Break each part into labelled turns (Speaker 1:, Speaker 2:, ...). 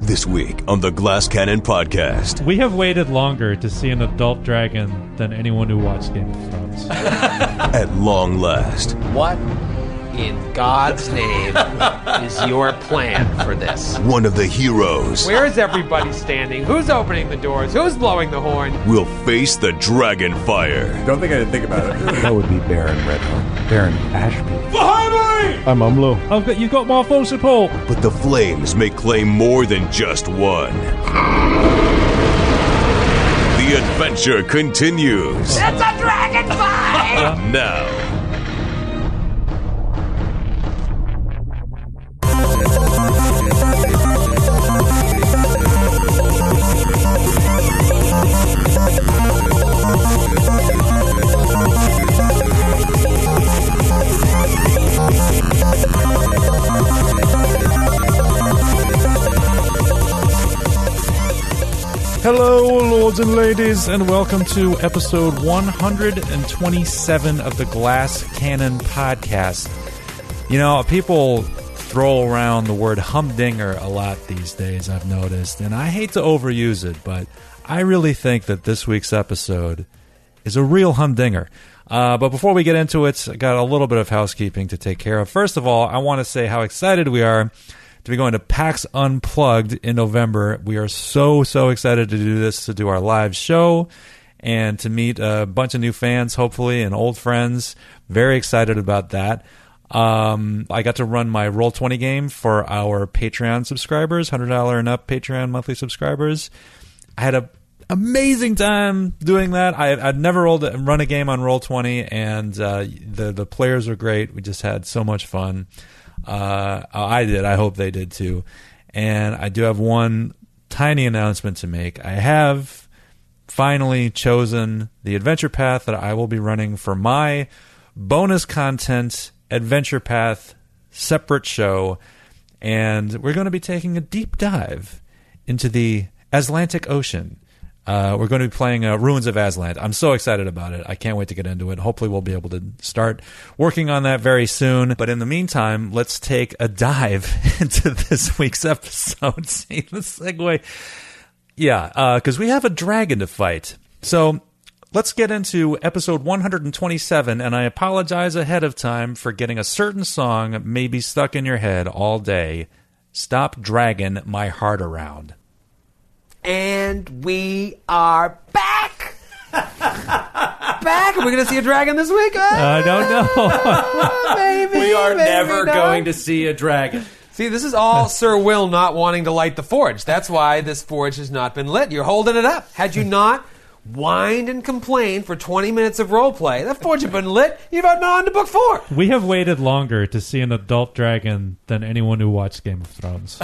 Speaker 1: This week on the Glass Cannon Podcast.
Speaker 2: We have waited longer to see an adult dragon than anyone who watched Game of Thrones.
Speaker 1: At long last,
Speaker 3: What in God's name is your plan for this?
Speaker 1: one of the heroes
Speaker 3: Where is everybody standing? Who's opening the doors? Who's blowing the horn?
Speaker 1: will face the dragon fire.
Speaker 4: Don't think I didn't think about it.
Speaker 5: That would be Baron Redhorn. Baron Ashby. I'm Umlo.
Speaker 2: I've got, you've got my full support.
Speaker 1: But the flames may claim more than just one. The adventure continues
Speaker 6: It's a dragonfly!
Speaker 1: now.
Speaker 2: Hello, lords and ladies, and welcome to episode 127 of the Glass Cannon Podcast. You know, people throw around the word humdinger a lot these days, I've noticed, and I hate to overuse it, but I really think that this week's episode is a real humdinger. Uh, but before we get into it, I got a little bit of housekeeping to take care of. First of all, I want to say how excited we are to be going to PAX Unplugged in November. We are so, so excited to do this, to do our live show, and to meet a bunch of new fans, hopefully, and old friends. Very excited about that. Um, I got to run my Roll20 game for our Patreon subscribers, $100 and up Patreon monthly subscribers. I had a amazing time doing that. I, I'd never rolled run a game on Roll Twenty, and uh, the the players were great. We just had so much fun. Uh, I did. I hope they did too. And I do have one tiny announcement to make. I have finally chosen the adventure path that I will be running for my bonus content adventure path separate show. And we're going to be taking a deep dive into the Atlantic Ocean. Uh, we're going to be playing uh, Ruins of Asland. I'm so excited about it. I can't wait to get into it. Hopefully, we'll be able to start working on that very soon. But in the meantime, let's take a dive into this week's episode. See the segue. Yeah, because we have a dragon to fight. So let's get into episode 127. And I apologize ahead of time for getting a certain song maybe stuck in your head all day. Stop dragging my heart around.
Speaker 3: And we are back! back! We're gonna see a dragon this week? Ah,
Speaker 2: I don't know.
Speaker 3: maybe,
Speaker 5: Uh, We are
Speaker 3: maybe
Speaker 5: never
Speaker 3: not.
Speaker 5: going to see a dragon.
Speaker 3: See, this is all Sir Will not wanting to light the forge. That's why this forge has not been lit. You're holding it up. Had you not whined and complained for 20 minutes of role play, that forge had been lit. You'd have been on to book four.
Speaker 2: we have waited longer to see an adult dragon than anyone who watched Game of Thrones.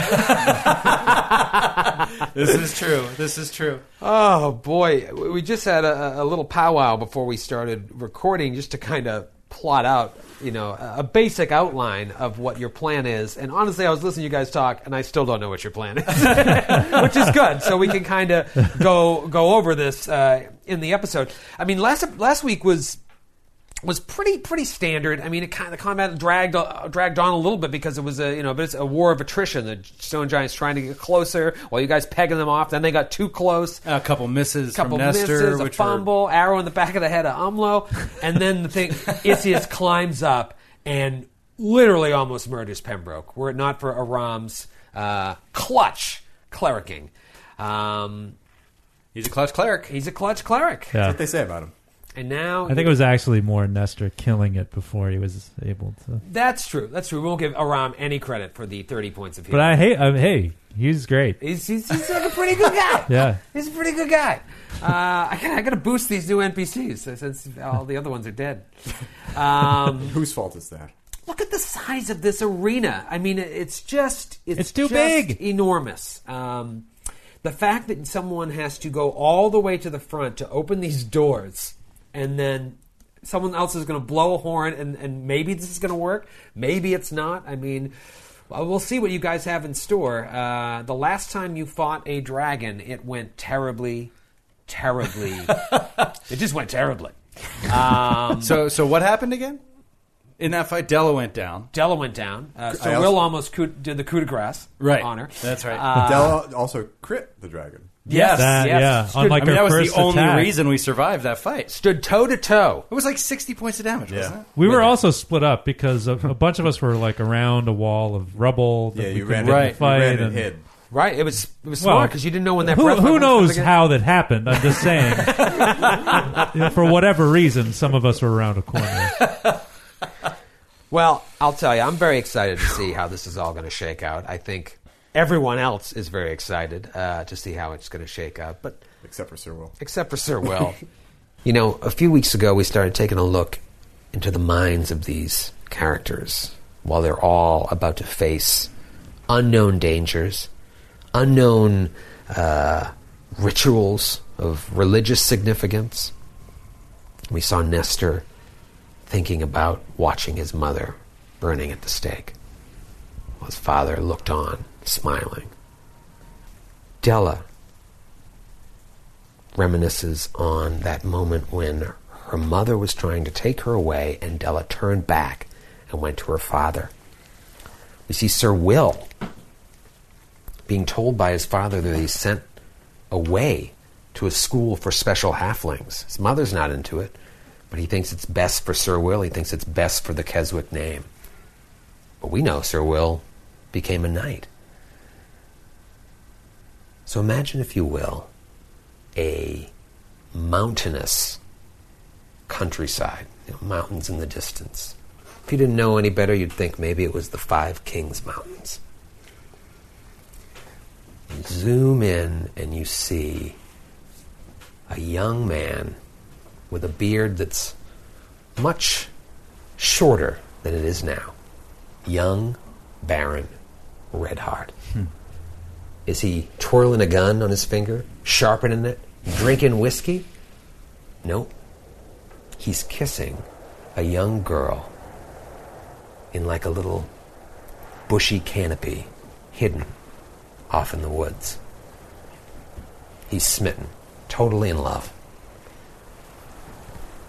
Speaker 5: This is true. This is true.
Speaker 3: Oh boy, we just had a, a little powwow before we started recording, just to kind of plot out, you know, a a basic outline of what your plan is. And honestly, I was listening to you guys talk, and I still don't know what your plan is, which is good. So we can kind of go go over this uh, in the episode. I mean, last last week was was pretty pretty standard. I mean, it kind of the combat dragged uh, dragged on a little bit because it was a you know, but it's a war of attrition. The stone giants trying to get closer while you guys pegging them off. Then they got too close
Speaker 5: A couple misses
Speaker 3: couple
Speaker 5: from Nestor,
Speaker 3: misses, a
Speaker 5: which
Speaker 3: fumble, arrow in the back of the head of Umlo, and then the thing Isius climbs up and literally almost murders Pembroke. Were it not for Aram's uh, clutch clericking, um,
Speaker 5: Were, he's a clutch cleric.
Speaker 3: he's a clutch cleric,
Speaker 2: Yeah.
Speaker 4: What they say about him?
Speaker 3: and now
Speaker 2: I think it was actually more Nestor killing it before he was able to.
Speaker 3: that's true. That's true. We won't give Aram any credit for the thirty points of healing.
Speaker 2: But I hate. I hey, he's great.
Speaker 3: He's, he's, he's like a pretty good guy.
Speaker 2: Yeah.
Speaker 3: He's a pretty good guy. Uh, I, gotta, I gotta boost these new NPCs since all the other ones are dead. Um,
Speaker 4: Whose fault is that?
Speaker 3: look at the size of this arena. I mean, it's just it's,
Speaker 2: It's too
Speaker 3: just
Speaker 2: big.
Speaker 3: enormous. Um, the fact that someone has to go all the way to the front to open these doors, and then someone else is going to blow a horn, and, and maybe this is going to work, maybe it's not. I mean. well, We'll see what you guys have in store. Uh, the last time you fought a dragon, it went terribly, terribly. it just went terribly.
Speaker 5: So, so what happened again?
Speaker 7: in that fight, Della went down.
Speaker 3: Della went down, uh, so
Speaker 8: I also-
Speaker 3: Will almost coup, did the coup de grace
Speaker 7: Right.
Speaker 3: on her. Uh,
Speaker 7: That's right.
Speaker 5: Uh,
Speaker 8: Della also crit the dragon.
Speaker 7: yes.
Speaker 9: That-
Speaker 3: yes.
Speaker 9: Yeah.
Speaker 3: Stood-
Speaker 9: Unlike
Speaker 7: I mean,
Speaker 9: her
Speaker 7: that was
Speaker 9: first
Speaker 7: the only
Speaker 9: attack.
Speaker 7: reason we survived that fight.
Speaker 3: Stood toe to toe.
Speaker 7: It was like 60 points of damage, wasn't it?
Speaker 9: We were also split up because a, a bunch of us were like around a wall of rubble. That
Speaker 8: Yeah,
Speaker 9: we
Speaker 8: you
Speaker 9: could
Speaker 8: ran,
Speaker 7: Right.
Speaker 8: right.
Speaker 7: you
Speaker 9: fight
Speaker 8: you ran and
Speaker 9: and-
Speaker 8: hid.
Speaker 3: Right. It was it was
Speaker 9: Well,
Speaker 3: smart because you didn't know when that
Speaker 9: Who,
Speaker 3: breath
Speaker 9: who
Speaker 3: weapon was
Speaker 9: knows
Speaker 3: coming in.
Speaker 9: how that happened? I'm just saying. You know, for whatever reason, some of us were around a corner.
Speaker 3: Well, I'll tell you, I'm very excited to see how this is all going to shake out. I think everyone else is very excited uh, to see how it's going to shake out, but
Speaker 8: Except for Sir Will.
Speaker 3: except for Sir Will. you know, a few weeks ago, we started taking a look into the minds of these characters while they're all about to face unknown dangers, unknown uh, rituals of religious significance. We saw Nestor thinking about watching his mother burning at the stake. while His father looked on, smiling. Della reminisces on that moment when her mother was trying to take her away and Della turned back and went to her father. We see Sir Will being told by his father that he's sent away to a school for special halflings. His mother's not into it, but he thinks it's best for Sir Will. He thinks it's best for the Keswick name. But we know Sir Will became a knight. So imagine, if you will, a mountainous countryside, you know, mountains in the distance. If you didn't know any better, you'd think maybe it was the Five Kings Mountains. You zoom in and you see a young man with a beard that's much shorter than it is now. Young Baron Redheart. Is he twirling a gun on his finger, sharpening it, drinking whiskey? Nope. He's kissing a young girl in like a little bushy canopy hidden off in the woods. He's smitten, totally in love.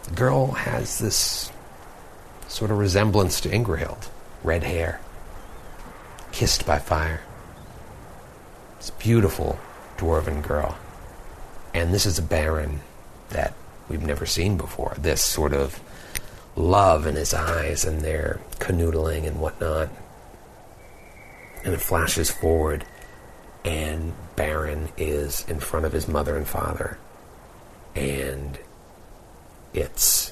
Speaker 3: The girl has this sort of resemblance to Ingrihild red hair, kissed by fire. This beautiful dwarven girl. And this is a baron that we've never seen before. This sort of love in his eyes and their canoodling and whatnot. And it flashes forward, and Baron is in front of his mother and father. And it's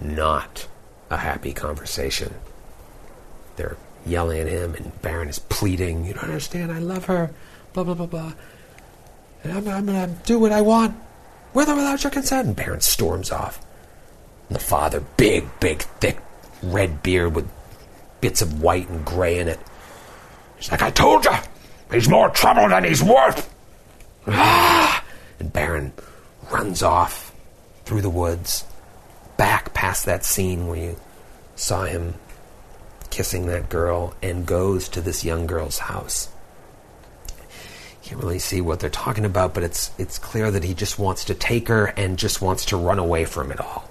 Speaker 3: not a happy conversation. They're yelling at him, and Baron is pleading, You don't understand, I love her, blah, blah, blah, blah. And I'm, I'm going to do what I want, with or without your consent. And Baron storms off. And the father, big, big, thick, red beard with bits of white and gray in it. He's like, I told you, he's more trouble than he's worth. Ah! and Baron runs off through the woods, back past that scene where you saw him kissing that girl, and goes to this young girl's house can't really see what they're talking about, but it's it's clear that he just wants to take her and just wants to run away from it all.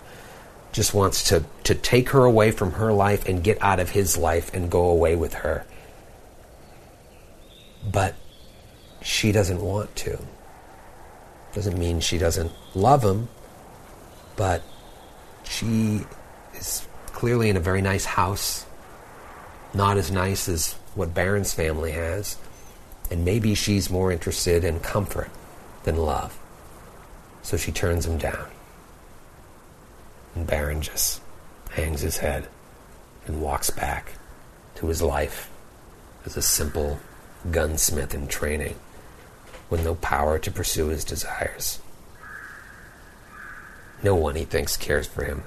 Speaker 3: Just wants to to take her away from her life and get out of his life and go away with her. But she doesn't want to. Doesn't mean she doesn't love him, but she is clearly in a very nice house. Not as nice as what Baron's family has and maybe she's more interested in comfort than love. So she turns him down. And Baron just hangs his head and walks back to his life as a simple gunsmith in training with no power to pursue his desires. No one he thinks cares for him.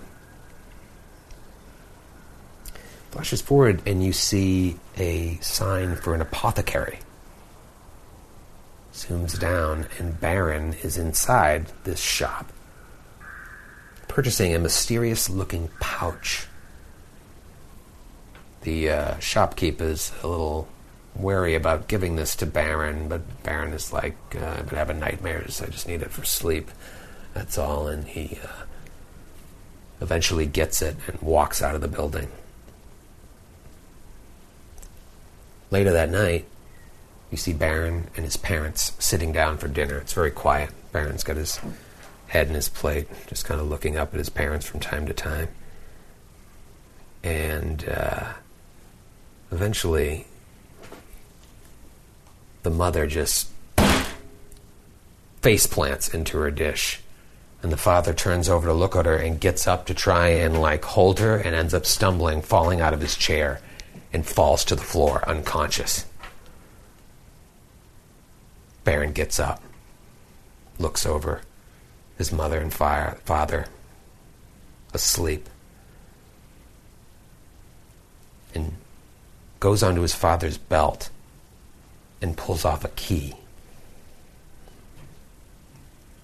Speaker 3: Flashes forward, and you see a sign for an apothecary zooms down, and Baron is inside this shop, purchasing a mysterious looking pouch. The uh, shopkeeper's a little wary about giving this to Baron, but Baron is like, uh, I've been having nightmares, I just need it for sleep. That's all, and he uh, eventually gets it and walks out of the building. Later that night, you see Baron and his parents sitting down for dinner. It's very quiet. Baron's got his head in his plate, just kind of looking up at his parents from time to time. And uh, eventually, the mother just face plants into her dish. And the father turns over to look at her and gets up to try and like hold her and ends up stumbling, falling out of his chair, and falls to the floor unconscious. Baron gets up, looks over, his mother and fire, father asleep, and goes onto his father's belt and pulls off a key.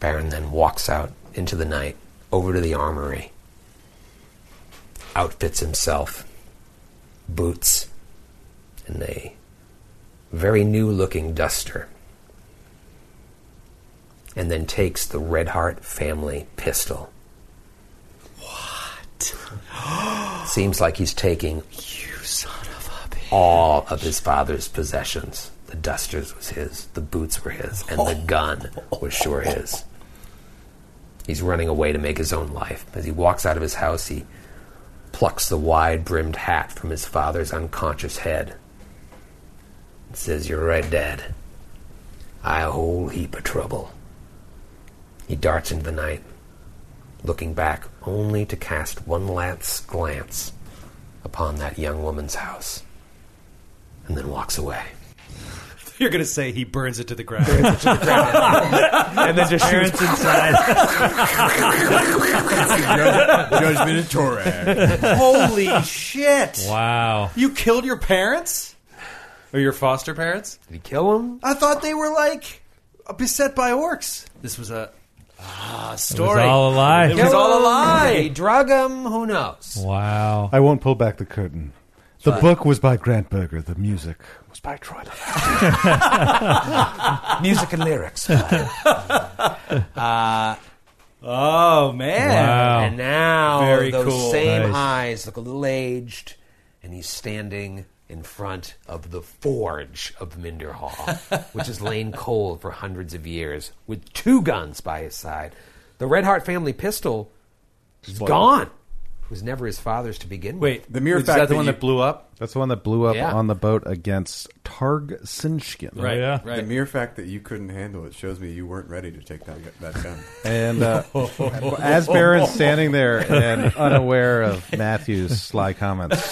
Speaker 3: Baron then walks out into the night, over to the armory, outfits himself, boots, and a very new looking duster, and then takes the Redheart family pistol. What? Seems like he's taking all of his father's possessions. The dusters was his, the boots were his, and the gun was sure his. He's running away to make his own life. As he walks out of his house, he plucks the wide brimmed hat from his father's unconscious head and says, You're right, Dad. I a whole heap of trouble. He darts into the night, looking back only to cast one last glance upon that young woman's house and then walks away.
Speaker 5: You're going to say he burns it to the ground.
Speaker 2: and then just parents inside.
Speaker 8: Judge- Judgment of Torag.
Speaker 5: Holy shit.
Speaker 2: Wow.
Speaker 5: You killed your parents? Or your foster parents?
Speaker 3: Did he kill him?
Speaker 5: I thought they were like beset by orcs. This was a ah, story.
Speaker 2: all a lie.
Speaker 5: It was all a
Speaker 3: Did he
Speaker 5: lie.
Speaker 3: drug him? Who knows?
Speaker 2: Wow.
Speaker 7: I won't pull back the curtain. The book was by Grant Berger. The music was by Troy. Lefevre.
Speaker 3: Music and lyrics.
Speaker 5: Oh man.
Speaker 2: Wow.
Speaker 3: And now
Speaker 5: Very
Speaker 3: those
Speaker 5: cool.
Speaker 3: same
Speaker 2: Nice.
Speaker 3: eyes look a little aged, and he's standing in front of the forge of Minder Hall, which has lain cold for hundreds of years, with two guns by his side. The Red Heart family pistol is gone. It was never his father's to begin with.
Speaker 5: Wait,
Speaker 8: The mere
Speaker 5: is
Speaker 8: fact
Speaker 5: that the
Speaker 8: that
Speaker 5: one
Speaker 8: you-
Speaker 5: that blew up?
Speaker 7: That's the one that blew up
Speaker 3: Yeah.
Speaker 7: on the boat against Targ Sinshkin.
Speaker 9: Oh,
Speaker 2: Right. Yeah.
Speaker 8: The mere fact that you couldn't handle it shows me you weren't ready to take that, that gun.
Speaker 7: And uh, as Baron's standing there and unaware of Matthew's sly comments,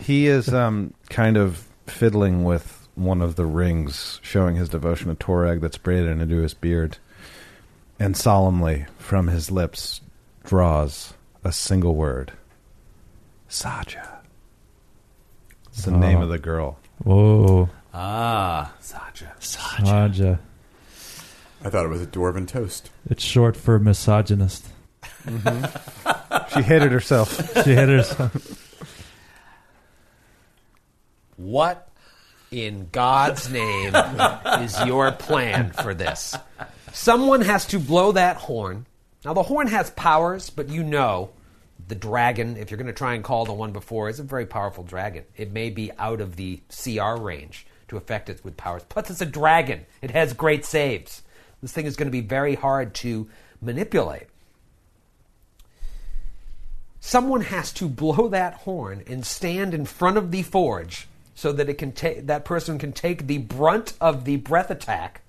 Speaker 7: he is um, kind of fiddling with one of the rings, showing his devotion to Torag that's braided into his beard, and solemnly from his lips draws a single word: Saja. It's the name of the girl.
Speaker 2: Whoa.
Speaker 5: Ah,
Speaker 2: Raja.
Speaker 8: I thought it was a dwarven toast.
Speaker 2: It's short for misogynist.
Speaker 7: She hated herself.
Speaker 2: She hit herself.
Speaker 3: What in God's name is your plan for this? Someone has to blow that horn. Now, the horn has powers, but you know the dragon, if you're going to try and call the one before, is a very powerful dragon. It may be out of the CR range to affect it with powers. Plus, it's a dragon, it has great saves. This thing is going to be very hard to manipulate someone has to blow that horn and stand in front of the forge so that it can ta- that person can take the brunt of the breath attack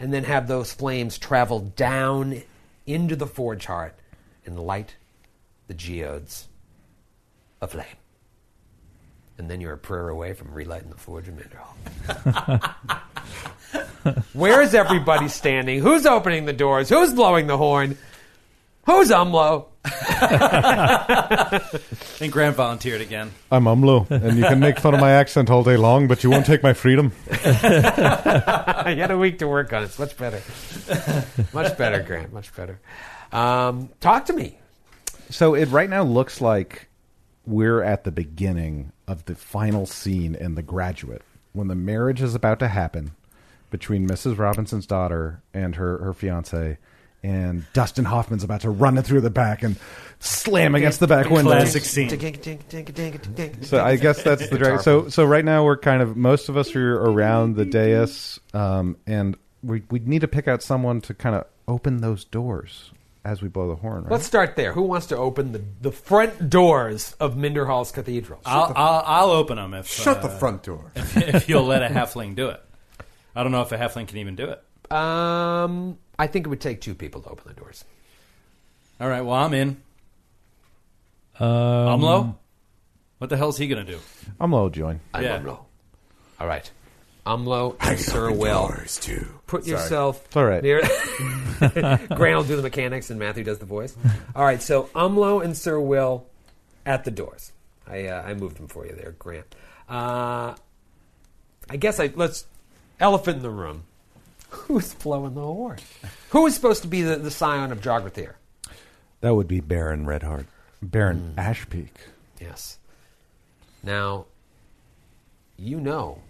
Speaker 3: and then have those flames travel down into the forge heart and light the geodes aflame. And then you're a prayer away from relighting the forge in Manderhall. Where is everybody standing? Who's opening the doors? Who's blowing the horn? Who's Umlo?
Speaker 5: I think Grant volunteered again.
Speaker 7: I'm Umlo, and you can make fun of my accent all day long, but you won't take my freedom.
Speaker 3: you had a week to work on it. It's much better. much better, Grant. Much better. Um, talk to me.
Speaker 7: So it right now looks like we're at the beginning of the final scene in The Graduate when the marriage is about to happen between Mrs. Robinson's daughter and her her fiance, and Dustin Hoffman's about to run it through the back and slam against the back window.
Speaker 5: Classic scene.
Speaker 7: So I guess that's the dragon. So so right now we're kind of most of us are around the dais, um, and we we need to pick out someone to kind of open those doors as we blow the horn. Right?
Speaker 3: Let's start there. Who wants to open the, the front doors of Minderhall's Cathedral?
Speaker 5: I'll, I'll, I'll open them if
Speaker 8: Shut the
Speaker 5: uh,
Speaker 8: front door.
Speaker 5: if you'll let a halfling do it. I don't know if a halfling can even do it.
Speaker 3: Um, I think it would take two people to open the doors.
Speaker 5: All right, well I'm in.
Speaker 2: Um,
Speaker 5: Umlo, what the hell's he gonna do?
Speaker 7: I'm low join.
Speaker 3: I'm
Speaker 5: Yeah.
Speaker 3: Umlo. All right. Umlo and Sir Will.
Speaker 8: Doors too.
Speaker 3: Put yourself
Speaker 7: all right.
Speaker 3: near. Grant will do the mechanics and Matthew does the voice. All right, so Umlo and Sir Will at the doors. I, uh, I moved them for you there, Grant. Uh, I guess I let's elephant in the room. Who's blowing the horn? Who is supposed to be the, the scion of Jograthier?
Speaker 7: That would be Baron Redheart, Baron Ashpeak.
Speaker 3: Yes. Now, you know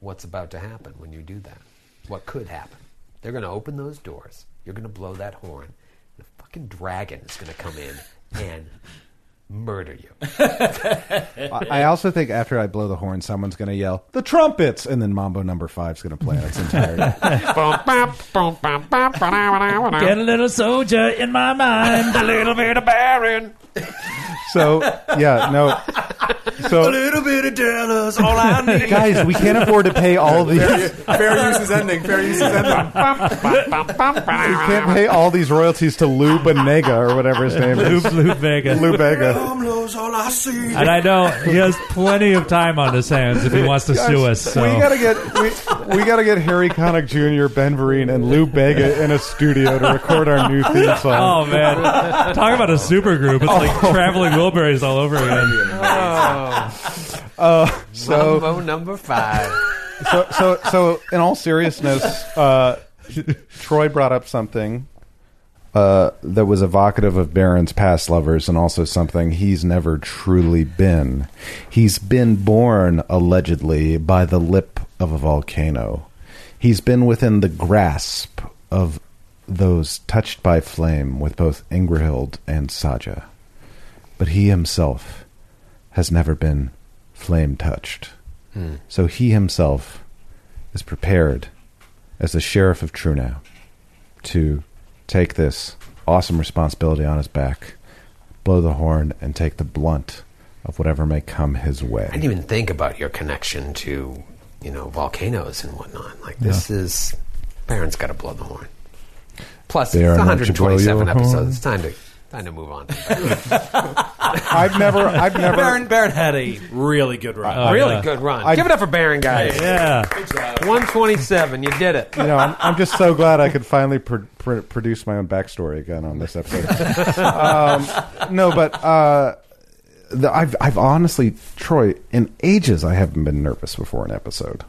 Speaker 3: what's about to happen when you do that. What could happen. They're going to open those doors. You're going to blow that horn. And a fucking dragon is going to come in and murder you.
Speaker 7: I, I also think after I blow the horn, someone's going to yell the trumpets, and then Mambo Number Five's going to play in its entirety.
Speaker 2: Get a little soldier in my mind, a little bit of Baron.
Speaker 7: so yeah, no. So
Speaker 1: little bit of Dallas, all I need.
Speaker 7: guys, we can't afford to pay all these.
Speaker 8: Fair use is ending. Fair use is ending.
Speaker 7: We can't pay all these royalties to Lou Benega or whatever his name is.
Speaker 2: Loop, loop, Vega.
Speaker 7: Lou Bega.
Speaker 1: Umlo's all I see.
Speaker 2: And I know he has plenty of time on his hands if he wants to sue us. So.
Speaker 7: We gotta get we, we gotta get Harry Connick Jr., Ben Vereen, and Lou Bega in a studio to record our new theme
Speaker 2: Oh
Speaker 7: song.
Speaker 2: man, talk about a supergroup! It's like
Speaker 7: Oh.
Speaker 2: traveling Wilburys all over again.
Speaker 7: so
Speaker 3: Combo number five.
Speaker 7: so so so in all seriousness, uh, Troy brought up something uh, that was evocative of Baron's past lovers, and also something he's never truly been. He's been born allegedly by the lip of a volcano. He's been within the grasp of those touched by flame with both Ingrihild and Saja, but he himself has never been flame touched. So he himself is prepared as the sheriff of Trunau to take this awesome responsibility on his back, blow the horn, and take the blunt of whatever may come his
Speaker 3: I
Speaker 7: way.
Speaker 3: didn't even think about your connection to, you know, volcanoes and whatnot. Like, this is. Baron's got to blow the horn. Plus,
Speaker 7: Baron,
Speaker 3: it's
Speaker 7: won't you blow
Speaker 3: 127
Speaker 7: your horn?
Speaker 3: episodes. It's time to, time to move on.
Speaker 7: I've never, I've never,
Speaker 1: Baron, Baron had a
Speaker 5: Really good run.
Speaker 8: Oh,
Speaker 3: really
Speaker 2: yeah.
Speaker 3: good run.
Speaker 7: I-
Speaker 3: Give it up for Baron, guys.
Speaker 2: Yeah,
Speaker 3: 127. You did it.
Speaker 7: you know, I'm, I'm just so glad I could finally pr- pr- produce my own backstory again on this episode. um, no, but uh, the, I've, I've honestly, Troy, in ages, I haven't been nervous before an episode.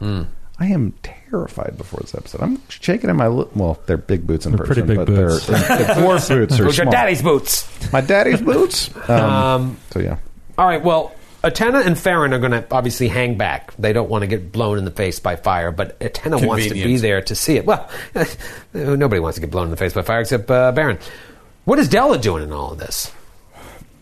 Speaker 7: I am terrified before this episode. I'm shaking in my li- well, they're big boots in
Speaker 2: They're
Speaker 7: person,
Speaker 2: pretty big
Speaker 7: but
Speaker 2: boots.
Speaker 7: they're, they're dwarf boots or
Speaker 3: Those are
Speaker 7: small.
Speaker 3: daddy's boots.
Speaker 7: My daddy's boots. Um,
Speaker 3: Um,
Speaker 7: so yeah,
Speaker 3: all right. Well, Atena and Farron are going to obviously hang back. They don't want to get blown in the face by fire, but Atena wants to be
Speaker 8: Convenient.
Speaker 3: there to see it. Well, nobody wants to get blown in the face by fire except uh, Baron. What is Della doing in all of this?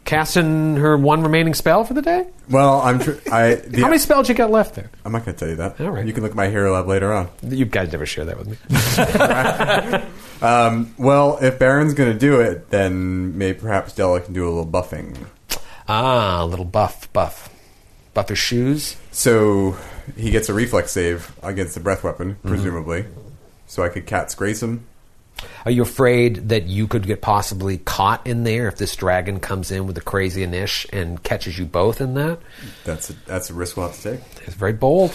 Speaker 3: Casting her one remaining spell for the day?
Speaker 8: Well, I'm. Tr- I. The,
Speaker 3: How many spells you got left there?
Speaker 8: I'm not going to tell you that.
Speaker 3: All right.
Speaker 8: You can look at my hero lab later on.
Speaker 3: You guys never share that with me.
Speaker 8: Well, if Baron's going to do it, then maybe perhaps Della can do a little buffing.
Speaker 3: ah, little buff, buff. Buff his shoes.
Speaker 8: So he gets a reflex save against the breath weapon,
Speaker 3: Mm-hmm.
Speaker 8: presumably. So I could cat's grace him.
Speaker 3: Are you afraid that you could get possibly caught in there if this dragon comes in with a crazy inish and catches you both in that?
Speaker 8: That's a, that's a risk we'll have to take.
Speaker 3: It's very bold.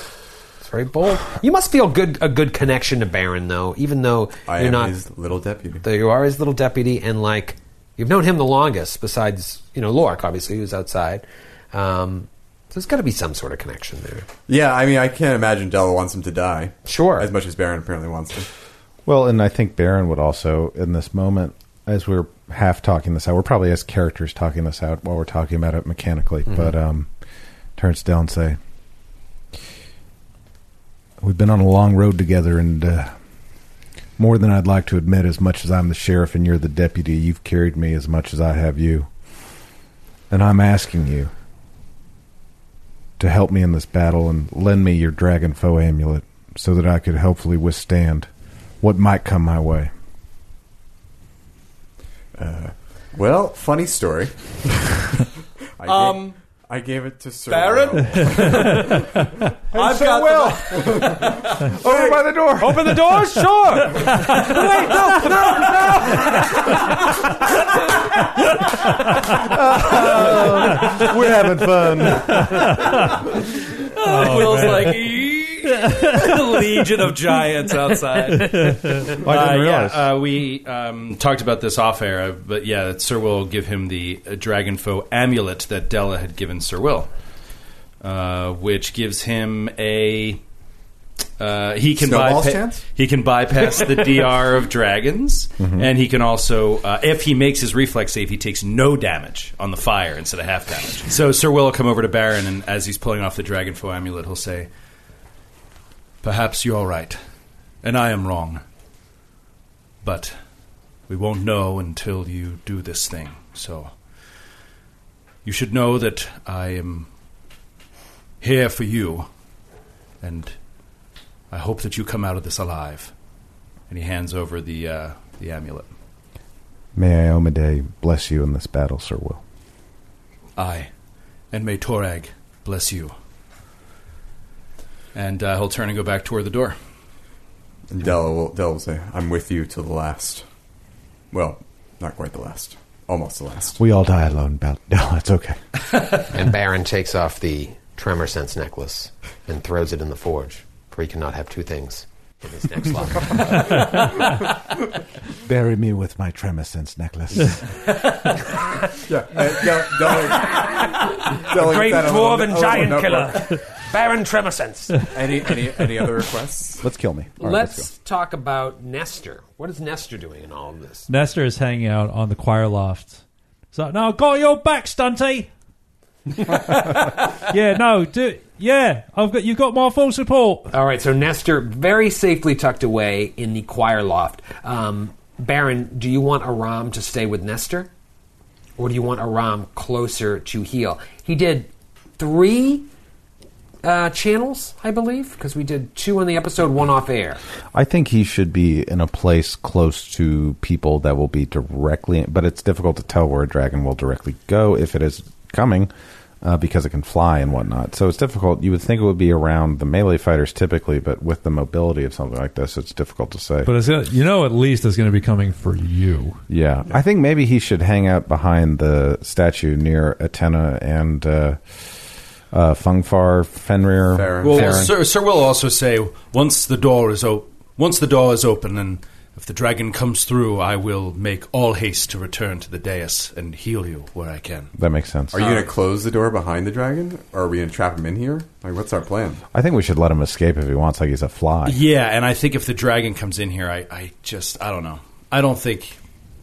Speaker 3: It's very bold. You must feel good a good connection to Baron though, even though
Speaker 8: I
Speaker 3: you're
Speaker 8: am
Speaker 3: not
Speaker 8: his little deputy.
Speaker 3: though you are his little deputy and like you've known him the longest besides, you know, Lorik obviously who's outside. Um, so there's got to be some sort of connection there.
Speaker 8: yeah, I mean, I can't imagine Della wants him to die.
Speaker 3: Sure.
Speaker 8: As much as Baron apparently wants to.
Speaker 7: well, and I think Baron would also in this moment, as we're half talking this out, we're probably as characters talking this out while we're talking about it mechanically. But um, turns to Dell and say, "We've been on a long road together, and uh, More than I'd like to admit, as much as I'm the sheriff and you're the deputy, you've carried me as much as I have you. And I'm asking you to help me in this battle and lend me your dragon foe amulet so that I could hopefully withstand what might come my way.
Speaker 8: Well, funny story. I
Speaker 10: Um,
Speaker 8: gave, I gave it to Sir
Speaker 10: Baron?
Speaker 8: Will.
Speaker 10: I've got well.
Speaker 8: Over by the door.
Speaker 11: Open the door, sure.
Speaker 7: We're having fun.
Speaker 10: Will's like "Eeeeh." legion of giants outside.
Speaker 5: Uh, yeah, uh, we um, talked about this off air, uh, but yeah, that Sir Will give him the uh, dragon foe amulet that Della had given Sir Will, uh, which gives him a. Uh, he can
Speaker 8: Snowball's
Speaker 5: bypa-
Speaker 8: chance?
Speaker 5: he can bypass the DR of dragons, and he can also, uh, if he makes his reflex save, he takes no damage on the fire instead of half damage. So Sir Will will come over to Baron, and as he's pulling off the dragon foe amulet, he'll say, "Perhaps you're right, and I am wrong." but we won't know until you do this thing. So you should know that I am here for you, and I hope that you come out of this alive. And he hands over the uh, the amulet.
Speaker 7: May Iomade bless you in this battle, Sir Will.
Speaker 5: I, and may Torag bless you. And uh, he'll turn and go back toward the door.
Speaker 8: And Della will, Della will say, I'm with you till the last. Well, not quite the last. Almost the last.
Speaker 7: We all die alone, Bal. No, it's okay.
Speaker 3: And Baron takes off the tremor sense necklace and throws it in the forge, for he cannot have two things in his next locker.
Speaker 7: Bury me with my Tremescence necklace.
Speaker 8: Yeah. Uh, Della, Della, Della
Speaker 10: Great
Speaker 8: gets out a little- a
Speaker 10: dwarven
Speaker 8: little
Speaker 10: giant
Speaker 8: notebook.
Speaker 10: killer.
Speaker 3: Baron Tremorsense.
Speaker 8: Any, any, any other requests?
Speaker 7: Let's kill me. All right,
Speaker 12: Let's-
Speaker 7: go.
Speaker 3: Let's talk about Nestor. What is Nestor doing in all of this?
Speaker 2: Nestor is hanging out on the choir loft. So now got your back, stunty. yeah, no, do yeah. I've got you've got my full support.
Speaker 3: All right, so Nestor very safely tucked away in the choir loft. Um, Baron, do you want Aram to stay with Nestor? Or do you want Aram closer to heal? He did three uh, channels, I believe, because we did two on the episode, one off air.
Speaker 7: I think he should be in a place close to people that will be directly, but it's difficult to tell where a dragon will directly go if it is coming, uh, because it can fly and whatnot. So it's difficult. You would think it would be around the melee fighters typically, but with the mobility of something like this, it's difficult to say.
Speaker 11: But it's gonna, you know, at least it's going to be coming for you.
Speaker 7: yeah, I think maybe he should hang out behind the statue near Atena and uh, uh, Fungfar Fenrir.
Speaker 8: Farron.
Speaker 5: Well,
Speaker 7: Farron.
Speaker 5: Sir, Sir will also say once the door is o- once the door is open, and if the dragon comes through, I will make all haste to return to the dais and heal you where I can.
Speaker 7: that makes sense.
Speaker 8: Are you going to close the door behind the dragon? Or are we going to trap him in here? Like, what's our plan?
Speaker 7: I think we should let him escape if he wants, like he's a fly.
Speaker 5: Yeah, and I think if the dragon comes in here, I, I just I don't know. I don't think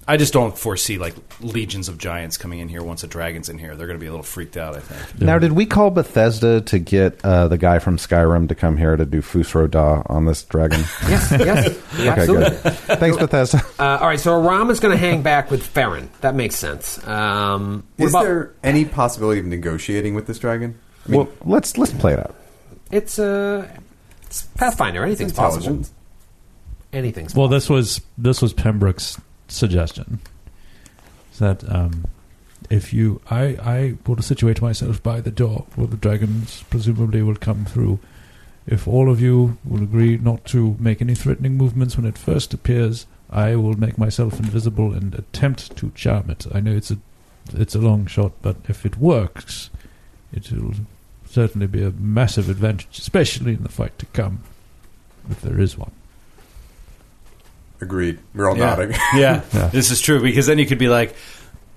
Speaker 5: I just don't foresee like legions of giants coming in here once a dragon's in here. They're going to be a little freaked out. I think.
Speaker 7: Now, did we call Bethesda to get uh, the guy from Skyrim to come here to do Fusro Da on this dragon?
Speaker 3: Yes, yes,
Speaker 7: okay,
Speaker 3: absolutely.
Speaker 7: good. Thanks, Bethesda.
Speaker 3: Uh, all right, so Aram is going to hang back with Farron. That makes sense. Um, what
Speaker 8: Is
Speaker 3: about-
Speaker 8: there any possibility of negotiating with this dragon? I mean,
Speaker 7: well, let's let's play it out.
Speaker 3: It's uh, it's Pathfinder. Anything's possible.
Speaker 8: intelligence.
Speaker 3: Anything's
Speaker 2: Well, this was this was Pembroke's suggestion. Is that um, if you, I, I will situate myself by the door where the dragons presumably will come through. If all of you will agree not to make any threatening movements when it first appears, I will make myself invisible and attempt to charm it. I know it's a, it's a long shot, but if it works, it will certainly be a massive advantage, especially in the fight to come, if there is one.
Speaker 8: Agreed. We're all
Speaker 5: Yeah.
Speaker 8: nodding.
Speaker 5: Yeah, this is true because then you could be like,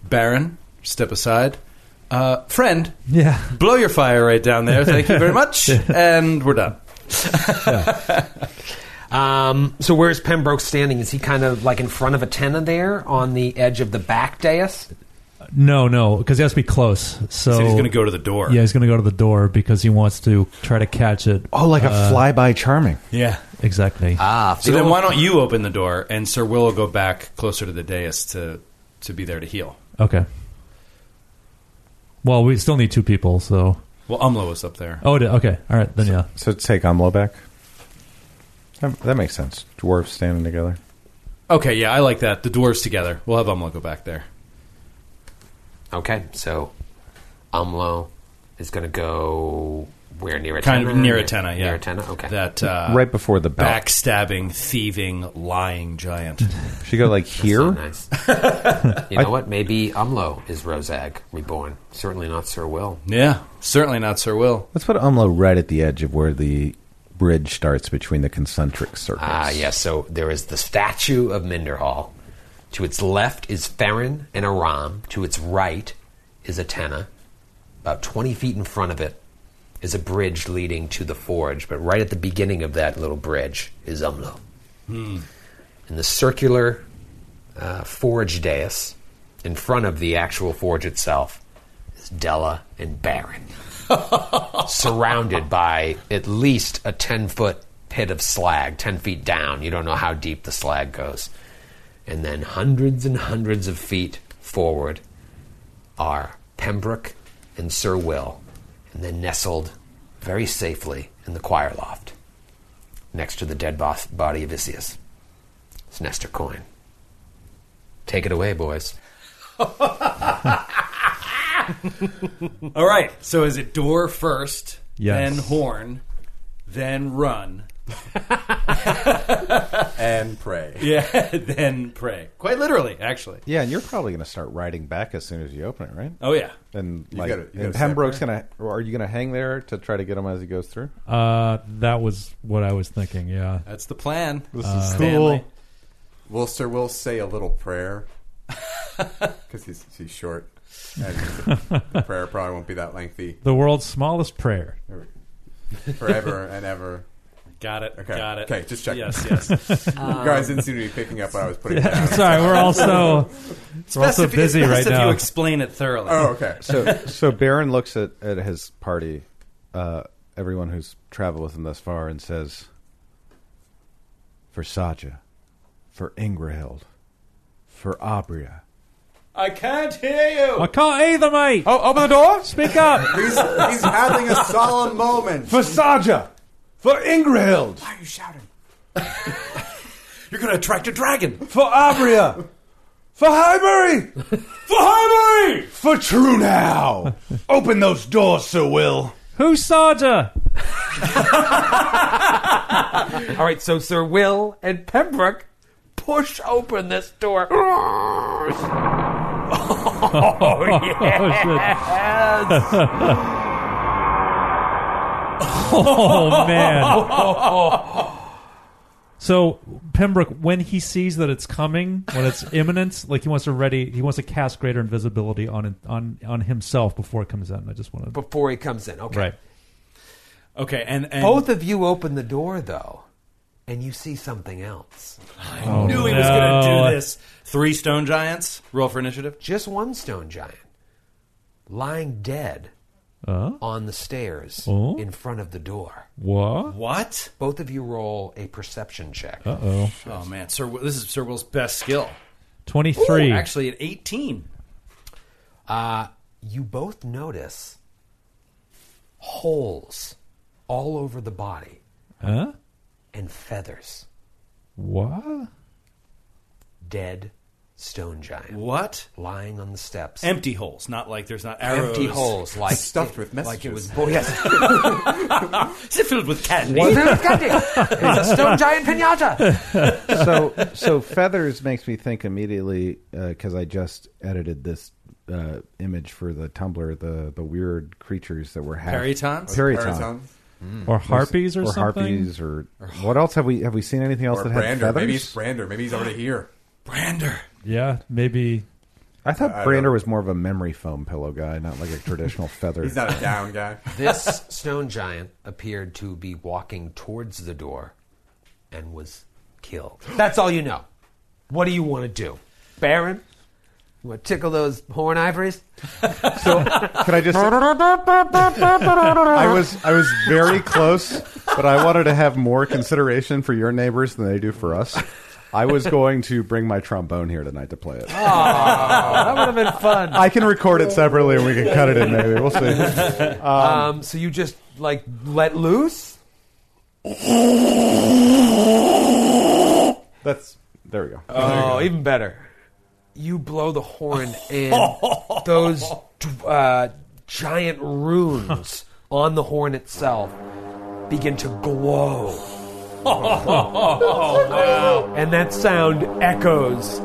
Speaker 5: Baron, step aside. Uh, friend,
Speaker 2: Yeah.
Speaker 5: blow your fire right down there. Thank you very much, and we're done.
Speaker 3: Um, so where's Pembroke standing? Is he kind of like in front of a Atena there on the edge of the back dais?
Speaker 2: No, no, because he has to be close. So,
Speaker 5: So he's going to go to the door. Oh.
Speaker 2: Yeah, he's going to go to the door because he wants to try to catch it.
Speaker 7: Uh, Oh, like a flyby charming.
Speaker 5: Yeah.
Speaker 2: Exactly.
Speaker 13: Ah,
Speaker 5: so then why don't you open the door and Sir Will will go back closer to the dais to to be there to heal.
Speaker 2: Okay. Well, we still need two people, so.
Speaker 5: Well, Umlo is up there.
Speaker 2: Oh, it- okay. All right, then yeah.
Speaker 4: So take Umlo back. That, that makes sense. Dwarves standing together.
Speaker 5: Okay, yeah, I like that. The dwarves together. We'll have Umlo go back there.
Speaker 13: Okay, so Umlo is going to go where near Atena?
Speaker 5: Kind of near Atena, yeah.
Speaker 13: Near Atena, okay.
Speaker 5: That uh,
Speaker 4: Right before the bell.
Speaker 5: backstabbing, thieving, lying giant.
Speaker 4: She go like here.
Speaker 13: Nice. you know what? Maybe Umlo is Rozag reborn. Certainly not Sir Will.
Speaker 5: yeah, certainly not Sir Will.
Speaker 4: Let's put Umlo right at the edge of where the bridge starts between the concentric circles.
Speaker 13: Ah, yes. so there is the statue of Minderhall. To its left is Farron and Aram. To its right is Atena. About 20 feet in front of it is a bridge leading to the forge, but right at the beginning of that little bridge is Umlo. And the circular uh, forge dais in front of the actual forge itself is Della and Baron surrounded by at least a 10 foot pit of slag, 10 feet down. You don't know how deep the slag goes. And then hundreds and hundreds of feet forward are Pembroke and Sir Will, and then nestled very safely in the choir loft next to the dead boss body of Isius. It's Nestor Coin. Take it away, boys.
Speaker 5: All right. So is it door first,
Speaker 2: Yes.
Speaker 5: then horn, then run,
Speaker 8: And pray.
Speaker 5: yeah, then pray? Quite literally, actually.
Speaker 4: Yeah, and you're probably going to start riding back as soon as you open it, right?
Speaker 5: Oh yeah.
Speaker 4: And
Speaker 8: You
Speaker 4: like,
Speaker 8: gotta- you gotta
Speaker 4: and
Speaker 8: step
Speaker 4: Pembroke's going to. Are you going to hang there to try to get him as he goes through?
Speaker 2: Uh, that was what I was thinking. Yeah.
Speaker 5: That's the plan. Uh, This
Speaker 4: is
Speaker 5: cool.
Speaker 8: Will Sir Will say a little prayer? Because he's, he's short. And the prayer probably won't be that lengthy
Speaker 2: The world's smallest prayer.
Speaker 8: forever and ever.
Speaker 5: Got it.
Speaker 8: Okay.
Speaker 5: Got it.
Speaker 8: Okay, just checking.
Speaker 5: Yes, yes.
Speaker 8: you guys didn't seem to be picking up what I was putting down.
Speaker 2: Sorry, we're all so we're all so
Speaker 5: if you- it's
Speaker 2: busy
Speaker 5: best
Speaker 2: right
Speaker 5: if
Speaker 2: now.
Speaker 5: you explain it thoroughly.
Speaker 8: Oh, okay.
Speaker 4: So, so Baron looks at, at his party, uh, everyone who's traveled with him thus far, and says, "For Saja, for Ingrahild, for Abria."
Speaker 5: I can't hear you.
Speaker 2: I can't either, mate.
Speaker 9: Oh, open the door.
Speaker 2: Speak up.
Speaker 8: He's, he's having a solemn moment.
Speaker 4: For Saja, for Ingrahild,
Speaker 8: Why are you shouting?
Speaker 5: You're going to attract a dragon.
Speaker 4: for Abria, for Highbury,
Speaker 5: For Highbury!
Speaker 4: for True Now. Open those doors, Sir Will.
Speaker 2: Who's Sarja?
Speaker 3: All right, so Sir Will and Pembroke push open this door.
Speaker 2: Oh shit. oh man. So Pembroke, when he sees that it's coming, when it's imminent, like he wants to ready, he wants to cast greater invisibility on on on himself before it comes in. I just want to
Speaker 3: Before he comes in, okay.
Speaker 2: right.
Speaker 5: Okay, and, and
Speaker 3: Both of you open the door though, and you see something else.
Speaker 5: I knew
Speaker 3: Oh,
Speaker 5: he was going to do this. Three stone giants. Roll for initiative.
Speaker 3: Just one stone giant lying dead on the stairs
Speaker 2: Oh.
Speaker 3: in front of the door.
Speaker 2: What?
Speaker 5: What?
Speaker 3: Both of you roll a perception check.
Speaker 2: Uh oh.
Speaker 5: Oh man, Sir, Will- this is Sir Will's best skill.
Speaker 2: Twenty
Speaker 5: Ooh,
Speaker 2: three.
Speaker 5: actually, at eighteen.
Speaker 3: You both notice holes all over the body
Speaker 2: Huh?
Speaker 3: and feathers.
Speaker 2: What?
Speaker 3: Dead stone giant
Speaker 5: What?
Speaker 3: lying on the steps.
Speaker 5: Empty holes. Not like there's not arrows.
Speaker 3: Empty holes, like
Speaker 8: Stuffed with
Speaker 3: Like it was,
Speaker 8: messages.
Speaker 3: bo- yes,
Speaker 5: Is it filled with candy?
Speaker 3: Well, there was candy. It's a stone giant pinata.
Speaker 4: so so feathers makes me think immediately because I just edited this uh, image for the Tumblr, the the weird creatures that were half
Speaker 5: Peritons?
Speaker 4: Periton.
Speaker 2: hmm. Or harpies or,
Speaker 4: or
Speaker 2: something?
Speaker 4: harpies or what else have we have we seen anything else
Speaker 8: Or
Speaker 4: that had
Speaker 8: Brander.
Speaker 4: feathers?
Speaker 8: Maybe it's Brander. Maybe he's already here.
Speaker 5: Brander.
Speaker 2: Yeah, maybe.
Speaker 4: I thought
Speaker 8: I- I
Speaker 4: Brander
Speaker 8: don't-
Speaker 4: was more of a memory foam pillow guy, not like a traditional feather.
Speaker 8: He's not a down guy.
Speaker 3: This stone giant appeared to be walking towards the door and was killed. That's all you know. What do you want to do, Baron? You want to tickle those horn ivories?
Speaker 4: Can I just? I was I was very close but I wanted to have more consideration for your neighbors than they do for us. I was going to bring my trombone here tonight to play it.
Speaker 3: that would have been fun.
Speaker 4: I can record it separately and we can cut it in maybe. We'll see.
Speaker 3: Um, so you just like let loose?
Speaker 4: That's there we go.
Speaker 3: Oh, even better. You blow the horn, and those dw- uh, giant runes on the horn itself begin to glow. Oh, and that sound echoes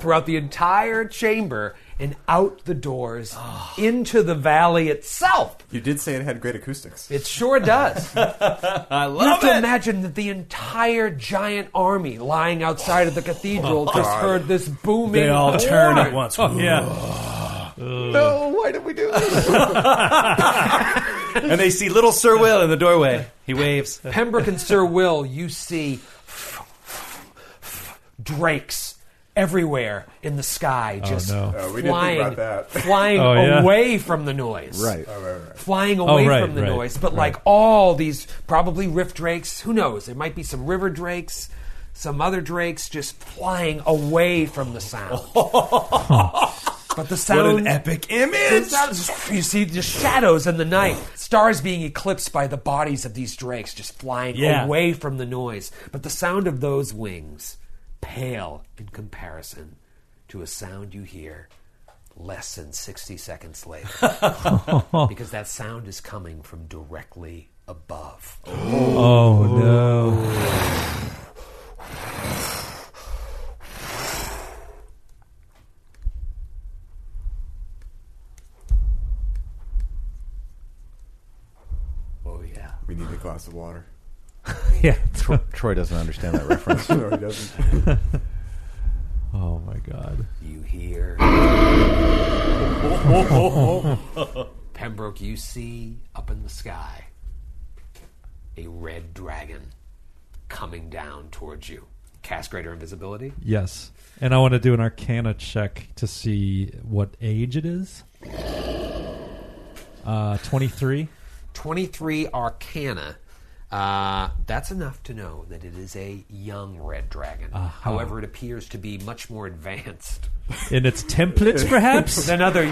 Speaker 3: throughout the entire chamber and out the doors into the valley itself.
Speaker 8: You did say it had great acoustics.
Speaker 3: It sure does.
Speaker 5: I
Speaker 3: You have
Speaker 5: love
Speaker 3: to
Speaker 5: it.
Speaker 3: imagine that the entire giant army lying outside of the cathedral just heard this booming.
Speaker 5: Oh, They all turn
Speaker 3: horn.
Speaker 5: at once. Oh, yeah.
Speaker 8: No, why did we do this?
Speaker 5: And they see little Sir Will in the doorway. He waves.
Speaker 3: Pembroke and Sir Will, you see drakes everywhere in the sky, just
Speaker 2: no.
Speaker 8: Oh, we didn't think
Speaker 3: flying,
Speaker 8: about that. Oh,
Speaker 3: flying
Speaker 2: Oh, yeah.
Speaker 3: away from the noise.
Speaker 4: Right.
Speaker 3: flying
Speaker 5: Oh,
Speaker 3: away
Speaker 2: right,
Speaker 3: from the
Speaker 2: right,
Speaker 3: noise, but like all these probably rift drakes, who knows? There might be some river drakes, some other drakes just flying away from the sound. but the
Speaker 5: What
Speaker 3: sound
Speaker 5: an epic
Speaker 3: the
Speaker 5: image!
Speaker 3: sound- you see the shadows in the night, stars being eclipsed by the bodies of these drakes just flying
Speaker 5: Yeah.
Speaker 3: away from the noise. But the sound of those wings pale in comparison to a sound you hear less than 60 seconds later.
Speaker 2: Oh.
Speaker 3: because that sound is coming from directly above.
Speaker 2: Oh no!
Speaker 5: Oh yeah.
Speaker 8: We need a glass of water.
Speaker 2: Yeah.
Speaker 4: Tro- Troy doesn't understand that reference.
Speaker 8: No, he doesn't.
Speaker 2: Oh my god.
Speaker 3: You hear. Pembroke, you see up in the sky a red dragon coming down towards you. Cast greater invisibility.
Speaker 2: Yes. And I want to do an Arcana check to see what age it is. Uh, twenty-three.
Speaker 3: 23 Arcana. Uh, that's enough to know that it is a young red dragon. However, it appears to be much more advanced
Speaker 2: In its templates, perhaps.
Speaker 3: than other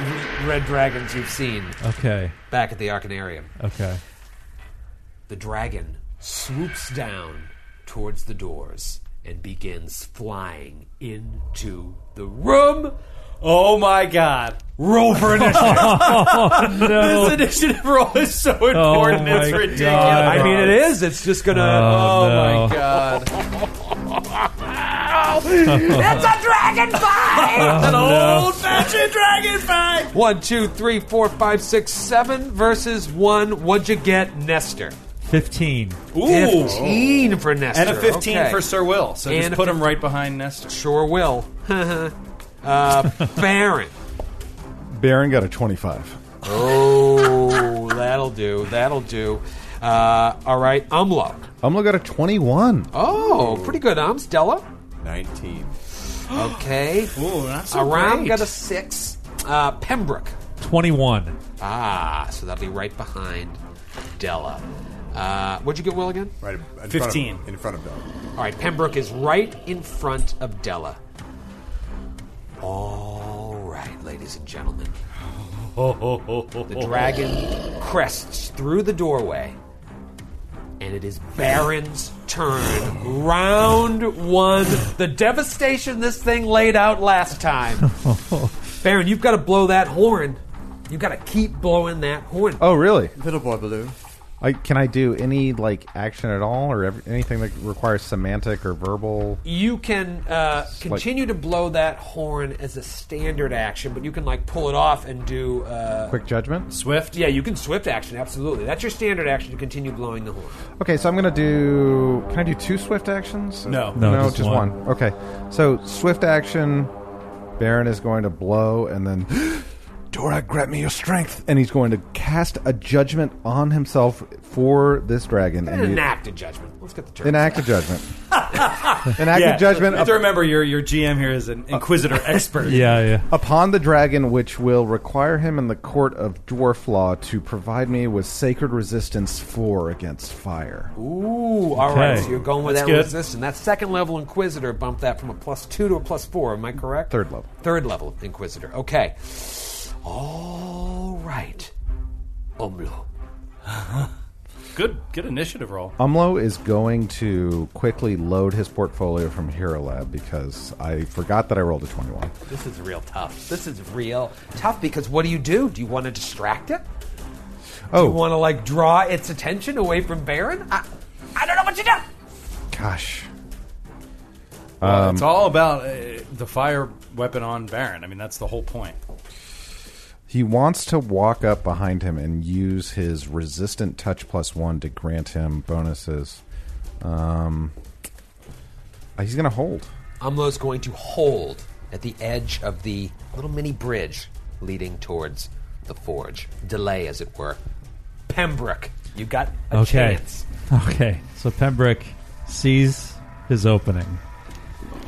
Speaker 3: red dragons you've seen
Speaker 2: okay.
Speaker 3: back at the Arcanarium.
Speaker 2: Okay.
Speaker 3: The dragon swoops down towards the doors and begins flying into the room.
Speaker 5: Oh my god. Roll for initiative. This initiative roll is so important.
Speaker 2: my
Speaker 5: it's ridiculous.
Speaker 2: God.
Speaker 3: I mean, it is. It's just gonna. Oh,
Speaker 2: no.
Speaker 3: my god!
Speaker 6: It's a dragonfly!
Speaker 5: An old fashioned dragon fight.
Speaker 3: One, two, three, four, five, six, seven versus one. What'd you get, Nestor?
Speaker 2: Fifteen.
Speaker 5: Ooh.
Speaker 3: Fifteen for Nestor
Speaker 5: And a 15
Speaker 3: Okay.
Speaker 5: for Sir Will. So
Speaker 3: And
Speaker 5: just
Speaker 3: a
Speaker 5: put him
Speaker 3: 15.
Speaker 5: right behind Nestor.
Speaker 3: Sure will. uh, Baron.
Speaker 4: Baron got a 25.
Speaker 3: Oh, that'll do. That'll do. Uh, all right, Umlo.
Speaker 4: Umlo got a 21.
Speaker 3: Oh, pretty good, Um. Stella.
Speaker 8: 19.
Speaker 3: Okay.
Speaker 5: Ooh, that's
Speaker 3: Aram got a six. Uh, Pembroke.
Speaker 2: Twenty-one.
Speaker 3: Ah, so that'll be right behind Della. Uh, what'd you get, Will, again?
Speaker 8: Right in front of-
Speaker 5: 15.
Speaker 8: in front of Bill.
Speaker 3: All right, Pembroke is right in front of Della. All right, ladies and gentlemen. The dragon crests through the doorway, and it is Baron's turn. Round one. The devastation this thing laid out last time. Baron, you've got to blow that horn. You've got to keep blowing that horn.
Speaker 4: Oh, really?
Speaker 8: Little boy blue.
Speaker 4: I, can I do any like action at all, or every, anything that requires semantic or verbal?
Speaker 3: you can uh, continue to blow that horn as a standard action, but you can like pull it off and do. Uh,
Speaker 4: Quick judgment.
Speaker 5: Swift.
Speaker 3: yeah, you can swift action. Absolutely, that's your standard action to continue blowing the horn.
Speaker 4: Okay, so I'm gonna do. Can I do two swift actions?
Speaker 5: No.
Speaker 2: No,
Speaker 4: just,
Speaker 2: just
Speaker 4: one.
Speaker 2: one.
Speaker 4: Okay, so swift action. Baron is going to blow, and then Dora, grant me your strength, and he's going to cast a judgment on himself for this dragon, and
Speaker 3: And
Speaker 4: you-
Speaker 3: enact a judgment. Let's get the turn.
Speaker 4: enact a judgment. An act of judgment.
Speaker 5: You have to remember your your GM here is an
Speaker 8: Uh,
Speaker 5: inquisitor expert.
Speaker 4: Upon the dragon, which will require him in the court of dwarf law to provide me with sacred resistance four against fire.
Speaker 3: Ooh, all right.
Speaker 4: Okay.
Speaker 3: So you're going with
Speaker 4: That's
Speaker 3: that
Speaker 4: good.
Speaker 3: resistance. That second level Inquisitor bumped that from a plus two to a plus four. Am I correct?
Speaker 4: Third level.
Speaker 3: Third level Inquisitor. Okay. All right. Omlo.
Speaker 5: Good good initiative roll.
Speaker 4: Umlo is going to quickly load his portfolio from Hero Lab because I forgot that I rolled a twenty-one.
Speaker 3: This is real tough. This is real tough because what do you do? Do you want to distract it? Do
Speaker 4: Oh.
Speaker 3: you want to like draw its attention away from Baron? I, I don't know what you do.
Speaker 4: Gosh.
Speaker 8: Um,
Speaker 5: Well, it's all about uh, the fire weapon on Baron. I mean, that's the whole point.
Speaker 4: He wants to walk up behind him and use his resistant touch plus one to grant him bonuses. Um, uh, he's going to hold.
Speaker 3: Umlo's going to hold at the edge of the little mini bridge leading towards the forge. Delay, as it were. Pembroke, you got a
Speaker 2: okay.
Speaker 3: chance.
Speaker 2: Okay. So Pembroke sees his opening,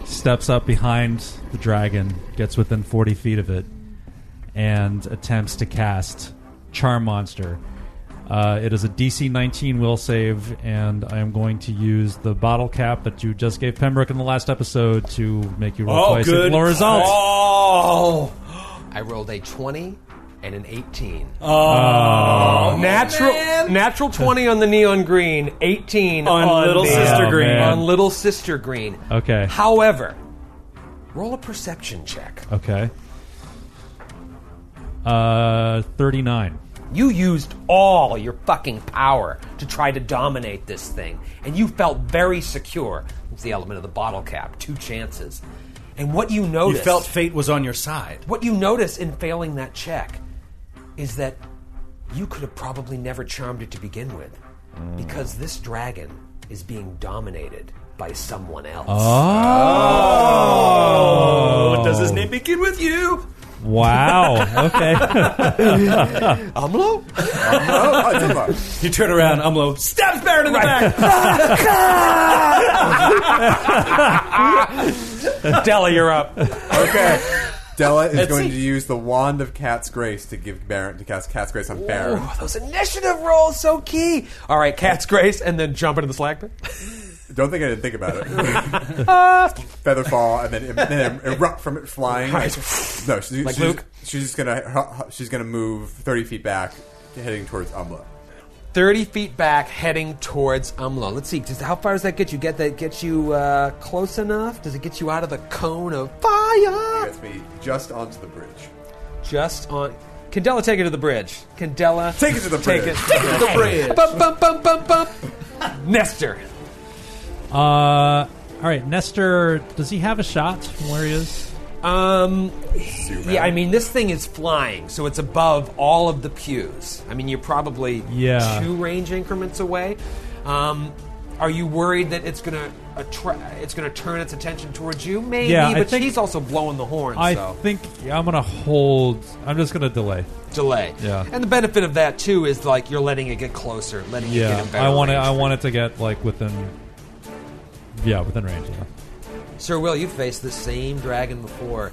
Speaker 2: steps up behind the dragon, gets within 40 feet of it, and attempts to cast Charm Monster. Uh, it is a DC 19 will save, and I am going to use the bottle cap that you just gave Pembroke in the last episode to make you roll
Speaker 5: Oh,
Speaker 2: twice
Speaker 5: good
Speaker 2: and lower results.
Speaker 5: Oh,
Speaker 3: I rolled a 20 and an 18.
Speaker 5: Oh,
Speaker 3: natural natural 20 on the neon green, 18
Speaker 5: On Little
Speaker 3: the- uh,
Speaker 5: Sister Oh, Green. man.
Speaker 3: On little sister green.
Speaker 2: Okay.
Speaker 3: However, roll a perception check.
Speaker 2: Okay. Uh, 39.
Speaker 3: You used all your fucking power to try to dominate this thing, and you felt very secure. It's the element of the bottle cap, two chances. And what you
Speaker 5: You
Speaker 3: noticed
Speaker 5: felt fate was on your side.
Speaker 3: what you notice in failing that check is that you could have probably never charmed it to begin with because this dragon is being dominated by someone else.
Speaker 2: Oh.
Speaker 5: Oh, does his name begin with you?
Speaker 2: Wow. Okay.
Speaker 3: Umlo?
Speaker 8: Oh,
Speaker 5: You turn around, Umlo stabs Baron in the back. Della, you're up.
Speaker 8: Okay. Della is
Speaker 5: Let's
Speaker 8: going
Speaker 5: see.
Speaker 8: to use the wand of Cat's Grace to give Baron to cast Cat's Grace on Baron.
Speaker 3: Ooh, Oh, those initiative rolls so key. All right, cat's grace, and then jump into the slack pit.
Speaker 8: Don't think I didn't think about it. Feather fall and then, and then erupt from it flying.
Speaker 3: All right.
Speaker 8: No, she's,
Speaker 3: Like
Speaker 8: she's,
Speaker 3: Luke?
Speaker 8: she's just gonna she's gonna move thirty feet back, heading towards Umla.
Speaker 3: 30 feet back, heading towards Umlo. Let's see, does, how far does that get you? Get that get you uh, close enough? Does it get you out of the cone of fire?
Speaker 8: Gets me just onto the bridge.
Speaker 3: Just on. Candela, take it to the bridge. Candela,
Speaker 8: Take it to the bridge.
Speaker 3: Take it,
Speaker 8: Take it to the bridge.
Speaker 3: Bump, bump, bump, bump, bump. Nestor.
Speaker 2: uh, all right. Nestor, does he have a shot from where he is?
Speaker 3: Um,
Speaker 8: Zoom
Speaker 3: yeah,
Speaker 8: out.
Speaker 3: I mean, this thing is flying, so it's above all of the pews. I mean, you're probably
Speaker 2: Yeah.
Speaker 3: two range increments away. Um, are you worried that it's gonna attra- it's gonna turn its attention towards you? Maybe,
Speaker 2: Yeah, I
Speaker 3: but
Speaker 2: think-
Speaker 3: he's also blowing the horn.
Speaker 2: I
Speaker 3: so.
Speaker 2: think I'm going to hold. I'm just going to delay.
Speaker 3: delay.
Speaker 2: Yeah.
Speaker 3: And the benefit of that too is like you're letting it get closer, letting it get
Speaker 2: Yeah.
Speaker 3: in better
Speaker 2: I want it.
Speaker 3: range.
Speaker 2: I want it to get like within. Yeah, within range. Yeah.
Speaker 3: Sir Will, you faced the same dragon before.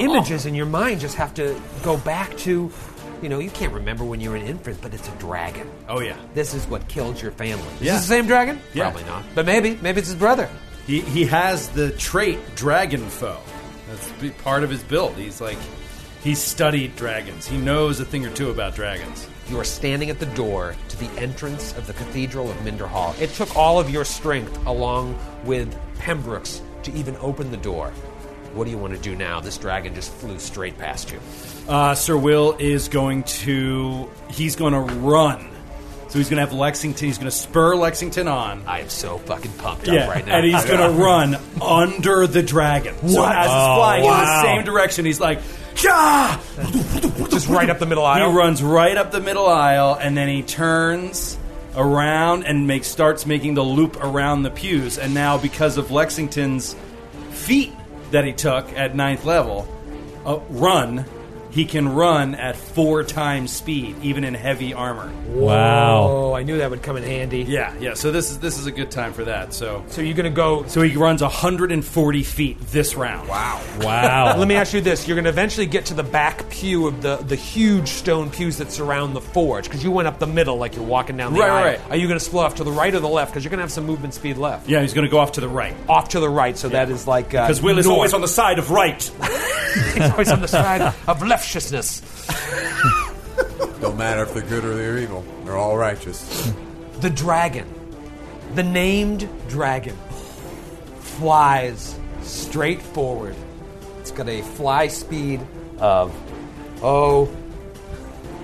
Speaker 3: Images in your mind just have to go back to, you know, you can't remember when you were an infant, but it's a dragon.
Speaker 5: Oh yeah,
Speaker 3: This is what killed your family. Is
Speaker 5: Yeah.
Speaker 3: this the same dragon?
Speaker 5: Yeah.
Speaker 3: Probably not. But maybe, maybe it's his brother.
Speaker 5: he he has the trait dragon foe. That's be- part of his build. He's like he studied dragons. He knows a thing or two about dragons.
Speaker 3: You are standing at the door to the entrance of the Cathedral of Minder Hall. It took all of your strength, along with Pembroke's, to even open the door. What do you want to do now? This dragon just flew straight past you.
Speaker 5: Uh, Sir Will is going to he's going to run. So he's going to have Lexington. He's going to spur Lexington on.
Speaker 3: I am so fucking pumped
Speaker 5: Yeah,
Speaker 3: up right now.
Speaker 5: and he's going to run under the dragon. So
Speaker 3: What?
Speaker 5: as it's
Speaker 3: Oh,
Speaker 5: flying in the
Speaker 3: wow.
Speaker 5: same direction, he's like, "Yah!"
Speaker 3: just right up the middle
Speaker 5: He
Speaker 3: aisle.
Speaker 5: runs right up the middle aisle, and then he turns around and makes starts making the loop around the pews. And now, because of Lexington's feat that he took at ninth level, uh, run, He can run at four times speed, even in heavy armor.
Speaker 13: Oh, I knew that would come in handy.
Speaker 5: Yeah, yeah. So this is this is a good time for that. So
Speaker 13: so you're gonna go.
Speaker 5: So he runs 140 feet this round. Wow.
Speaker 3: Let me ask you this: You're going to eventually get to the back pew of the the huge stone pews that surround the forge because you went up the middle like you're walking down the
Speaker 5: Right,
Speaker 3: aisle.
Speaker 5: right.
Speaker 3: Are you going to split off to the right or the left? Because you're going to have some movement speed left.
Speaker 5: Yeah, he's going to go off to the right.
Speaker 3: Off to the right, so that is like uh,
Speaker 5: Because Will is always on the side of right.
Speaker 3: He's always on the side of leftiousness.
Speaker 8: Don't matter if they're good or they're evil. They're all
Speaker 3: Uh,
Speaker 8: righteous.
Speaker 3: The dragon, the named dragon, flies straight forward. It's got a fly speed of, oh,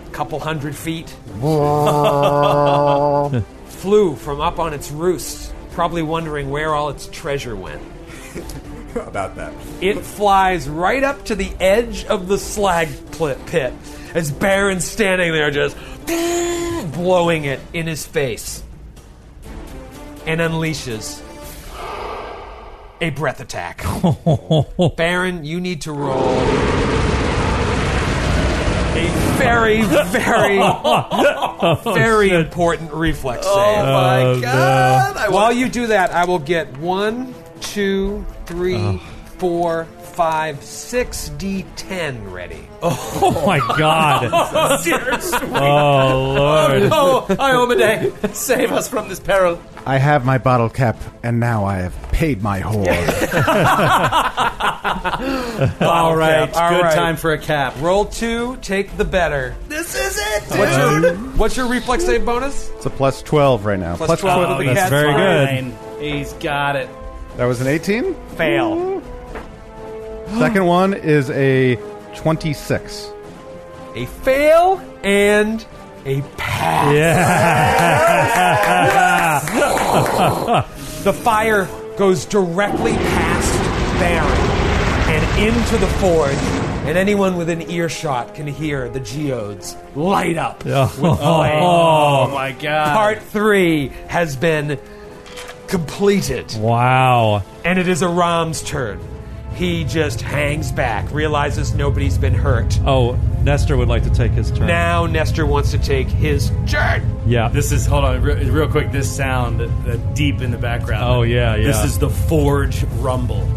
Speaker 3: a couple hundred feet. Flew from up on its roost, probably wondering where all its treasure went.
Speaker 8: About that.
Speaker 3: It flies right up to the edge of the slag pl- pit as Baron's standing there just blowing it in his face and unleashes a breath attack. Baron, you need to roll a very, very, very important reflex save.
Speaker 7: my God. I
Speaker 3: While you do that, I will get one, two, three, four, five, six D10 ready.
Speaker 2: Oh my god.
Speaker 7: Oh, dear sweet.
Speaker 2: Oh lord.
Speaker 7: Oh, I owe a day. Save us from this peril.
Speaker 4: I have my bottle cap, and now I have paid my whore.
Speaker 3: All right,
Speaker 5: Good time for a cap.
Speaker 3: Roll two, take the better.
Speaker 7: This is it, dude.
Speaker 3: What's your, what's your reflex save bonus?
Speaker 4: it's a plus 12 right now.
Speaker 3: Plus 12 with the
Speaker 2: Oh, that's
Speaker 3: cat's
Speaker 2: very
Speaker 3: eye.
Speaker 2: good.
Speaker 5: He's got it.
Speaker 4: That was an 18?
Speaker 3: Fail.
Speaker 4: Second one is a 26.
Speaker 3: A fail and a pass. the fire goes directly past Baron and into the forge, and anyone within earshot can hear the geodes light up.
Speaker 2: Oh,
Speaker 5: Oh, my god.
Speaker 3: Part three has been completed.
Speaker 2: wow.
Speaker 3: and it is Aram's turn. He just hangs back, realizes nobody's been hurt.
Speaker 2: Oh, Nestor would like to take his turn.
Speaker 3: Now Nestor wants to take his turn.
Speaker 2: Yeah.
Speaker 5: This is hold on re- real quick. This sound uh, deep in the background.
Speaker 2: Oh, yeah, yeah.
Speaker 5: This is the forge rumble.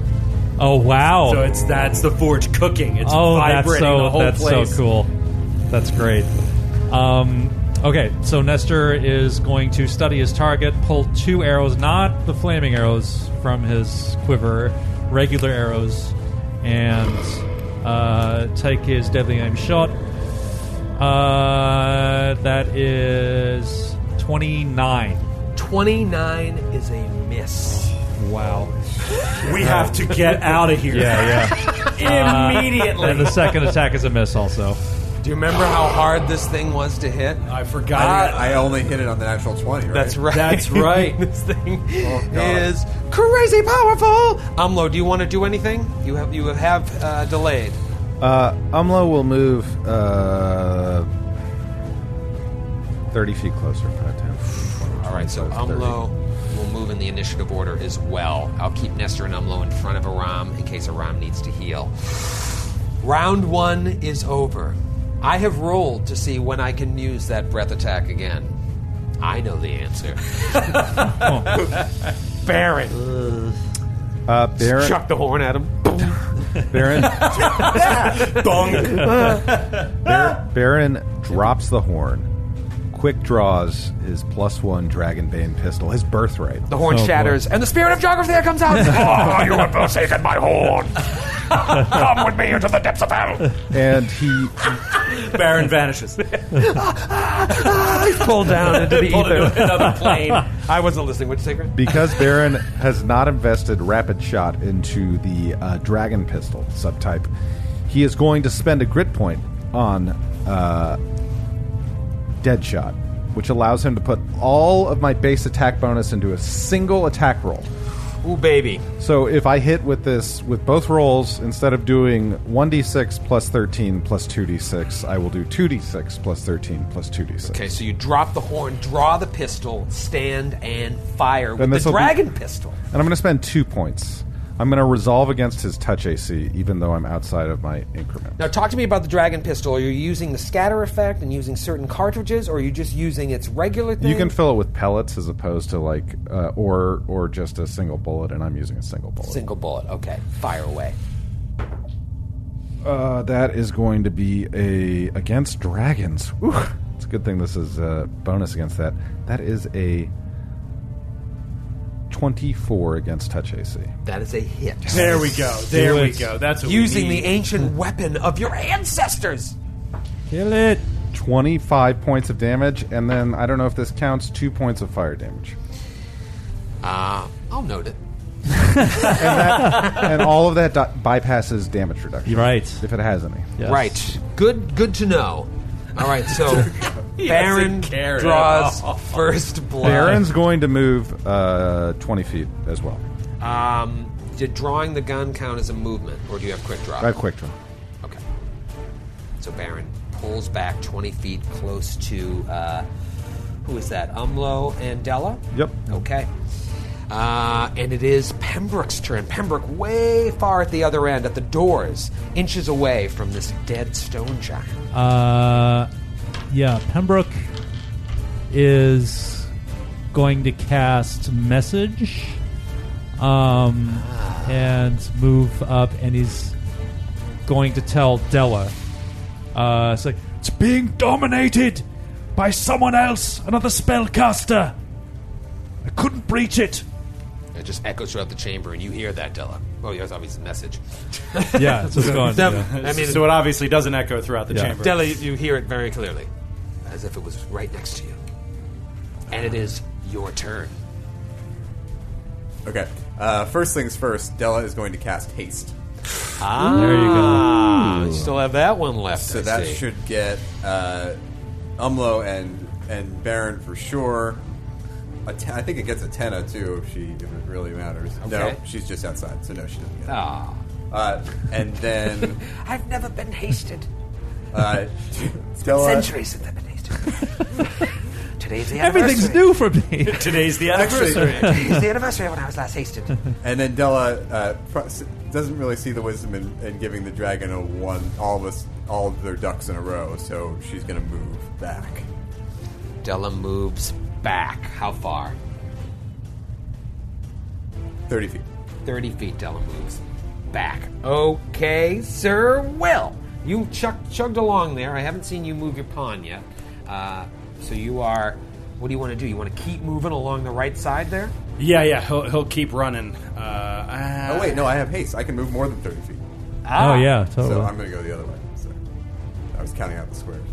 Speaker 2: oh wow.
Speaker 5: So it's that's the forge cooking. It's
Speaker 2: oh, that's
Speaker 5: vibrating
Speaker 2: so
Speaker 5: the whole
Speaker 2: that's
Speaker 5: place.
Speaker 2: so cool. That's great. Um, okay, so Nestor is going to study his target, pull two arrows, not the flaming arrows from his quiver, regular arrows, and uh, take his deadly aim shot. Uh, that is twenty nine.
Speaker 3: 29 is a miss.
Speaker 2: Wow.
Speaker 5: We have to get out of here.
Speaker 2: Oh, Yeah,
Speaker 5: yeah. Immediately.
Speaker 2: yeah. and the second attack is a miss, also.
Speaker 3: Do you remember how hard this thing was to hit?
Speaker 5: I
Speaker 8: I,
Speaker 5: forgot.
Speaker 8: I only hit it on the natural 20, right?
Speaker 3: That's right.
Speaker 5: That's right.
Speaker 3: this thing
Speaker 8: God.
Speaker 3: is crazy powerful. Umlo, do you want to do anything? You have you have uh, delayed.
Speaker 4: Uh, Umlo will move uh, 30 feet closer. 5, 10, 15, 20,
Speaker 3: All right, so
Speaker 4: 25, 30.
Speaker 3: Umlo will move in the initiative order as well. I'll keep Nestor and Umlo in front of Aram in case Aram needs to heal. Round one is over. I have rolled to see when I can use that breath attack again. I know the answer. Baron.
Speaker 4: Uh, Baron,
Speaker 3: Chuck the horn at him.
Speaker 4: Baron, Bar- Baron drops the horn. Quick draws his plus one Dragonbane pistol, his birthright.
Speaker 3: The horn
Speaker 2: Oh, boy.
Speaker 3: shatters, and the spirit of geography there comes out. oh, you have forsaken my horn. Come with me into the depths of hell.
Speaker 4: And he
Speaker 5: Baron vanishes.
Speaker 3: Pulled down into the
Speaker 5: Pulled
Speaker 3: ether.
Speaker 5: into another plane.
Speaker 3: I wasn't listening. What'd you say, Grant?
Speaker 4: Because Baron has not invested rapid shot into the uh, dragon pistol subtype, he is going to spend a grit point on uh, dead shot, which allows him to put all of my base attack bonus into a single attack roll.
Speaker 3: Ooh, baby.
Speaker 4: So if I hit with this with both rolls, instead of doing 1d6 plus 13 plus 2d6, I will do 2d6 plus 13 plus 2d6.
Speaker 3: Okay, so you drop the horn, draw the pistol, stand and fire with
Speaker 4: Then
Speaker 3: the
Speaker 4: this'll be-
Speaker 3: dragon pistol.
Speaker 4: And I'm going to spend two points I'm going to resolve against his touch AC, even though I'm outside of my increment.
Speaker 3: Now, talk to me about the dragon pistol. Are you using the scatter effect and using certain cartridges, or are you just using its regular thing?
Speaker 4: You can fill it with pellets as opposed to like, uh, or or just a single bullet, and I'm using a single bullet.
Speaker 3: Single bullet. Okay, fire away.
Speaker 4: Uh, that is going to be a against dragons. Ooh, it's a good thing this is a bonus against that. That is a twenty-four against touch AC.
Speaker 3: That is a hit.
Speaker 14: There we go. There we go. That's what we
Speaker 3: using
Speaker 14: need.
Speaker 3: the ancient weapon of your ancestors.
Speaker 4: Kill it. Twenty-five points of damage, and then I don't know if this counts. Two points of fire damage,
Speaker 3: Ah, I'll note it.
Speaker 4: and all of that di- bypasses damage reduction. Right, if it has any.
Speaker 3: Right. Good. Good to know. All right. So Baron
Speaker 14: care at
Speaker 3: draws
Speaker 14: all.
Speaker 3: first blood.
Speaker 4: Baron's going to move uh, 20 feet as well.
Speaker 3: Um, did drawing the gun count as a movement, or do you have quick draw?
Speaker 4: Uh, quick draw.
Speaker 3: Okay. So Baron pulls back 20 feet close to, uh, who is that? Umlo and Della?
Speaker 4: Yep.
Speaker 3: Okay. Uh, and it is Pembroke's turn. Pembroke, way far at the other end, at the doors, inches away from this dead stone giant.
Speaker 2: Uh, yeah, Pembroke is going to cast message, um,
Speaker 14: Ah.
Speaker 2: and move up, and he's going to tell Della. Uh, it's like it's being dominated by someone else, another spellcaster. I couldn't breach it.
Speaker 3: It just echoes throughout the chamber, and you hear that, Della. Well, yeah, that's obviously a message.
Speaker 2: Yeah, it's just gone,
Speaker 3: Della-
Speaker 2: yeah.
Speaker 3: I mean,
Speaker 14: so it obviously doesn't echo throughout the
Speaker 2: Yeah.
Speaker 14: chamber.
Speaker 3: Della, you hear it very clearly, as if it was right next to you. And it is your turn.
Speaker 8: Okay. Uh, first things first, Della is going to cast haste.
Speaker 3: Ah, you still have that one left.
Speaker 8: So
Speaker 3: I
Speaker 8: that
Speaker 3: see.
Speaker 8: should get uh, Umlo and and Baron for sure. A ten, I think it gets a tenna too if she if it really matters. No,
Speaker 3: Okay.
Speaker 8: she's just outside, so no, she doesn't get it.
Speaker 3: Ah,
Speaker 8: Uh, and then
Speaker 15: I've never been hasted.
Speaker 8: uh, Della.
Speaker 15: Centuries have never been hasted. Today's the anniversary.
Speaker 2: Everything's new for me.
Speaker 14: Today's the
Speaker 8: Actually-
Speaker 14: anniversary.
Speaker 15: It's the anniversary of when I was last hasted.
Speaker 8: And then Della uh, pro- s- doesn't really see the wisdom in, in giving the dragon a one, all of us, all of their ducks in a row. So she's going to move back.
Speaker 3: Della moves back. How far?
Speaker 8: Thirty feet.
Speaker 3: 30 feet Della moves back. Okay, Sir Will. You chuck, chugged along there. I haven't seen you move your pawn yet. Uh, so you are. What do you want to do? You want to keep moving along the right side there?
Speaker 5: Yeah, yeah. He'll he'll keep running. Uh,
Speaker 8: Oh wait, no, I have haste. I can move more than thirty feet.
Speaker 2: Oh yeah, totally.
Speaker 8: So I'm going to go the other way. So I was counting out the squares.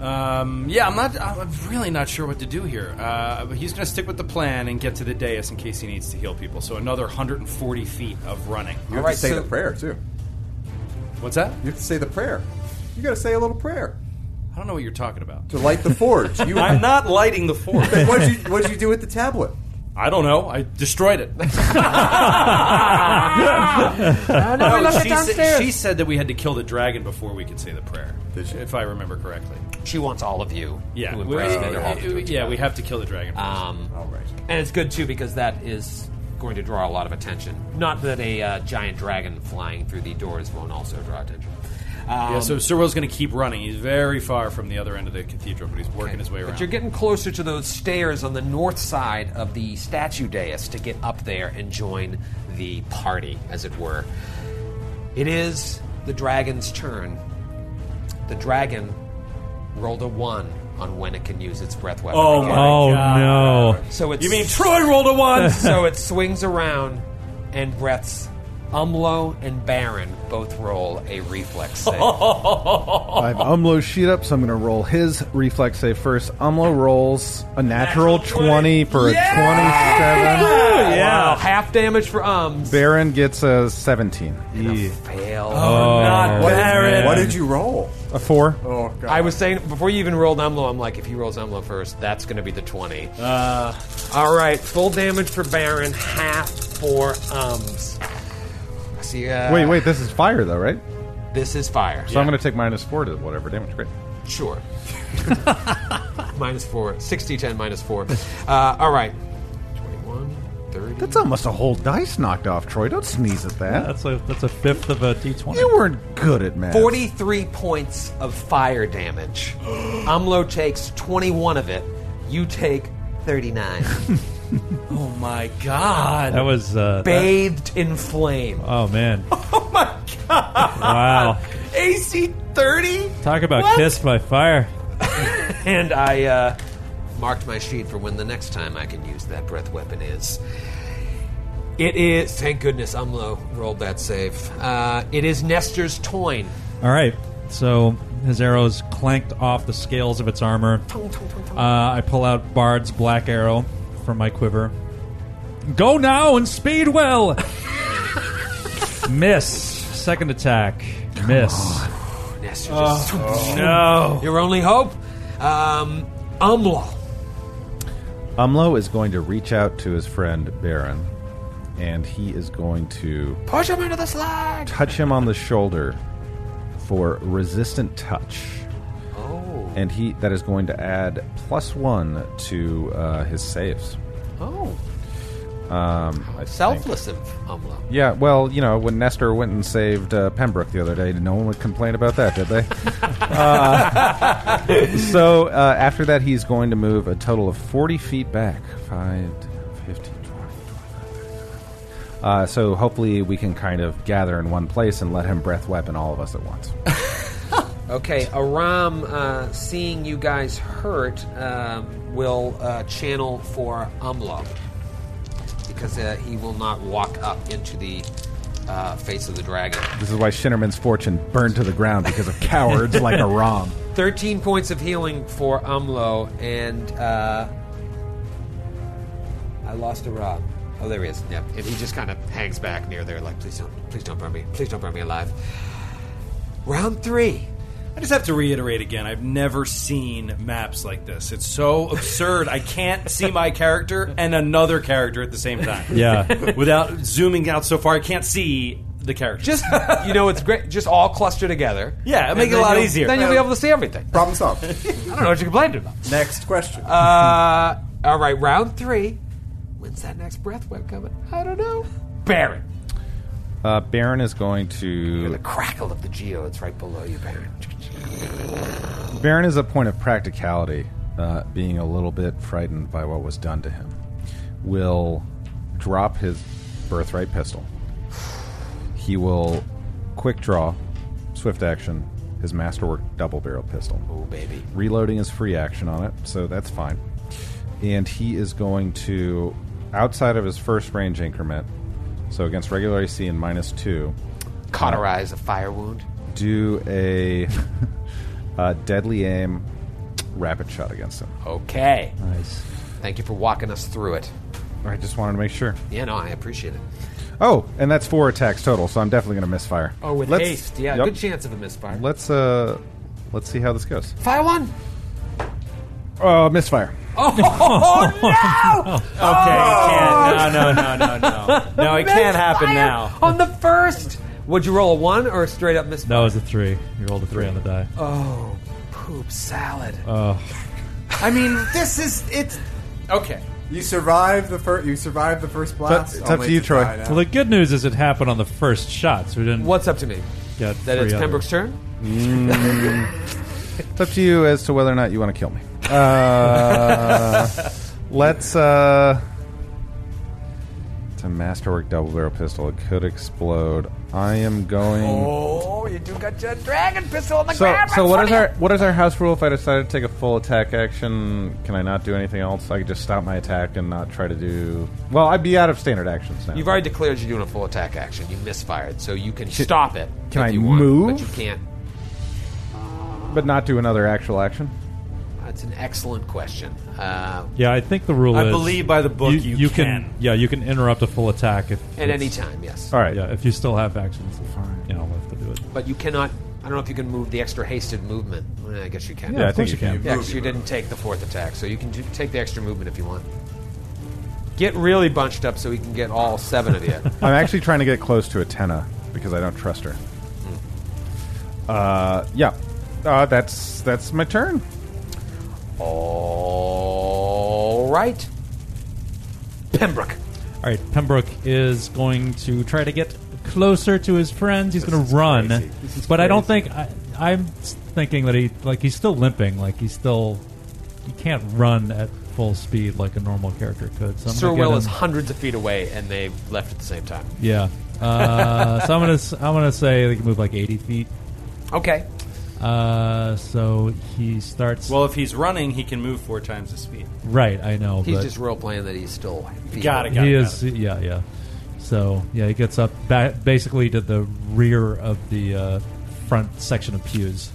Speaker 5: Um, yeah, I'm not. I'm really not sure what to do here. Uh, but he's going to stick with the plan and get to the dais in case he needs to heal people. So another 140 feet of running.
Speaker 8: You have
Speaker 3: right,
Speaker 8: to say
Speaker 3: so-
Speaker 8: the prayer too.
Speaker 5: What's that?
Speaker 8: You have to say the prayer. You got to say a little prayer
Speaker 5: I don't know what you're talking about.
Speaker 8: to light the forge. You,
Speaker 5: I'm not lighting the forge.
Speaker 8: What'd you What'd you do with the tablet?
Speaker 5: I don't know. I destroyed it.
Speaker 3: we left it
Speaker 5: she, said,
Speaker 3: downstairs.
Speaker 5: she said that we had to kill the dragon before we could say the prayer.
Speaker 8: Did she?
Speaker 5: If I remember correctly.
Speaker 3: She wants all of you.
Speaker 5: Yeah.
Speaker 3: To
Speaker 5: We,
Speaker 3: embrace the other half.
Speaker 5: yeah, we have to kill the dragon. first.
Speaker 3: Um,
Speaker 8: All right.
Speaker 3: And it's good too because that is going to draw a lot of attention. Not that a uh, giant dragon flying through the doors won't also draw attention. Um,
Speaker 5: yeah, so Sir Will's going to keep running. He's very far from the other end of the cathedral, but he's working his way around.
Speaker 3: But you're getting closer to those stairs on the north side of the statue dais to get up there and join the party, as it were. It is the dragon's turn. The dragon rolled a one on when it can use its breath weapon.
Speaker 5: Oh
Speaker 3: again.
Speaker 5: my-
Speaker 2: oh
Speaker 5: God.
Speaker 14: uh,
Speaker 2: no.
Speaker 3: So it's
Speaker 5: you mean Troy rolled a one?
Speaker 3: so it swings around and breaths. Umlo and Baron both roll a reflex save.
Speaker 4: I have Umlo sheet up, so I'm going to roll his reflex save first. Umlo rolls a natural, 20 for a 27.
Speaker 3: Wow, half damage for Ums.
Speaker 4: Baron gets a 17.
Speaker 3: Fail.
Speaker 4: Oh,
Speaker 5: Not
Speaker 8: What,
Speaker 5: Baron.
Speaker 8: what did you roll?
Speaker 4: A 4?
Speaker 8: Oh God!
Speaker 3: I was saying before you even rolled Umlo, I'm like, if he rolls Umlo first, that's going to be the twenty. Uh, all right, full damage for Baron, half for Ums. See, uh,
Speaker 4: Wait, wait, this is fire, though, right?
Speaker 3: This is fire.
Speaker 4: So I'm going to take minus 4 to whatever damage. Great.
Speaker 3: Sure. minus four. 60, 10, minus four. Uh, all right. 21,
Speaker 13: 30.
Speaker 4: That's almost a whole dice knocked off, Troy. Don't sneeze at that.
Speaker 2: that's a that's a fifth of a d twenty.
Speaker 4: You weren't good at math.
Speaker 3: 43 points of fire damage. Umlo takes 21 of it. You take 39.
Speaker 7: Oh my god.
Speaker 2: That was uh, that-
Speaker 3: Bathed in flame.
Speaker 2: oh man,
Speaker 7: Oh my god.
Speaker 2: wow!
Speaker 7: AC 30?
Speaker 2: Talk about
Speaker 7: What?
Speaker 2: kissed by fire.
Speaker 3: And I uh, marked my sheet for when the next time I can use that breath weapon is. It is. Thank goodness Umlo rolled that save. Uh, it is Nestor's Toyn.
Speaker 2: All right, so his arrows clanked off the scales of its armor. Uh, I pull out Bard's black arrow from my quiver. Go now and speed well. Miss. Second attack. Miss.
Speaker 3: Nestor just.
Speaker 2: No.
Speaker 3: Your only hope? Um, Umlo.
Speaker 4: Umlo is going to reach out to his friend Baron, and he is going to
Speaker 3: Push him into the slag!
Speaker 4: touch him on the shoulder for resistant touch. Oh. And he that is going to add plus one to uh, his saves.
Speaker 3: Oh.
Speaker 4: Um, I think.
Speaker 3: Selfless of Umlo.
Speaker 4: Yeah, well, you know, when Nestor went and saved uh, Pembroke the other day, no one would complain about that, did they? uh, so uh, after that, he's going to move a total of 40 feet back 5, 15, 20, 25. Uh, so hopefully we can kind of gather in one place and let him breath weapon all of us at once.
Speaker 3: Okay, Aram, uh, seeing you guys hurt, um, will uh, channel for Umlo. Because uh, he will not walk up into the uh, face of the dragon.
Speaker 4: this is why Shinnerman's fortune burned to the ground because of cowards like a Rom.
Speaker 3: 13 points of healing for Umlo, and uh, I lost Aram. Oh, there he is. Yep. And he just kind of hangs back near there, like, please don't, please don't burn me, please don't burn me alive. Round three.
Speaker 5: I just have to reiterate again. I've never seen maps like this. It's so absurd. I can't see my character and another character at the same time.
Speaker 2: Yeah.
Speaker 5: Without zooming out so far, I can't see the character.
Speaker 3: Just you know, it's great. Just all cluster together.
Speaker 5: Yeah, it'll
Speaker 3: And
Speaker 5: make it a
Speaker 3: then
Speaker 5: lot
Speaker 3: you'll-
Speaker 5: easier.
Speaker 3: Then you'll be able to see everything.
Speaker 8: Problem solved.
Speaker 3: I don't know what you complained about.
Speaker 8: Next question.
Speaker 3: Uh, all right, round three. When's that next breath web coming? I don't know. Baron,
Speaker 4: Uh, Baron is going to
Speaker 3: the crackle of the geo. It's right below you, Baron.
Speaker 4: Baron is a point of practicality, uh, being a little bit frightened by what was done to him, will drop his birthright pistol. He will quick draw, swift action, his masterwork double barrel pistol.
Speaker 3: Oh baby.
Speaker 4: Reloading is free action on it, so that's fine. And he is going to, outside of his first range increment, so against regular AC and minus two,
Speaker 3: Cauterize a fire wound.
Speaker 4: do a, a deadly aim rapid shot against him.
Speaker 3: Okay.
Speaker 2: Nice.
Speaker 3: Thank you for walking us through it.
Speaker 4: I just wanted to make sure.
Speaker 3: Yeah, no, I appreciate it.
Speaker 4: Oh, and that's four attacks total, so I'm definitely going to misfire.
Speaker 3: Oh, with
Speaker 4: Let's-
Speaker 3: haste. Yeah,
Speaker 4: yep.
Speaker 3: good chance of a misfire.
Speaker 4: Let's uh, let's see how this goes.
Speaker 3: Fire one.
Speaker 4: Uh, misfire.
Speaker 5: Okay, I can't. No, no, no, no, no. No, it can't happen now.
Speaker 3: On the first. Would you roll a one or a straight up misfire?
Speaker 2: That was a three. You rolled a three on the die.
Speaker 3: Oh, poop salad.
Speaker 7: I mean, this is it's
Speaker 5: Okay.
Speaker 8: You survived the first. You survived the first blast.
Speaker 4: it's up
Speaker 8: only
Speaker 4: to you, Troy.
Speaker 8: die now.
Speaker 2: Well, the good news is it happened on the first shot, so we didn't
Speaker 3: What's up to me?
Speaker 2: get
Speaker 3: That
Speaker 2: three
Speaker 3: it's
Speaker 2: others.
Speaker 3: Pembroke's turn?
Speaker 4: It's up to you as to whether or not you want to kill me. Uh, let's. Uh, it's a masterwork double barrel pistol. It could explode. I am going.
Speaker 3: Oh, you do got your dragon pistol on the
Speaker 4: So, so what is our what is our house rule? If I decide to take a full attack action, can I not do anything else? I could just stop my attack and not try to do. Well, I'd be out of standard actions now.
Speaker 3: You've already declared you're doing a full attack action. You misfired, so you can stop it.
Speaker 4: can
Speaker 3: if
Speaker 4: I
Speaker 3: you want,
Speaker 4: move?
Speaker 3: But you can't.
Speaker 4: but not do another actual action.
Speaker 3: That's an excellent question. Uh,
Speaker 2: Yeah, I think the rule
Speaker 5: I
Speaker 2: is.
Speaker 5: believe by the book you, can.
Speaker 2: Yeah, you can interrupt a full attack if
Speaker 3: at any
Speaker 2: it's-
Speaker 3: time, yes.
Speaker 4: All right.
Speaker 2: Yeah, if you still have actions, you know, left to do it.
Speaker 3: But you cannot. I don't know if you can move the extra hasted movement. Well, I guess you can.
Speaker 4: Yeah, I
Speaker 2: of course
Speaker 4: think
Speaker 2: you
Speaker 4: you
Speaker 2: can.
Speaker 3: Yeah, 'cause you didn't take the fourth attack, so you can do, take the extra movement if you want. Get really bunched up so we can get all seven of you.
Speaker 4: I'm actually trying to get close to Atena because I don't trust her. Uh, yeah, uh, that's that's my turn.
Speaker 3: all right, Pembroke.
Speaker 16: All right, Pembroke is going to try to get closer to his friends. He's going to run,
Speaker 2: crazy. This is
Speaker 16: but I don't
Speaker 2: crazy.
Speaker 16: think I, I'm s- thinking that he like he's still limping, like he's still he can't run at full speed like a normal character could. So I'm
Speaker 3: Sir
Speaker 16: gonna get
Speaker 3: Will
Speaker 16: him-
Speaker 3: is hundreds of feet away, and they left at the same time.
Speaker 16: yeah. Uh, so I'm gonna s- I'm gonna say they can move like 80 feet.
Speaker 3: Okay.
Speaker 16: Uh, so he starts
Speaker 5: Well, if he's running, he can move four times the speed.
Speaker 16: right. I know
Speaker 3: He's
Speaker 16: but
Speaker 3: just role playing that he's still.
Speaker 5: Got it, got
Speaker 16: he
Speaker 5: it, got
Speaker 16: is. Yeah, yeah. So yeah, he gets up ba- basically to the rear of the uh, front section of pews.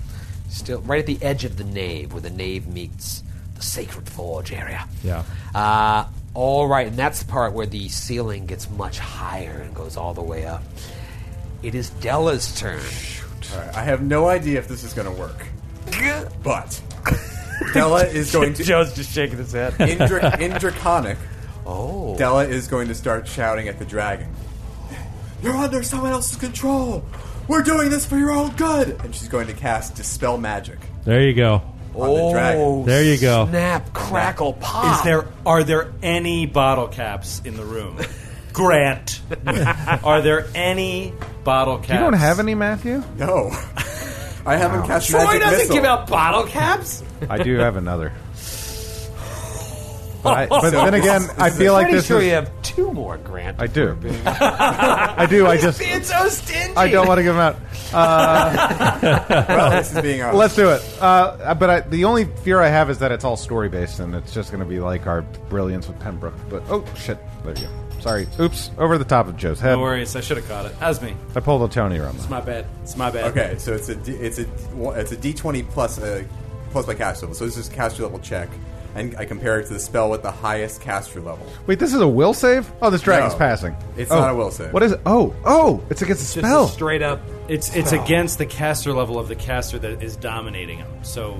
Speaker 3: Still right at the edge of the nave, where the nave meets the sacred forge area.
Speaker 16: Yeah.
Speaker 3: Uh, all right, and that's the part where the ceiling gets much higher and goes all the way up. It is Della's turn.
Speaker 8: All right, I have no idea if this is going to work, but Della is going to.
Speaker 3: Joe's just shaking his head.
Speaker 8: In, Dra- in Draconic,
Speaker 3: oh,
Speaker 8: Della is going to start shouting at the dragon. You're under someone else's control. We're doing this for your own good. And she's going to cast dispel magic.
Speaker 16: There you go.
Speaker 8: the dragon.
Speaker 5: Oh,
Speaker 16: There you go.
Speaker 3: Snap, crackle, pop.
Speaker 5: Is there are there any bottle caps in the room? Grant, are there any bottle caps?
Speaker 4: You don't have any, Matthew?
Speaker 8: No. I haven't cast
Speaker 3: Troy
Speaker 8: magic
Speaker 3: doesn't
Speaker 8: missile.
Speaker 3: give out bottle caps.
Speaker 4: I do have another. But, I, but then again, I feel like
Speaker 3: Pretty
Speaker 4: this
Speaker 3: sure
Speaker 4: is.
Speaker 3: you have two more, Grant.
Speaker 4: I do. I do. I just.
Speaker 3: It's so stingy.
Speaker 4: I don't want to give them out.
Speaker 8: Well, this is being honest.
Speaker 4: Let's do it. Uh, but I, the only fear I have is that it's all story based and it's just going to be like our brilliance with Pembroke. But oh shit, there you go. Sorry, oops, over the top of Joe's head.
Speaker 5: No worries, I should have caught it. How's me?
Speaker 4: I pulled a Tony Romo.
Speaker 5: It's my bad. It's my bad.
Speaker 8: Okay, so it's a D- it's a it's a D twenty plus a plus my caster level. So this is caster level check, and I compare it to the spell with the highest caster level.
Speaker 4: Wait, this is a will save? Oh, this dragon's
Speaker 8: No,
Speaker 4: passing.
Speaker 8: it's
Speaker 4: Oh,
Speaker 8: not a will save.
Speaker 4: What is it? Oh, oh, it's against a
Speaker 5: Just
Speaker 4: spell.
Speaker 5: a straight up. It's it's against the caster level of the caster that is dominating him. So,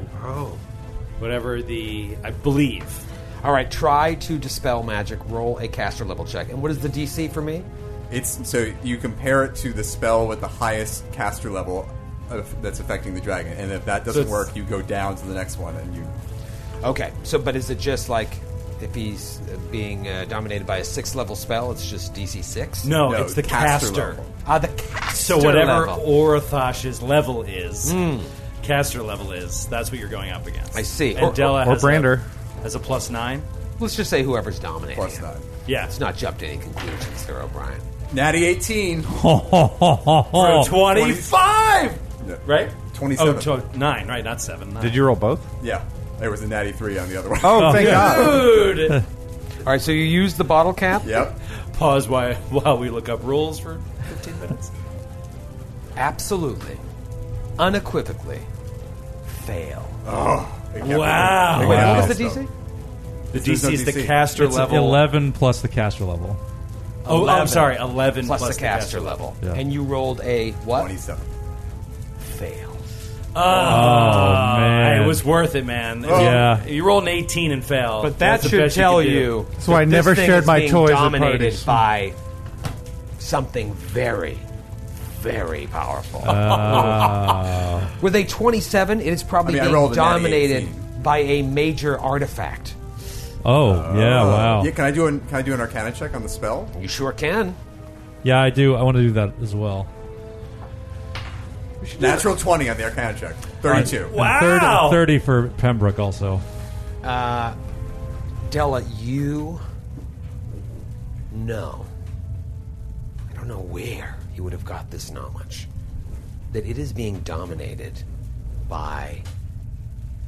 Speaker 5: whatever the I believe.
Speaker 3: All right, try to dispel magic. Roll a caster level check. And what is the DC for me?
Speaker 8: It's so you compare it to the spell with the highest caster level of, that's affecting the dragon, and if that doesn't
Speaker 5: it's-
Speaker 8: work, you go down to the next one, and you
Speaker 3: Okay. So, but is it just like if he's uh, being uh, dominated by a six level spell, it's just DC six?
Speaker 5: No,
Speaker 8: No,
Speaker 5: it's the
Speaker 8: caster
Speaker 5: caster.
Speaker 8: level.
Speaker 3: Ah, the caster
Speaker 5: So whatever
Speaker 3: level.
Speaker 5: Orthosh's level is, caster level is. That's what you're going up against.
Speaker 3: I see.
Speaker 5: And
Speaker 3: Or-
Speaker 5: Della
Speaker 4: or
Speaker 5: has
Speaker 4: Brander.
Speaker 5: a, has a plus nine.
Speaker 3: Let's just say whoever's dominating.
Speaker 8: plus
Speaker 3: it.
Speaker 8: nine.
Speaker 5: Yeah,
Speaker 3: Let's not jump to any conclusions there, O'Brien.
Speaker 8: Natty eighteen,
Speaker 5: Oh,
Speaker 16: oh,
Speaker 5: 25! Right?
Speaker 8: Twenty-seven.
Speaker 5: Oh, tw- 9, right, not 7. nine.
Speaker 4: Did you roll both?
Speaker 8: yeah. There was a natty three on the other one.
Speaker 4: Oh, thank God.
Speaker 5: Dude!
Speaker 3: All right. So you use the bottle cap.
Speaker 8: Yep.
Speaker 5: Pause while, while we look up rules for 15 minutes.
Speaker 3: Absolutely, unequivocally, fail.
Speaker 8: It kept-
Speaker 5: Wow.
Speaker 8: it kept
Speaker 3: Wait, what
Speaker 8: doing
Speaker 3: was
Speaker 8: this
Speaker 3: Oh, the
Speaker 8: spell.
Speaker 3: DC?
Speaker 5: The
Speaker 8: There's
Speaker 5: DC
Speaker 8: no
Speaker 5: is the
Speaker 8: DC.
Speaker 5: caster
Speaker 16: it's
Speaker 5: level.
Speaker 16: 11 plus the caster level.
Speaker 5: Oh, I'm
Speaker 3: 11.
Speaker 5: sorry, 11
Speaker 3: Plus, the caster, level.
Speaker 16: Yeah.
Speaker 3: And you rolled a what?
Speaker 8: Twenty-seven.
Speaker 3: Fail.
Speaker 5: Ah,
Speaker 16: man. Oh.
Speaker 5: It was worth it, man.
Speaker 16: Yeah.
Speaker 5: You rolled an 18 and failed.
Speaker 3: But that
Speaker 5: That's the
Speaker 3: should
Speaker 5: best
Speaker 3: tell
Speaker 5: could do.
Speaker 3: you.
Speaker 4: That's why I
Speaker 3: this
Speaker 4: never
Speaker 3: thing
Speaker 4: shared
Speaker 3: is
Speaker 4: my
Speaker 3: being
Speaker 4: toys at
Speaker 3: Dominated
Speaker 4: parties.
Speaker 3: by something very, very powerful.
Speaker 4: Ah.
Speaker 3: Were they twenty-seven? It is probably
Speaker 8: I mean, I
Speaker 3: being
Speaker 8: rolled a natty
Speaker 3: dominated
Speaker 8: 18.
Speaker 3: by a major artifact.
Speaker 16: Oh,
Speaker 5: Uh,
Speaker 16: yeah, wow.
Speaker 8: Yeah, can I do an can I do an Arcana check on the spell?
Speaker 3: You sure can.
Speaker 16: Yeah, I do. I want to do that as well.
Speaker 8: Natural twenty on the Arcana check. Thirty-two.
Speaker 16: And third-
Speaker 5: Wow!
Speaker 16: 30 for Pembroke also.
Speaker 3: Della, you know. I don't know where you would have got this knowledge. That it is being dominated by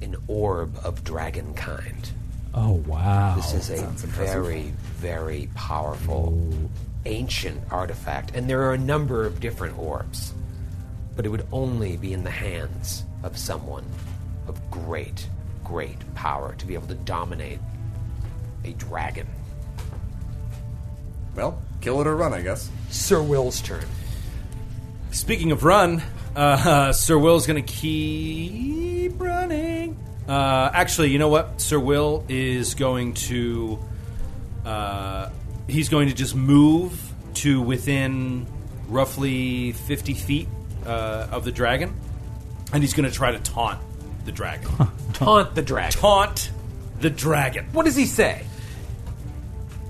Speaker 3: an orb of dragon kind.
Speaker 16: Oh, wow.
Speaker 3: This is a very, very powerful ancient artifact, and there are a number of different orbs. But it would only be in the hands of someone of great, great power to be able to dominate a dragon.
Speaker 8: Well, kill it or run, I guess.
Speaker 3: Sir Will's turn.
Speaker 5: Speaking of run, uh, uh, Sir Will's going to keep running. Uh, actually, you know what? Sir Will is going to. Uh, he's going to just move to within roughly 50 feet uh, of the dragon, and he's going to try to taunt the dragon.
Speaker 3: Taunt the dragon.
Speaker 5: taunt the dragon.
Speaker 3: What does he say?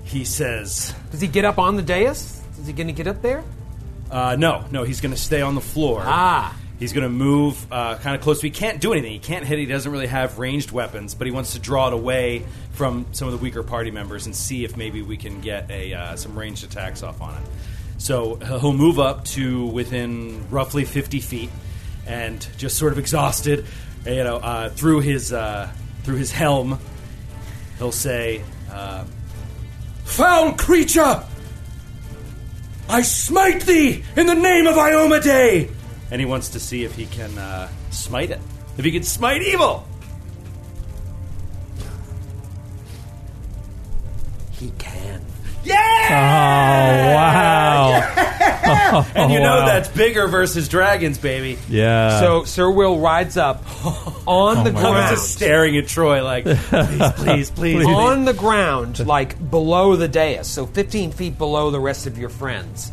Speaker 5: He says,
Speaker 3: Does he get up on the dais? Is he going to get up there?
Speaker 5: Uh, no, no, he's going to stay on the floor. Ah. He's going to move uh, kind of close. He can't do anything. He can't hit. He doesn't really have ranged weapons, but he wants to draw it away from some of the weaker party members and see if maybe we can get a uh, some ranged attacks off on it. So he'll he'll move up to within roughly 50 feet, and just sort of exhausted, you know, uh, through his uh, through his helm, he'll say, uh,
Speaker 17: Foul creature! I smite thee in the name of Iomade!
Speaker 5: and he wants to see if he can uh, smite it. If he can smite evil.
Speaker 18: He can.
Speaker 5: Oh wow! and you know
Speaker 3: wow.
Speaker 5: that's bigger versus dragons, baby.
Speaker 2: Uh,
Speaker 3: Yeah. So Sir Will rides up on the
Speaker 5: I was
Speaker 3: ground.
Speaker 5: just staring at Troy like, please, please, please.
Speaker 3: On the ground, like below the dais, so 15 feet below the rest of your friends.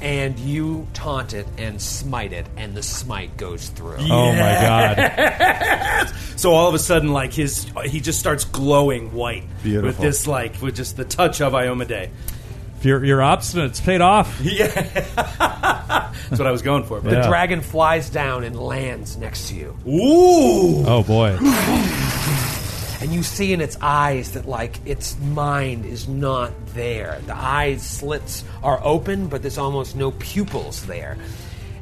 Speaker 3: And you taunt it and smite it, and the smite goes through.
Speaker 5: Oh, my god! so all of a sudden, like his, he just starts glowing white with
Speaker 2: Beautiful.
Speaker 5: this, like with just the touch of Iomade.
Speaker 2: Your, your obstinate's paid off.
Speaker 5: Yeah. That's what I was going for.
Speaker 3: The dragon flies down and lands next to you.
Speaker 5: Ooh!
Speaker 2: Oh boy.
Speaker 3: And you see in its eyes that, like, its mind is not there. The eyes slits are open, but there's almost no pupils there.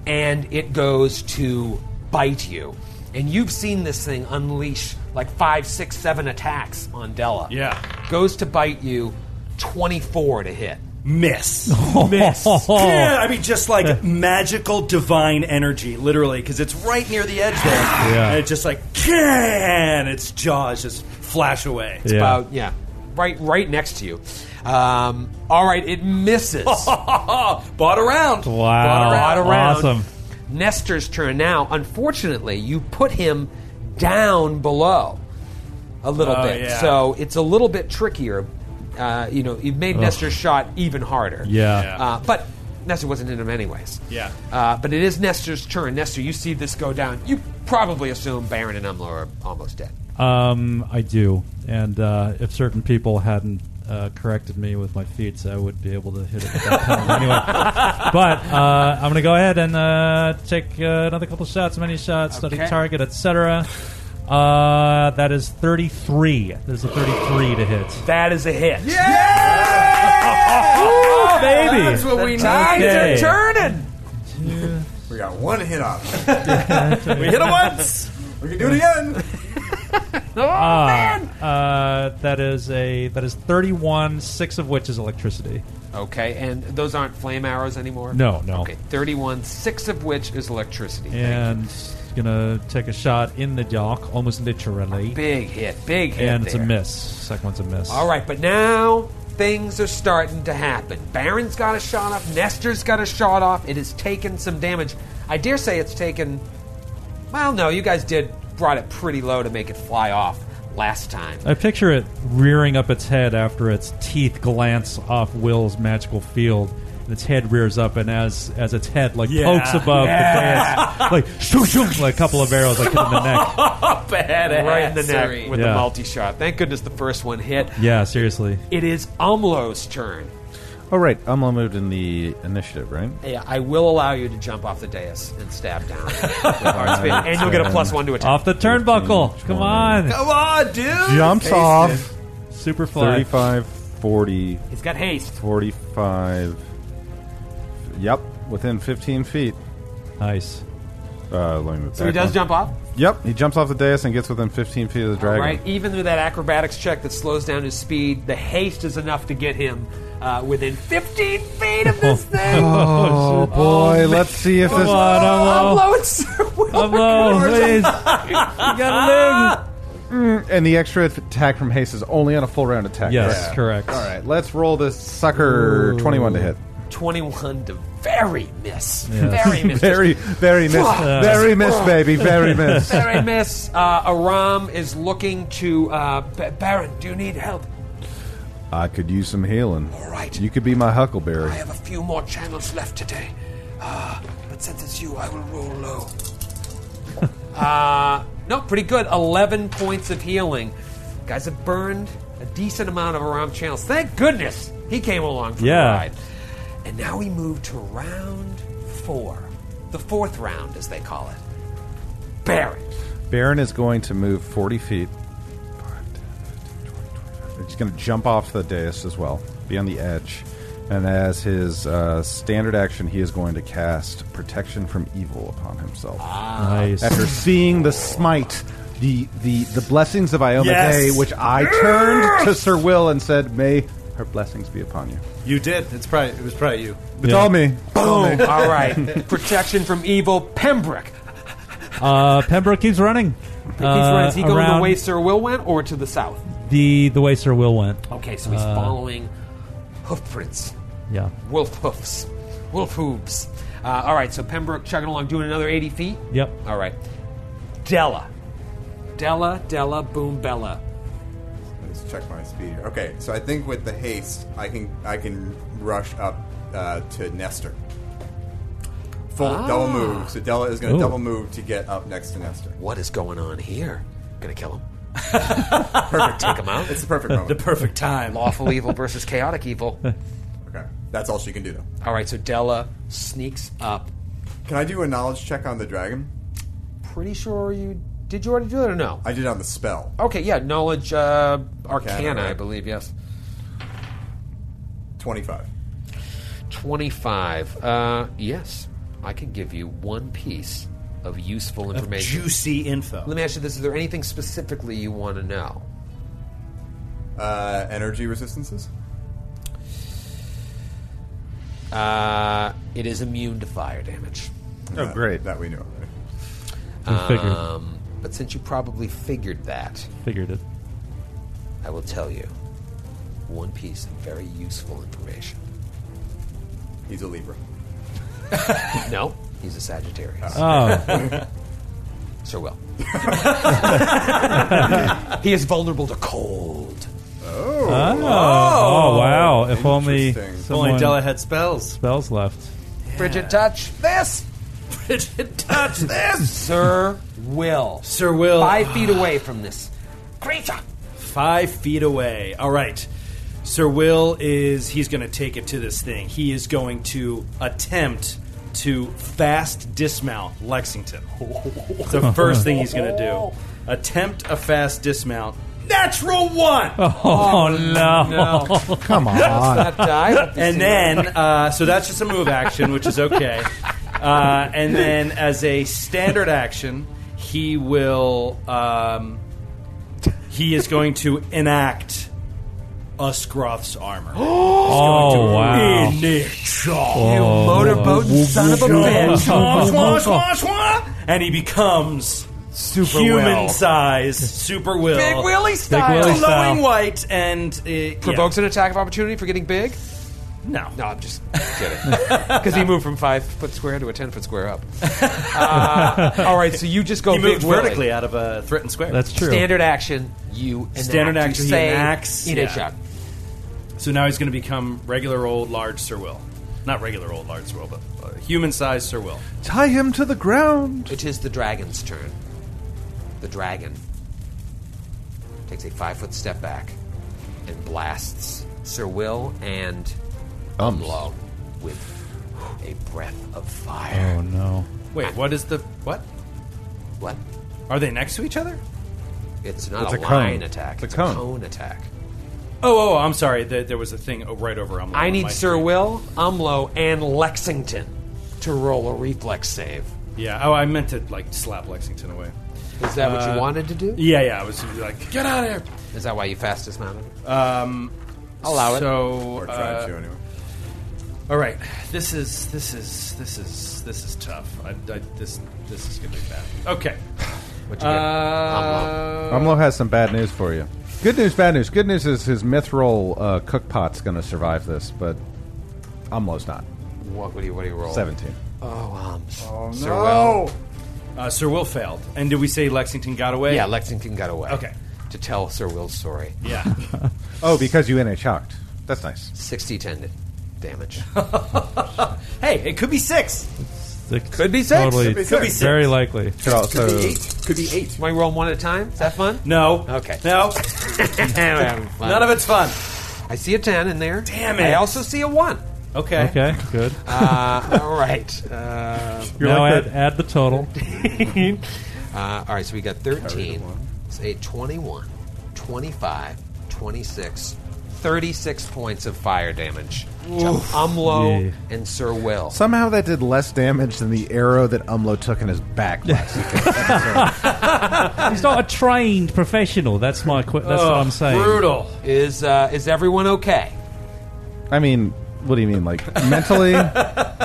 Speaker 3: And it goes to bite you. And you've seen this thing unleash like five, six, seven attacks on Della.
Speaker 5: Yeah.
Speaker 3: Goes to bite you, 24 to hit.
Speaker 5: Miss. Miss.
Speaker 2: Oh.
Speaker 5: Yeah, I mean, just like magical divine energy, literally, because it's right near the edge there.
Speaker 3: Yeah.
Speaker 5: And it's just like, and its jaws just flash away.
Speaker 3: It's about yeah, right right next to you. Um, all right, it misses. Bought
Speaker 5: around.
Speaker 2: Wow.
Speaker 3: Bought around.
Speaker 2: Awesome.
Speaker 3: Nestor's turn now. Unfortunately, you put him down below a little
Speaker 5: Oh,
Speaker 3: bit,
Speaker 5: yeah.
Speaker 3: so it's a little bit trickier. Uh, you know, you've made
Speaker 5: Ugh.
Speaker 3: Nestor's shot even harder.
Speaker 5: Yeah. Yeah.
Speaker 3: Uh, but Nestor wasn't in him anyways.
Speaker 5: Yeah.
Speaker 3: Uh, but it is Nestor's turn. Nestor, you see this go down. You probably assume Baron and Umlo are almost dead.
Speaker 2: Um, I do, and uh, if certain people hadn't uh, corrected me with my feats, I would be able to hit it with that penalty anyway. But uh, I'm going to go ahead and uh, take uh, another couple shots, many shots, study
Speaker 19: Okay.
Speaker 2: target, etc. Uh, that is 33. There's a 33 to hit.
Speaker 3: That is a hit.
Speaker 8: Oh,
Speaker 2: baby.
Speaker 8: That's what we
Speaker 2: The
Speaker 8: need.
Speaker 2: tides are Okay.
Speaker 3: turning.
Speaker 8: We got one hit off.
Speaker 2: We hit 'em once.
Speaker 8: We can do it again.
Speaker 3: Oh
Speaker 2: man! Uh, that is a that is 31, six of which is electricity.
Speaker 3: Okay, and those aren't flame arrows anymore?
Speaker 2: No, no.
Speaker 3: Okay, 31, six of which is electricity.
Speaker 2: and gonna take a shot in the dark, almost literally.
Speaker 3: Big hit, big hit.
Speaker 2: and it's a
Speaker 3: there.
Speaker 2: miss. Second one's a miss.
Speaker 3: All right, but now things are starting to happen. Baron's got a shot off, Nestor's got a shot off. It has taken some damage. I dare say it's taken. Well, no, you guys did brought it pretty low to make it fly off last time.
Speaker 2: I picture it rearing up its head after its teeth glance off Will's magical field. And its head rears up, and as as its head like
Speaker 5: Yeah.
Speaker 2: pokes above
Speaker 5: Yeah.
Speaker 2: the dais, like shoom, shoom, like a couple of arrows like hit in the neck.
Speaker 5: Badass.
Speaker 3: Right in the neck with the
Speaker 2: Yeah.
Speaker 3: multi shot. Thank goodness the first one hit.
Speaker 2: Yeah, seriously.
Speaker 3: It is Umlo's turn.
Speaker 4: Oh, right. Umla moved in the initiative, right?
Speaker 3: Yeah, I will allow you to jump off the dais and stab down. with hard spin, and you'll get a plus one to attack.
Speaker 2: Off the turnbuckle. Come on.
Speaker 3: Come on, dude!
Speaker 4: Jumps off.
Speaker 2: Super fly.
Speaker 4: 35, 40.
Speaker 3: He's got haste.
Speaker 4: 45. Yep, within 15 feet.
Speaker 2: Nice.
Speaker 4: Uh, let me move
Speaker 3: So he
Speaker 4: back
Speaker 3: does
Speaker 4: one.
Speaker 3: jump off?
Speaker 4: Yep, he jumps off the dais and gets within 15 feet of the dragon.
Speaker 3: Right, even through that acrobatics check that slows down his speed, the haste is enough to get him uh, within 15 feet of this thing.
Speaker 4: Oh, boy, let's see if this.
Speaker 2: please.
Speaker 3: gotta
Speaker 4: Mm, And the extra attack from haste is only on a full round attack.
Speaker 2: Yes, correct.
Speaker 4: All right, let's roll this sucker 21 to hit.
Speaker 3: 21 to very miss.
Speaker 4: Yeah.
Speaker 3: Very miss.
Speaker 4: Very, very miss. Very miss, baby. Very miss.
Speaker 3: Very miss. Uh, Aram is looking to. Uh, B- Baron, do you need help?
Speaker 4: I could use some healing. All
Speaker 3: right.
Speaker 4: You could be my huckleberry.
Speaker 3: I have a few more channels left today. Uh, but since it's you, I will roll low. Ah, uh, no, pretty good. 11 points of healing. Guys have burned a decent amount of Aram channels. Thank goodness he came along for the
Speaker 16: Yeah.
Speaker 3: ride. And now we move to round four, the fourth round, as they call it. Baron.
Speaker 4: Baron is going to move 40 feet. He's going to jump off the dais as well, be on the edge. And as his uh, standard action, he is going to cast Protection from Evil upon himself.
Speaker 2: Nice.
Speaker 4: After seeing the smite, the, the, the blessings of Ioma
Speaker 5: Yes.
Speaker 4: Day, which I turned to Sir Will and said, May her blessings be upon you.
Speaker 5: You did. It's probably it was probably you.
Speaker 4: It's all me. It's all
Speaker 3: Boom.
Speaker 4: me.
Speaker 3: All right. Protection from evil Pembroke.
Speaker 2: Uh, Pembroke keeps running.
Speaker 3: He runs. He going
Speaker 2: around
Speaker 3: the way Sir Will went or to the south?
Speaker 2: the the way Sir Will went.
Speaker 3: Okay, so he's
Speaker 2: Uh,
Speaker 3: following hoofprints.
Speaker 2: Yeah.
Speaker 3: Wolf hoofs. Wolf hooves. Uh, all right, so Pembroke chugging along, doing another 80 feet.
Speaker 2: Yep.
Speaker 3: All right. Della. Della, Della, Boom, Bella.
Speaker 8: Let's check my speed. Okay, so I think with the haste, I can I can rush up uh, to Nestor. Full
Speaker 3: Ah.
Speaker 8: double move. So Della is going
Speaker 3: Ooh.
Speaker 8: to double move to get up next to Nestor.
Speaker 3: What is going on here? Gonna kill him.
Speaker 8: perfect.
Speaker 3: Take him out.
Speaker 8: It's the perfect moment.
Speaker 5: The perfect time.
Speaker 3: Lawful evil versus chaotic evil.
Speaker 8: Okay, that's all she can do though.
Speaker 3: All right, so Della sneaks up.
Speaker 8: Can I do a knowledge check on the dragon?
Speaker 3: Pretty sure you did you already do it or no?
Speaker 8: I did on the spell.
Speaker 5: Oh.
Speaker 3: Okay, yeah, knowledge uh, arcana,
Speaker 8: Arcana,
Speaker 3: I
Speaker 8: right.
Speaker 3: believe. Yes,
Speaker 8: Twenty-five.
Speaker 3: twenty-five. Uh, yes, I can give you one piece of useful information.
Speaker 5: juicy info.
Speaker 3: Let me ask you this: Is there anything specifically you want to know?
Speaker 8: Uh, energy resistances.
Speaker 3: Uh, it is immune to fire damage.
Speaker 4: Oh, great.
Speaker 8: That we knew already.
Speaker 2: You figured.
Speaker 3: Um, but since you probably figured that,
Speaker 2: Figured it.
Speaker 3: I will tell you one piece of very useful information.
Speaker 8: He's a Libra.
Speaker 3: no, he's a Sagittarius.
Speaker 2: Oh.
Speaker 3: Sir Will. he is vulnerable to cold.
Speaker 8: Oh.
Speaker 2: Oh, oh, wow! If only
Speaker 5: Interesting. If
Speaker 2: someone-
Speaker 5: only Della had spells.
Speaker 2: Spells left.
Speaker 3: Bridget, touch this! Bridget, touch this! Sir Will.
Speaker 5: Sir Will.
Speaker 3: Five feet away from this creature.
Speaker 5: Five feet away. All right. Sir Will is. He's going to take it to this thing. He is going to attempt to fast dismount Lexington. It's the first thing he's going to do. Attempt a fast dismount. Natural one!
Speaker 2: Oh, no. Come on.
Speaker 5: and then, uh, so that's just a move action, which is okay. Uh, and then, as a standard action, he will. Um, he is going to enact Uskroth's armor.
Speaker 2: Oh, wow.
Speaker 5: You
Speaker 2: Oh.
Speaker 5: motorboat son of a bitch.
Speaker 2: Wah, wah,
Speaker 5: And he becomes
Speaker 2: Super
Speaker 5: human
Speaker 2: Will.
Speaker 5: size, super will.
Speaker 3: Big Willy style.
Speaker 5: Glowing white and. Uh,
Speaker 3: Provokes an attack of opportunity for getting big?
Speaker 5: No.
Speaker 3: No, I'm just kidding. Because he moved from five foot square to a ten foot square up. Uh, all right, so you just go
Speaker 5: He
Speaker 3: big
Speaker 5: moved
Speaker 3: Willy.
Speaker 5: vertically out of a threatened square.
Speaker 2: That's true.
Speaker 3: Standard action, you enact.
Speaker 5: Standard
Speaker 3: You
Speaker 5: action, he
Speaker 3: say
Speaker 5: enacts.
Speaker 3: In
Speaker 5: Yeah.
Speaker 3: a shot.
Speaker 5: So now he's going to become regular old large Sir Will. Not regular old large Sir Will, but uh, human sized Sir Will.
Speaker 4: Tie him to the ground.
Speaker 3: It is the dragon's turn. The dragon takes a five foot step back and blasts Sir Will and
Speaker 4: Ums.
Speaker 3: Umlo with a breath of fire.
Speaker 2: Oh, no.
Speaker 5: Wait, what is the. What?
Speaker 4: Oh.
Speaker 3: What?
Speaker 5: Are they next to each other?
Speaker 3: It's not
Speaker 4: It's
Speaker 3: a,
Speaker 4: a
Speaker 3: line
Speaker 4: cone.
Speaker 3: attack.
Speaker 4: It's a
Speaker 3: It's, a
Speaker 4: cone.
Speaker 3: cone attack.
Speaker 5: Oh, oh, I'm sorry. There, there was a thing oh, right over. I'm
Speaker 3: I
Speaker 5: on
Speaker 3: need
Speaker 5: my
Speaker 3: Sir Will, Umlo, and Lexington to roll a reflex save.
Speaker 5: Yeah. Oh, I meant to like slap Lexington away.
Speaker 3: Is that what
Speaker 5: Uh,
Speaker 3: you wanted to do?
Speaker 5: Yeah, yeah. I was like, get out of
Speaker 3: Is that why you fast dismounted?
Speaker 5: here. Um,
Speaker 3: Allow it.
Speaker 5: So,
Speaker 8: Or tried
Speaker 5: uh,
Speaker 8: to anyway.
Speaker 5: all right. This is this is this is this is tough. I, I, this this is gonna be bad. Okay.
Speaker 3: What you get?
Speaker 5: Uh,
Speaker 4: Umlo has some bad news for you. Good news, bad news. Good news is his mithril uh, cookpot's going to survive this, but Umlo's not.
Speaker 3: What would you what do you roll?
Speaker 4: 17.
Speaker 3: Oh, Ums. Oh Sir Will.
Speaker 8: No.
Speaker 5: uh, Sir Will failed. And did we say Lexington got away?
Speaker 3: Yeah, Lexington got away.
Speaker 5: Okay.
Speaker 3: To tell Sir Will's story.
Speaker 5: Yeah.
Speaker 4: Oh, because you NH hocked. That's nice.
Speaker 3: 60 tendon damage.
Speaker 5: hey, it could be six.
Speaker 2: Six.
Speaker 3: Could be six.
Speaker 2: Totally.
Speaker 5: Could be six.
Speaker 2: Very likely.
Speaker 4: Could also,
Speaker 8: be eight.
Speaker 3: Could be eight. Want to roll 'em one at a time? Is that fun?
Speaker 5: No.
Speaker 3: Okay.
Speaker 5: No.
Speaker 7: None of it's fun.
Speaker 3: I see a ten in there.
Speaker 7: Damn
Speaker 3: I
Speaker 7: it.
Speaker 3: also see a one.
Speaker 5: Okay.
Speaker 2: Okay, good.
Speaker 3: Uh, all right. Uh,
Speaker 2: now add, add the total.
Speaker 3: Uh, all right, so we got 13. It's 8, 21, 25, 26, 36 points of fire damage. To
Speaker 4: Oof.
Speaker 3: Umlo
Speaker 4: Yeah.
Speaker 3: and Sir Will.
Speaker 4: Somehow that did less damage than the arrow that Umlo took in his back last
Speaker 2: He's not a trained professional. That's my. Qu- that's what I'm saying.
Speaker 3: Is, uh, is everyone okay?
Speaker 4: I mean, what do you mean? Like mentally,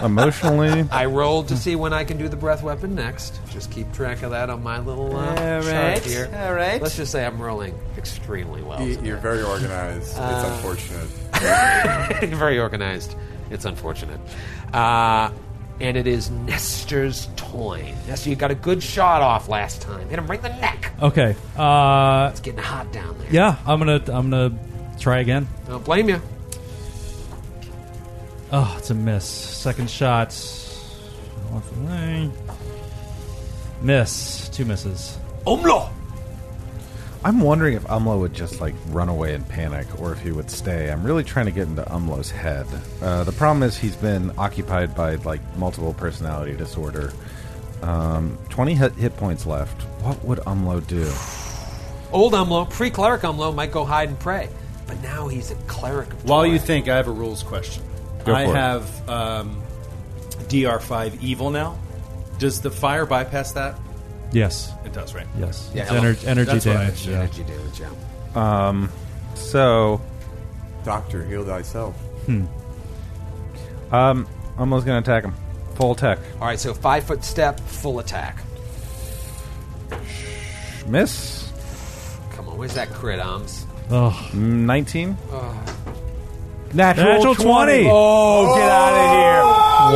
Speaker 4: emotionally?
Speaker 3: I rolled to see when I can do the breath weapon next. Just keep track of that on my little uh,
Speaker 7: All
Speaker 3: chart
Speaker 7: right,
Speaker 3: here.
Speaker 7: all right.
Speaker 3: Let's just say I'm rolling extremely well.
Speaker 8: You-
Speaker 3: today.
Speaker 8: you're very organized. It's
Speaker 3: Uh,
Speaker 8: unfortunate.
Speaker 3: very organized. It's unfortunate. Uh, and it is Nestor's Toyn. Nestor, you got a good shot off last time. Hit him right in the neck.
Speaker 2: Okay. Uh, it's
Speaker 3: getting hot down there.
Speaker 2: Yeah, I'm gonna I'm gonna try again.
Speaker 3: Don't blame you.
Speaker 2: Oh, it's a miss. Second shot. Miss. Two misses.
Speaker 4: Umlo. I'm wondering if Umlo would just like run away in panic, or if he would stay. I'm really trying to get into Umlo's head. Uh, the problem is he's been occupied by like multiple personality disorder. Um, Twenty hit, hit points left. What would Umlo do?
Speaker 3: Old Umlo, pre cleric Umlo, might go hide and pray. But now he's a cleric of
Speaker 5: While
Speaker 3: Toyn.
Speaker 5: you think, I have a rules question.
Speaker 3: Go
Speaker 5: I
Speaker 3: for it.
Speaker 5: have um, DR5 evil now. Does the fire bypass that?
Speaker 2: Yes.
Speaker 5: It does, right?
Speaker 2: Yes.
Speaker 5: Yeah.
Speaker 2: It's ener- energy
Speaker 5: That's what I
Speaker 2: damage.
Speaker 5: assumed.
Speaker 2: Yeah.
Speaker 3: Energy damage, yeah.
Speaker 4: Um, so,
Speaker 8: doctor, heal thyself.
Speaker 4: um, Umlo's gonna attack him. Full attack.
Speaker 3: All right, so five foot step, full attack.
Speaker 4: Miss.
Speaker 3: Come on, where's that crit, Ums?
Speaker 2: Oh.
Speaker 4: Nineteen.
Speaker 3: Oh.
Speaker 4: Natural,
Speaker 3: Natural 20. Oh, get outta
Speaker 4: here!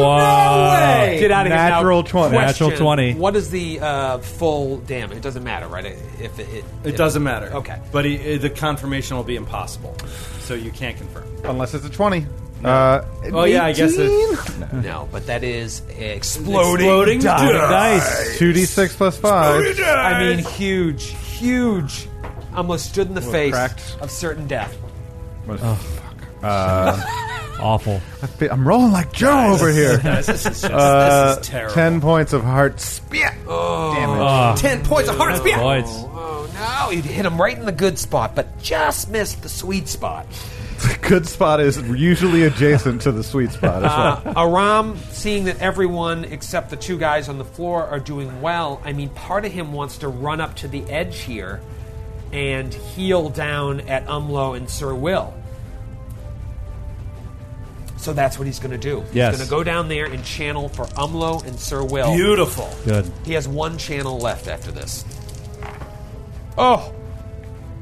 Speaker 2: Wow.
Speaker 3: Uh, Get out of here now.
Speaker 2: Natural 20.
Speaker 3: Question,
Speaker 2: Natural 20.
Speaker 3: What is the uh, full damage? It doesn't matter, right? If it, it,
Speaker 5: It doesn't matter.
Speaker 3: Okay.
Speaker 5: But he, eh, the confirmation will be impossible. So you can't confirm.
Speaker 4: Unless it's a twenty. Uh,
Speaker 5: Oh, yeah, I guess it-
Speaker 4: 18?
Speaker 3: No. but that is exploding,
Speaker 5: Exploding
Speaker 3: dice.
Speaker 4: Two d six plus five.
Speaker 3: I mean, huge, huge. Almost stood in the
Speaker 4: Well,
Speaker 3: face
Speaker 4: cracked.
Speaker 3: of certain death.
Speaker 4: Oh, Uh,
Speaker 2: awful.
Speaker 4: I feel- I'm rolling like Joe over here.
Speaker 3: guys, this is just-
Speaker 4: Uh,
Speaker 3: this is terrible.
Speaker 4: Ten points of heart spear
Speaker 3: Oh,
Speaker 4: damage. Ah.
Speaker 3: ten points of heart
Speaker 4: Ten
Speaker 3: spear.
Speaker 4: points.
Speaker 3: Oh, oh, no! You hit him right in the good spot, but just missed the sweet spot.
Speaker 4: The good spot is usually adjacent to the sweet spot. As well.
Speaker 3: Uh, Aram, seeing that everyone except the two guys on the floor are doing well, I mean, part of him wants to run up to the edge here and heal down at Umlo and Sir Will. So that's what he's going to do.
Speaker 2: Yes.
Speaker 3: He's going to go down there and channel for Umlo and Sir Will.
Speaker 5: Beautiful.
Speaker 2: Good.
Speaker 3: He has one channel left after this. Oh!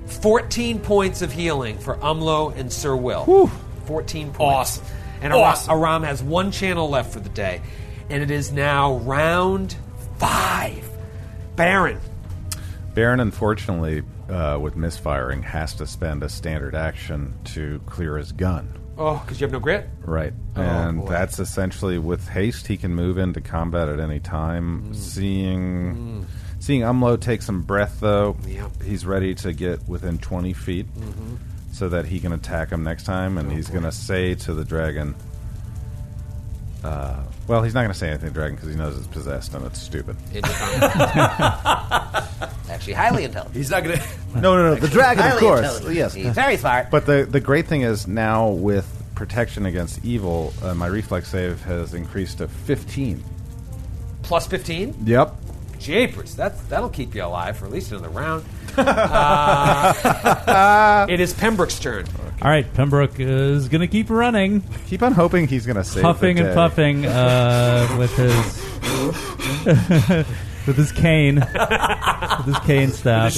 Speaker 3: 14 points of healing for Umlo and Sir Will. 14 points. Awesome. And Aram,
Speaker 5: Awesome.
Speaker 3: Aram has one channel left for the day. And it is now round five. Baron.
Speaker 4: Baron, unfortunately, uh, with misfiring, has to spend a standard action to clear his gun.
Speaker 3: Oh, because you have no grit?
Speaker 4: Right.
Speaker 3: Oh,
Speaker 4: and
Speaker 3: boy.
Speaker 4: that's essentially with haste he can move into combat at any time. Seeing seeing Umlo take some breath though, he's ready to get within twenty feet so that he can attack him next time and he's gonna say to the dragon uh, well, he's not going to say anything to Dragon because he knows it's possessed and it's stupid.
Speaker 6: Actually, highly intelligent.
Speaker 7: He's not gonna.
Speaker 4: No, no, no. The dragon, of
Speaker 6: highly
Speaker 4: course.
Speaker 6: intelligent.
Speaker 4: Yes,
Speaker 6: He's very smart.
Speaker 4: But the the great thing is now with protection against evil, uh, my reflex save has increased to fifteen.
Speaker 3: Plus 15?
Speaker 4: Yep.
Speaker 3: Japers, that's, that'll keep you alive for at least another round. Uh, it is Pembroke's turn.
Speaker 2: All right, Pembroke is gonna keep running,
Speaker 4: Keep on hoping he's going to save.
Speaker 2: puffing
Speaker 4: the
Speaker 2: and
Speaker 4: day.
Speaker 2: puffing uh, with his with his cane, with his cane staff.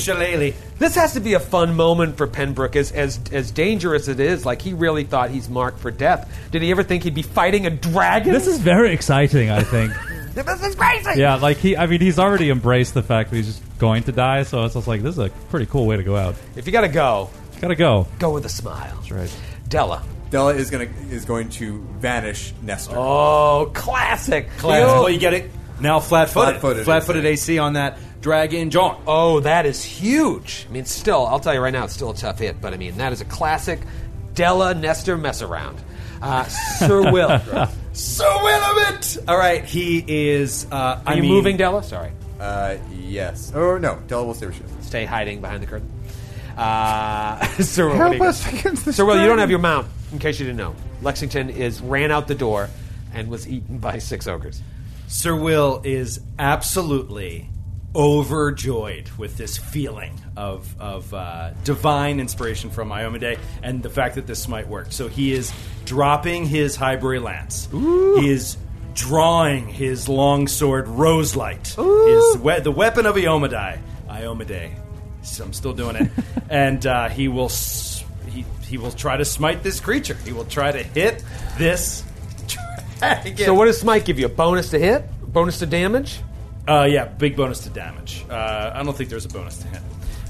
Speaker 3: This has to be a fun moment for Penbrook, as, as as dangerous it is. Like he really thought he's marked for death. Did he ever think he'd be fighting a dragon?
Speaker 2: This is very exciting. I think.
Speaker 3: this is crazy.
Speaker 2: Yeah, like he. I mean, he's already embraced the fact that he's just going to die. So it's just like this is a pretty cool way to go out.
Speaker 3: If you gotta go,
Speaker 2: Gotta go.
Speaker 3: go with a smile.
Speaker 2: That's right.
Speaker 3: Della.
Speaker 8: Della is gonna is going to vanish Nestor.
Speaker 3: Oh, classic.
Speaker 5: Class. Well, you get it. Now flat footed.
Speaker 8: Flat-footed
Speaker 5: Flat footed AC on that. Dragon John.
Speaker 3: Oh, that is huge. I mean, still, I'll tell you right now, it's still a tough hit, but I mean, that is a classic Della Nestor mess around. Uh, Sir Will.
Speaker 7: Sir Willamette!
Speaker 3: All right,
Speaker 5: he is. Uh, Are
Speaker 3: you moving, Della? Sorry.
Speaker 8: Uh, yes. Or no, Della will stay where she is.
Speaker 3: Stay hiding behind the curtain. Uh, Sir Will, what do
Speaker 8: Help
Speaker 3: you got?
Speaker 8: us against this
Speaker 3: Sir Will, you don't
Speaker 8: dragon.
Speaker 3: have your mount, in case you didn't know. Lexington is ran out the door and was eaten by six ogres.
Speaker 5: Sir Will is absolutely overjoyed with this feeling of, of uh, divine inspiration from Iomade and the fact that this might work. So he is dropping his Highbury Lance. He is drawing his longsword Roselight, his we- the weapon of Iomade. Iomade. So I'm still doing it. and uh, he will s- he, he will try to smite this creature. He will try to hit this
Speaker 3: So what does Smite give you? A bonus to hit? Bonus to damage?
Speaker 5: Uh, yeah, big bonus to damage. Uh, I don't think there's a bonus to hit.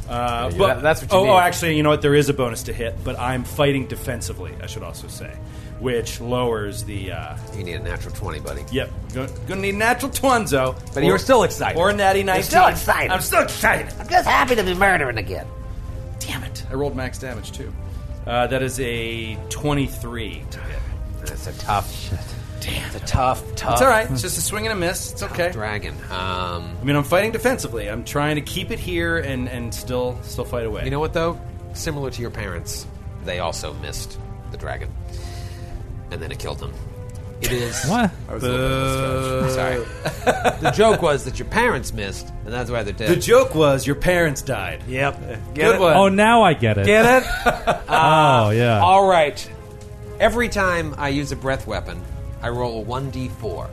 Speaker 5: Uh,
Speaker 3: Yeah,
Speaker 5: but
Speaker 3: that- that's what you
Speaker 5: oh,
Speaker 3: need.
Speaker 5: oh, actually, you know what? There is a bonus to hit, but I'm fighting defensively. I should also say, which lowers the. Uh,
Speaker 3: you need a natural twenty, buddy.
Speaker 5: Yep, gonna, gonna need natural twonzo.
Speaker 3: But you're still excited.
Speaker 5: or a natty
Speaker 3: You're
Speaker 5: nineteen.
Speaker 3: still excited.
Speaker 5: I'm still excited.
Speaker 6: I'm just happy to be murdering again.
Speaker 5: Damn it! I rolled max damage too. Uh, that is a twenty-three to hit.
Speaker 3: That's a tough shit.
Speaker 5: Damn,
Speaker 3: it's a tough, tough.
Speaker 5: It's all right. It's just a swing and a miss. It's okay.
Speaker 3: Dragon. Um,
Speaker 5: I mean, I'm fighting defensively. I'm trying to keep it here and and still still fight away.
Speaker 3: You know what though? Similar to your parents, they also missed the dragon, and then it killed them. It is
Speaker 9: What?
Speaker 3: I was a
Speaker 5: Uh,
Speaker 3: little bit of a stretch. Sorry. the joke was that your parents missed, and that's why they're dead.
Speaker 5: The joke was your parents died.
Speaker 3: Yep.
Speaker 5: Good one.
Speaker 16: Oh, now I get it.
Speaker 3: Get it?
Speaker 16: oh yeah.
Speaker 3: All right. Every time I use a breath weapon, I roll a 1d4.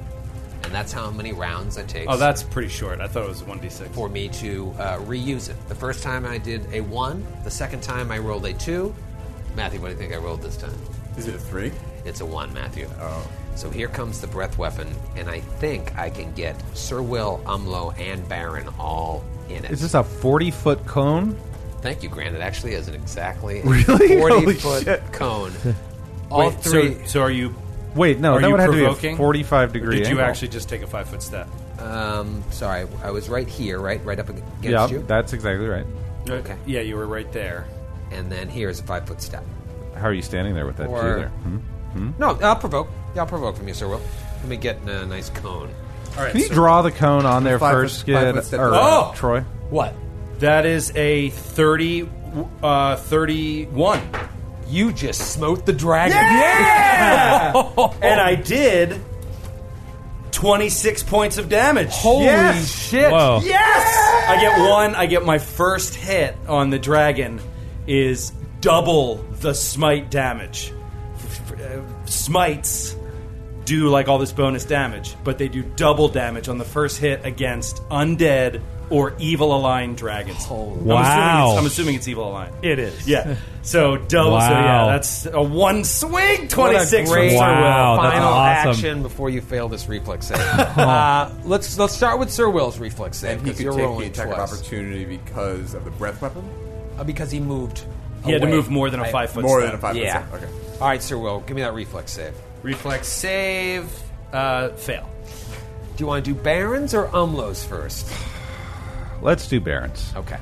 Speaker 3: And that's how many rounds it takes.
Speaker 5: Oh, that's pretty short. I thought it was one d six.
Speaker 3: For me to uh, reuse it. The first time I did a 1, the second time I rolled a 2. Matthew, what do you think I rolled this time?
Speaker 8: Is it a 3?
Speaker 3: It's a 1, Matthew. Oh. So here comes the breath weapon, and I think I can get Sir Will, Umlo, and Baron all in it.
Speaker 4: Is this a 40 foot cone?
Speaker 3: Thank you, Grant. It actually isn't exactly a 40
Speaker 4: Really? Holy
Speaker 3: foot
Speaker 4: shit.
Speaker 3: cone. All
Speaker 5: Wait, so-
Speaker 3: three.
Speaker 5: So, are you?
Speaker 4: Wait, no,
Speaker 5: are
Speaker 4: that
Speaker 5: you
Speaker 4: would have to be a
Speaker 5: provoking?
Speaker 4: 45
Speaker 5: Or
Speaker 4: degree
Speaker 5: Did you
Speaker 4: angle.
Speaker 5: actually just take a five foot step?
Speaker 3: Um, sorry, I was right here, right, right up against
Speaker 4: Yeah,
Speaker 3: you.
Speaker 4: that's exactly right.
Speaker 5: Okay. Yeah, you were right there.
Speaker 3: And then here's a five foot step.
Speaker 4: How are you standing there with that
Speaker 3: Or-
Speaker 4: two there? Hmm? Hmm?
Speaker 3: No, I'll provoke. Yeah, I'll provoke from you, Sir Will. Let me get a nice cone. All
Speaker 4: Can you draw the cone on there
Speaker 3: Five foot-
Speaker 4: first,
Speaker 3: five
Speaker 4: Skid,
Speaker 3: foot step
Speaker 4: or,
Speaker 3: back.
Speaker 4: uh, Troy?
Speaker 3: What?
Speaker 5: That is a 30, uh, 31.
Speaker 3: You just smote the dragon.
Speaker 5: Yeah! and I did 26 points of damage. Holy
Speaker 3: shit.
Speaker 5: Whoa. Yes! I get one, I get my first hit on the dragon is double the smite damage. F- f- uh, Smites do like all this bonus damage, but they do double damage on the first hit against undead or evil aligned dragons. I'm
Speaker 16: Oh, Wow.
Speaker 5: Assuming it's, I'm assuming it's evil aligned.
Speaker 16: It is.
Speaker 5: Yeah. So double. So
Speaker 16: Wow.
Speaker 5: yeah, that's a one swing
Speaker 3: What a
Speaker 5: 26 from
Speaker 3: great
Speaker 5: Sir Will.
Speaker 3: final action before you fail this reflex save. uh, let's let's start with Sir Will's reflex save
Speaker 8: And he
Speaker 3: because
Speaker 8: could
Speaker 3: you're
Speaker 8: take the
Speaker 3: rolling
Speaker 8: attack of
Speaker 3: twice.
Speaker 8: opportunity because of the breath weapon?
Speaker 3: Uh, because he moved.
Speaker 5: He had to
Speaker 3: away.
Speaker 5: move more than a
Speaker 3: I-
Speaker 5: five foot
Speaker 8: More
Speaker 5: step.
Speaker 8: than a five foot
Speaker 3: Yeah.
Speaker 8: step, okay.
Speaker 3: All right, Sir Will, give me that reflex save.
Speaker 5: Reflex save, uh, fail.
Speaker 3: Do you want to do Barons or Umlos first?
Speaker 4: Let's do Barons.
Speaker 3: Okay.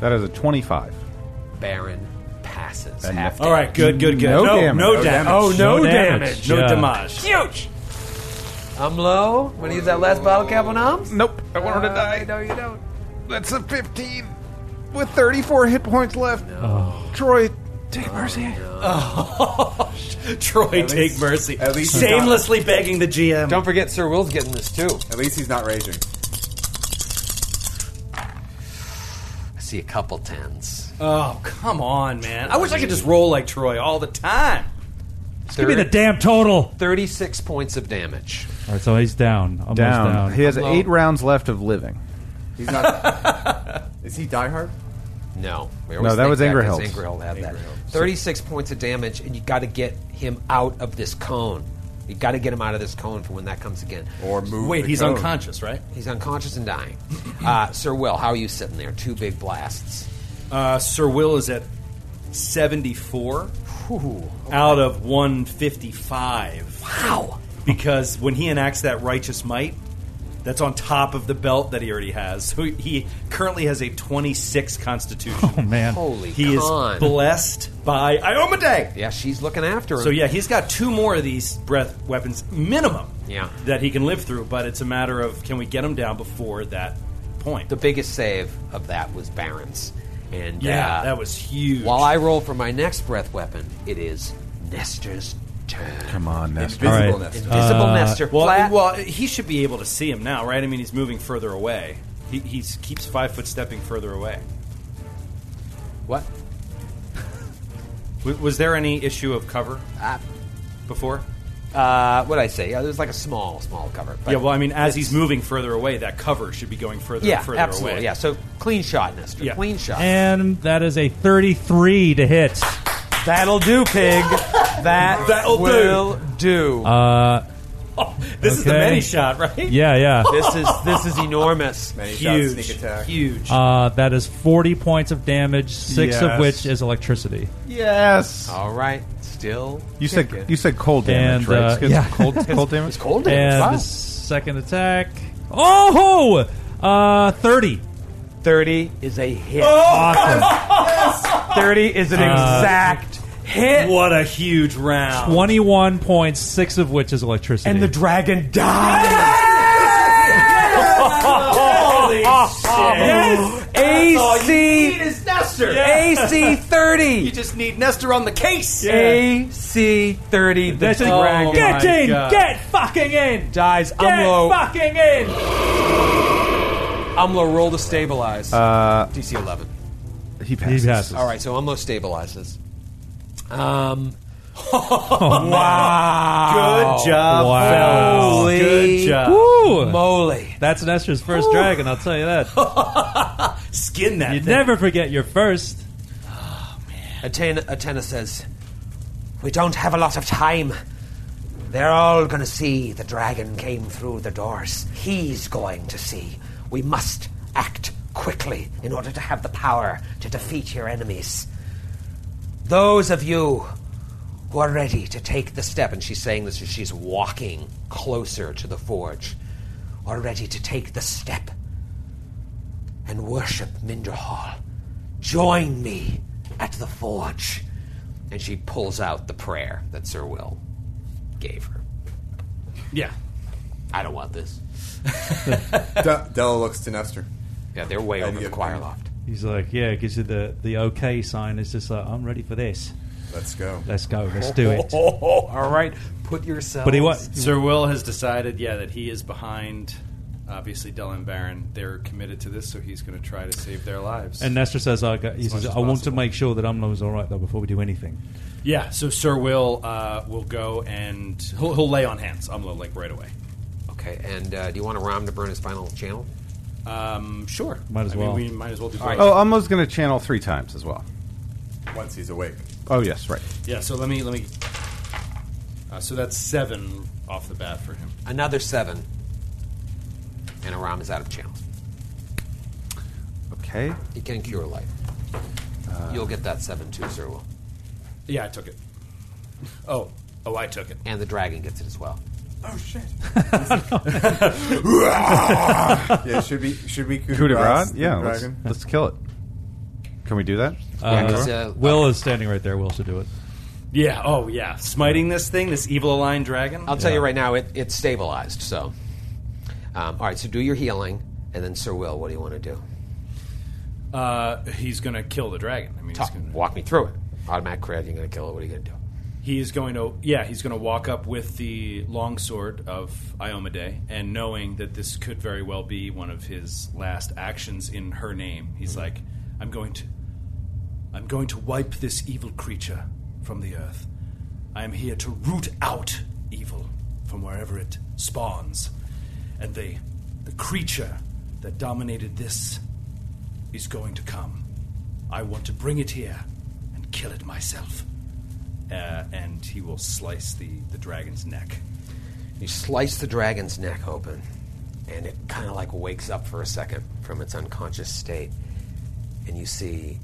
Speaker 4: That is a 25.
Speaker 3: Baron passes.
Speaker 4: And
Speaker 3: half
Speaker 4: no-
Speaker 5: All right, good, good, good.
Speaker 4: No
Speaker 5: no,
Speaker 4: damage.
Speaker 5: no
Speaker 4: No
Speaker 5: damage.
Speaker 4: damage.
Speaker 5: Oh, no,
Speaker 4: No
Speaker 5: damage.
Speaker 4: damage.
Speaker 5: No
Speaker 4: Yeah.
Speaker 5: damage.
Speaker 3: Huge. I'm low. Want to use that last bottle cap on arms?
Speaker 4: Nope. I want her to die.
Speaker 3: No, you don't.
Speaker 4: That's a 15 with 34 hit points left. Troy, take mercy.
Speaker 5: Troy,
Speaker 8: At
Speaker 5: take
Speaker 8: least-
Speaker 5: mercy.
Speaker 8: at least he's
Speaker 5: Shamelessly begging the GM.
Speaker 3: Don't forget, Sir Will's getting this too.
Speaker 8: At least he's not raging.
Speaker 3: I see a couple tens.
Speaker 5: Oh, come on, man. I wish I could just roll like Troy all the time.
Speaker 16: Give me the damn total.
Speaker 3: Thirty-six points of damage.
Speaker 16: All right, so he's down. Almost down.
Speaker 4: Down. He has
Speaker 3: Hello.
Speaker 4: eight rounds left of living.
Speaker 8: He's not. is he diehard?
Speaker 3: No, we
Speaker 4: No,
Speaker 3: always
Speaker 4: that
Speaker 3: think
Speaker 4: was Ingrid
Speaker 3: because
Speaker 4: Hills.
Speaker 3: Ingrid had that. Thirty-six points of damage, and you got to get him out of this cone. You got to get him out of this cone for when that comes again.
Speaker 8: Or move.
Speaker 5: Wait,
Speaker 8: the
Speaker 5: he's
Speaker 8: cone.
Speaker 5: unconscious, right?
Speaker 3: He's unconscious and dying. Uh, Sir Will, how are you sitting there? Two big blasts.
Speaker 5: Uh, Sir Will is at 74
Speaker 3: Ooh.
Speaker 5: out of 155.
Speaker 3: Wow.
Speaker 5: Because when he enacts that righteous might, That's on top of the belt that he already has. So he currently has a 26 constitution. Oh
Speaker 16: man.
Speaker 5: Holy He
Speaker 16: con.
Speaker 5: is blessed by Iomade.
Speaker 3: Yeah, she's looking after him.
Speaker 5: So yeah, he's got two more of these breath weapons minimum.
Speaker 3: Yeah.
Speaker 5: That he can live through, but it's a matter of can we get him down before that point.
Speaker 3: The biggest save of that was Baron's. And
Speaker 5: Yeah,
Speaker 3: uh,
Speaker 5: that was huge.
Speaker 3: While I roll for my next breath weapon, it is Nestor's turn.
Speaker 4: Come on, Nestor.
Speaker 5: Invisible
Speaker 4: All right.
Speaker 5: Nestor.
Speaker 3: Invisible Nestor.
Speaker 5: Uh, Well,
Speaker 3: flat.
Speaker 5: well, he should be able to see him now, right? I mean, he's moving further away. He he's, keeps five foot stepping further away.
Speaker 3: What?
Speaker 5: W- was there any issue of cover
Speaker 3: Ah.
Speaker 5: before?
Speaker 3: Uh, what I say? Yeah, there's like a small, small cover. but
Speaker 5: yeah, well, I mean,
Speaker 3: it's-
Speaker 5: as he's moving further away, that cover should be going further
Speaker 3: yeah,
Speaker 5: and further
Speaker 3: absolutely,
Speaker 5: away.
Speaker 3: yeah. So clean shot, Nestor.
Speaker 5: Yeah.
Speaker 3: Clean shot.
Speaker 16: And that is a 33 to hit.
Speaker 3: That'll do, pig. that
Speaker 5: That'll do.
Speaker 3: will do.
Speaker 16: Uh,
Speaker 5: this is the
Speaker 16: okay.
Speaker 5: many shot, right?
Speaker 16: Yeah, yeah.
Speaker 3: This is this is enormous.
Speaker 8: Many
Speaker 5: Huge.
Speaker 8: shots, sneak attack.
Speaker 5: Huge.
Speaker 16: Uh, that is 40 points of damage, six of
Speaker 4: Yes.
Speaker 16: which is electricity.
Speaker 4: Yes.
Speaker 3: All right. Still.
Speaker 4: You said
Speaker 3: kicking.
Speaker 4: you said cold damage,
Speaker 16: And,
Speaker 4: right?
Speaker 16: uh,
Speaker 4: It's- it's
Speaker 16: yeah.
Speaker 4: cold, cold damage.
Speaker 3: It's cold damage.
Speaker 16: And
Speaker 3: wow.
Speaker 16: the second attack. Oh, uh, 30.
Speaker 3: 30 is a hit.
Speaker 16: Awesome.
Speaker 3: 30 is an
Speaker 16: Oh! Uh,
Speaker 3: exact hit.
Speaker 5: What a huge round.
Speaker 16: 21 points, six of which is electricity.
Speaker 3: And the dragon dies.
Speaker 5: Holy
Speaker 3: Yes! AC
Speaker 5: is Nestor.
Speaker 3: AC 30.
Speaker 5: just need Nestor on the case.
Speaker 3: AC 30. The
Speaker 16: That's a-
Speaker 3: dragon Oh
Speaker 16: Get in!
Speaker 5: God.
Speaker 16: Get fucking in!
Speaker 3: dies.
Speaker 16: Get
Speaker 3: Umlo,
Speaker 16: fucking in!
Speaker 3: Umlo roll to stabilize.
Speaker 4: Uh,
Speaker 3: DC 11.
Speaker 4: he passes.
Speaker 16: He passes.
Speaker 3: All right, so Umlo stabilizes. Um. wow.
Speaker 5: Good job.
Speaker 16: Wow.
Speaker 5: fellas.
Speaker 3: Holy
Speaker 5: Good job.
Speaker 16: Woo!
Speaker 3: Moly.
Speaker 16: That's Nestor's first dragon, I'll tell you that.
Speaker 5: Skin that.
Speaker 16: You'd
Speaker 5: thing.
Speaker 16: never forget your first.
Speaker 3: Atena, Atena says, We don't have a lot of time. They're all going to see the dragon came through the doors. He's going to see. We must act quickly in order to have the power to defeat your enemies. Those of you who are ready to take the step, and she's saying this as she's walking closer to the forge, are ready to take the step and worship Minder Hall. Join me at the forge. And she pulls out the prayer that Sir Will gave her.
Speaker 5: Yeah.
Speaker 3: I don't want this.
Speaker 8: De- Della looks to Nestor.
Speaker 3: Yeah, they're way
Speaker 8: I'd
Speaker 3: over the
Speaker 8: give
Speaker 3: choir
Speaker 8: them-
Speaker 3: loft.
Speaker 16: He's like, yeah, gives you the, the okay sign. It's just like, I'm ready for this.
Speaker 8: Let's go.
Speaker 16: Let's go. Let's do it.
Speaker 3: all right, put yourself.
Speaker 16: But he was.
Speaker 5: Sir Will has decided, yeah, that he is behind. Obviously, Dell and Baron, they're committed to this, so he's going to try to save their lives.
Speaker 16: And Nestor says, I, got, he
Speaker 5: As
Speaker 16: says,
Speaker 5: much as
Speaker 16: I want to
Speaker 5: possible.
Speaker 16: make sure that Umlo's all right, though, before we do anything.
Speaker 5: yeah, so Sir Will uh, will go and he'll, he'll lay on hands Umlo like right away.
Speaker 3: Okay, and uh, do you want to Ram to burn his final channel?
Speaker 5: Um, sure,
Speaker 16: Might as
Speaker 5: I mean,
Speaker 16: well.
Speaker 5: we might as well do. both.
Speaker 4: Oh, Umlo's going to channel three times as well.
Speaker 8: Once he's awake.
Speaker 4: Oh yes, right.
Speaker 5: Yeah, so let me let me. Uh, so that's seven off the bat for him.
Speaker 3: Another seven, and Aram is out of channel.
Speaker 4: Okay.
Speaker 3: He can cure life. You'll get that seven too, Sir Will,
Speaker 5: Yeah, I took it. Oh, oh, I took it.
Speaker 3: and the dragon gets it as well.
Speaker 8: Oh shit! yeah, should we should we coup,
Speaker 4: Coup de grace?
Speaker 8: the
Speaker 4: Yeah. Let's,
Speaker 8: dragon?
Speaker 4: let's kill it. Can we do that?
Speaker 3: Yeah,
Speaker 16: Uh,
Speaker 3: 'cause, uh,
Speaker 16: Will is standing right there. Will should do it.
Speaker 5: Yeah. Oh, yeah. Smiting this thing, this evil aligned dragon.
Speaker 3: I'll tell you right now, it, it's stabilized. So, um, all right. So do your healing, and then Sir Will, what do you want to do?
Speaker 5: Uh, he's going to kill the dragon. I mean, he's
Speaker 3: Talk,
Speaker 5: going to
Speaker 3: walk me through it. Automatic crit. You're going to kill it. What are you going to do?
Speaker 5: He is going to, yeah, he's going to walk up with the longsword of Iomade, and knowing that this could very well be one of his last actions in her name, he's like, "I'm going to, I'm going to wipe this evil creature from the earth. I am here to root out evil from wherever it spawns, and the, the creature that dominated this is going to come. I want to bring it here and kill it myself." uh, and he will slice the, the dragon's neck.
Speaker 3: You slice the dragon's neck open, and it kind of like wakes up for a second from its unconscious state, and you see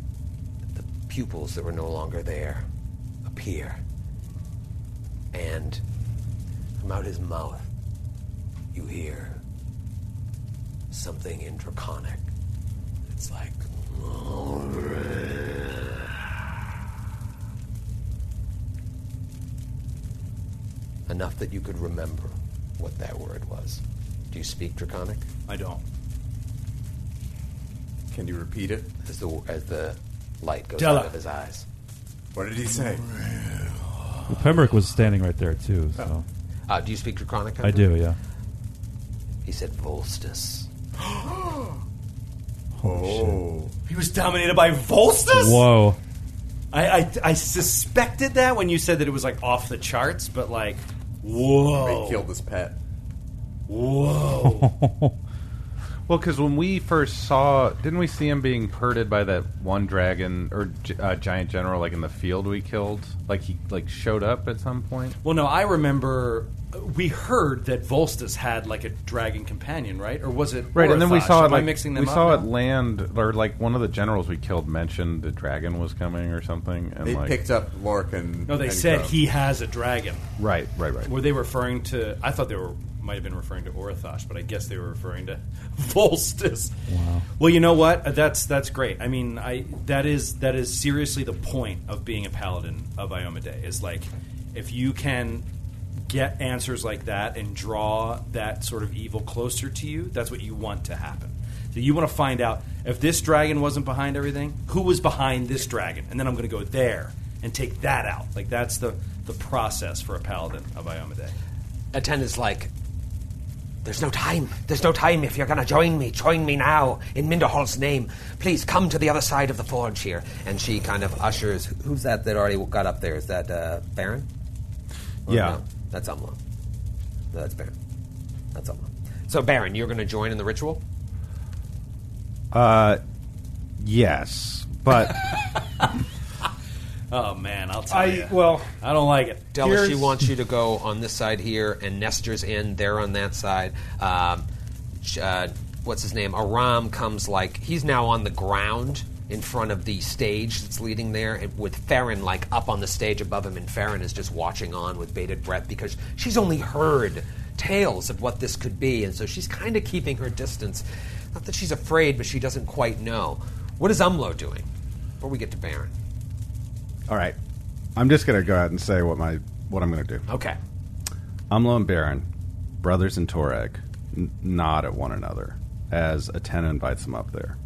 Speaker 3: the pupils that were no longer there appear, and from out his mouth, you hear something in Draconic. It's like. Enough that you could remember what that word was. Do you speak Draconic?
Speaker 5: I don't.
Speaker 8: Can you repeat it?
Speaker 3: As the, as the light goes
Speaker 8: Della.
Speaker 3: out of his eyes.
Speaker 8: What did he say?
Speaker 4: Oh.
Speaker 20: Well, Pembroke was standing right there too. So
Speaker 3: Uh, do you speak Draconic?
Speaker 20: I do. Yeah.
Speaker 3: He said Volstis.
Speaker 8: oh.
Speaker 5: He was dominated by Volstis?
Speaker 20: Whoa.
Speaker 5: I, I, I suspected that when you said that it was like off the charts, but like, whoa.
Speaker 8: They killed his pet.
Speaker 5: Whoa.
Speaker 4: Well, because when we first saw, didn't we see him being herded by that one dragon or gi- uh, giant general, like in the field we killed? Like he like showed up at some point.
Speaker 5: Well, no, I remember uh, we heard that Volstis had like a dragon companion, right? Or was it
Speaker 4: Right, and then we
Speaker 5: Orathosh?
Speaker 4: saw it
Speaker 5: Am I
Speaker 4: like
Speaker 5: mixing them
Speaker 4: we
Speaker 5: up
Speaker 4: saw
Speaker 5: now?
Speaker 4: it land, or like one of the generals we killed mentioned the dragon was coming or something, and
Speaker 8: They
Speaker 4: like
Speaker 8: picked up Lorcan.
Speaker 5: No, they
Speaker 4: and
Speaker 5: said
Speaker 4: Grub.
Speaker 5: he has a dragon.
Speaker 4: Right, right, right.
Speaker 5: Were they referring to? I thought they were might have been referring to Orathosh, but I guess they were referring to Volstis. Wow. Well, you know what? Uh, That's that's great. I mean, I that is that is seriously the point of being a paladin of Ioma Day is like if you can get answers like that and draw that sort of evil closer to you, that's what you want to happen. So you want to find out if this dragon wasn't behind everything, who was behind this dragon, and then I'm going to go there and take that out. Like that's the the process for a paladin of Ioma Day.
Speaker 3: Attendant's like, There's no time. There's no time. If you're going to join me, join me now in Minderhall's name. Please come to the other side of the forge here. And she kind of ushers. Who's that that already got up there? Is that uh, Baron? Or
Speaker 4: Yeah.
Speaker 3: no? that's Umla. No, that's Baron. That's Umla. So, Baron, you're going to join in the ritual?
Speaker 4: Uh, yes, but
Speaker 5: Oh man, I'll tell
Speaker 3: I-
Speaker 5: you.
Speaker 3: well,
Speaker 5: I don't like it.
Speaker 3: Della, she
Speaker 5: Here's-
Speaker 3: wants you to go on this side here, and Nestor's in, they're on that side. Um, sh- uh, what's his name? Aram comes like, he's now on the ground in front of the stage that's leading there, and with Farron like up on the stage above him, and Farron is just watching on with bated breath because she's only heard tales of what this could be, and so she's kind of keeping her distance. Not that she's afraid, but she doesn't quite know. What is Umlo doing? Before we get to Baron.
Speaker 4: all right, I'm just gonna go out and say what my what I'm gonna do.
Speaker 3: Okay.
Speaker 4: Umlo and Baron, brothers in Torag, n- nod at one another as Atena invites them up there.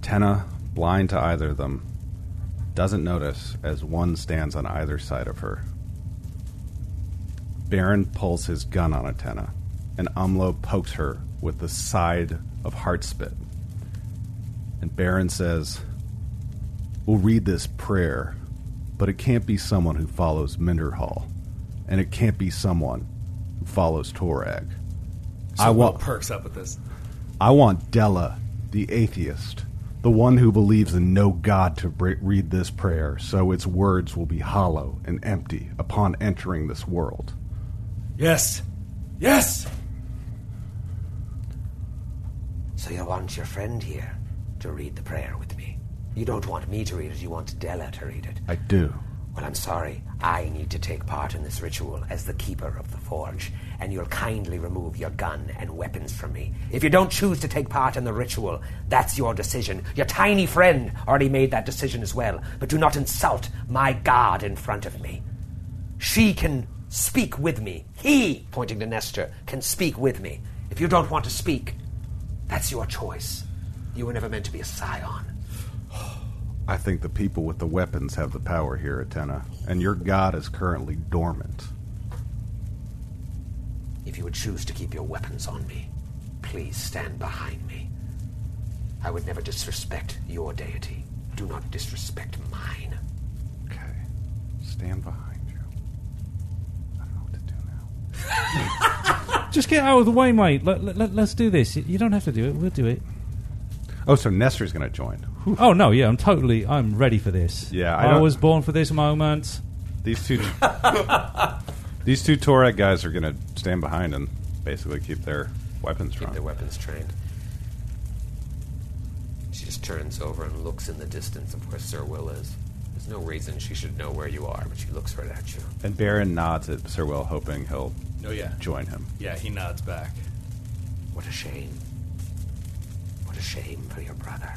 Speaker 4: Atena, blind to either of them, doesn't notice as one stands on either side of her. Baron pulls his gun on Atena, and Umlo pokes her with the side of Heartspit. And Baron says, We'll read this prayer, but it can't be someone who follows Minderhall, and it can't be someone who follows Torag.
Speaker 5: So
Speaker 4: I
Speaker 5: Will
Speaker 4: want
Speaker 5: perks up with this.
Speaker 4: I want Della, the atheist, the one who believes in no god, to br- read this prayer, so its words will be hollow and empty upon entering this world.
Speaker 5: Yes. Yes!
Speaker 3: So you want your friend here to read the prayer with me? You don't want me to read it, you want Della to read it.
Speaker 4: I do.
Speaker 3: Well, I'm sorry. I need to take part in this ritual as the keeper of the forge, and you'll kindly remove your gun and weapons from me. If you don't choose to take part in the ritual, that's your decision. Your tiny friend already made that decision as well, but do not insult my god in front of me. She can speak with me. He, pointing to Nestor, can speak with me. If you don't want to speak, that's your choice. You were never meant to be a scion.
Speaker 4: I think the people with the weapons have the power here, Atena, and your god is currently dormant.
Speaker 3: If you would choose to keep your weapons on me, please stand behind me. I would never disrespect your deity. Do not disrespect mine.
Speaker 4: Stand behind you.
Speaker 2: Just get out of the way, mate. Let, let, us do this. You don't have to do it. We'll do it.
Speaker 4: Oh, so Nestor's going to join.
Speaker 2: Oh no, yeah, I'm totally. I'm ready for this.
Speaker 4: Yeah, I
Speaker 2: I,
Speaker 4: don't-
Speaker 2: was born for this moment.
Speaker 4: These two, these two Torag guys are going to stand behind and basically keep their weapons drawn.
Speaker 3: Their weapons trained. She just turns over and looks in the distance of where Sir Will is. There's no reason she should know where you are, but she looks right at you.
Speaker 4: And Baron nods at Sir Will, hoping he'll
Speaker 5: Oh, yeah.
Speaker 4: join him.
Speaker 5: Yeah, he nods back.
Speaker 3: What a shame. What a shame for your brother.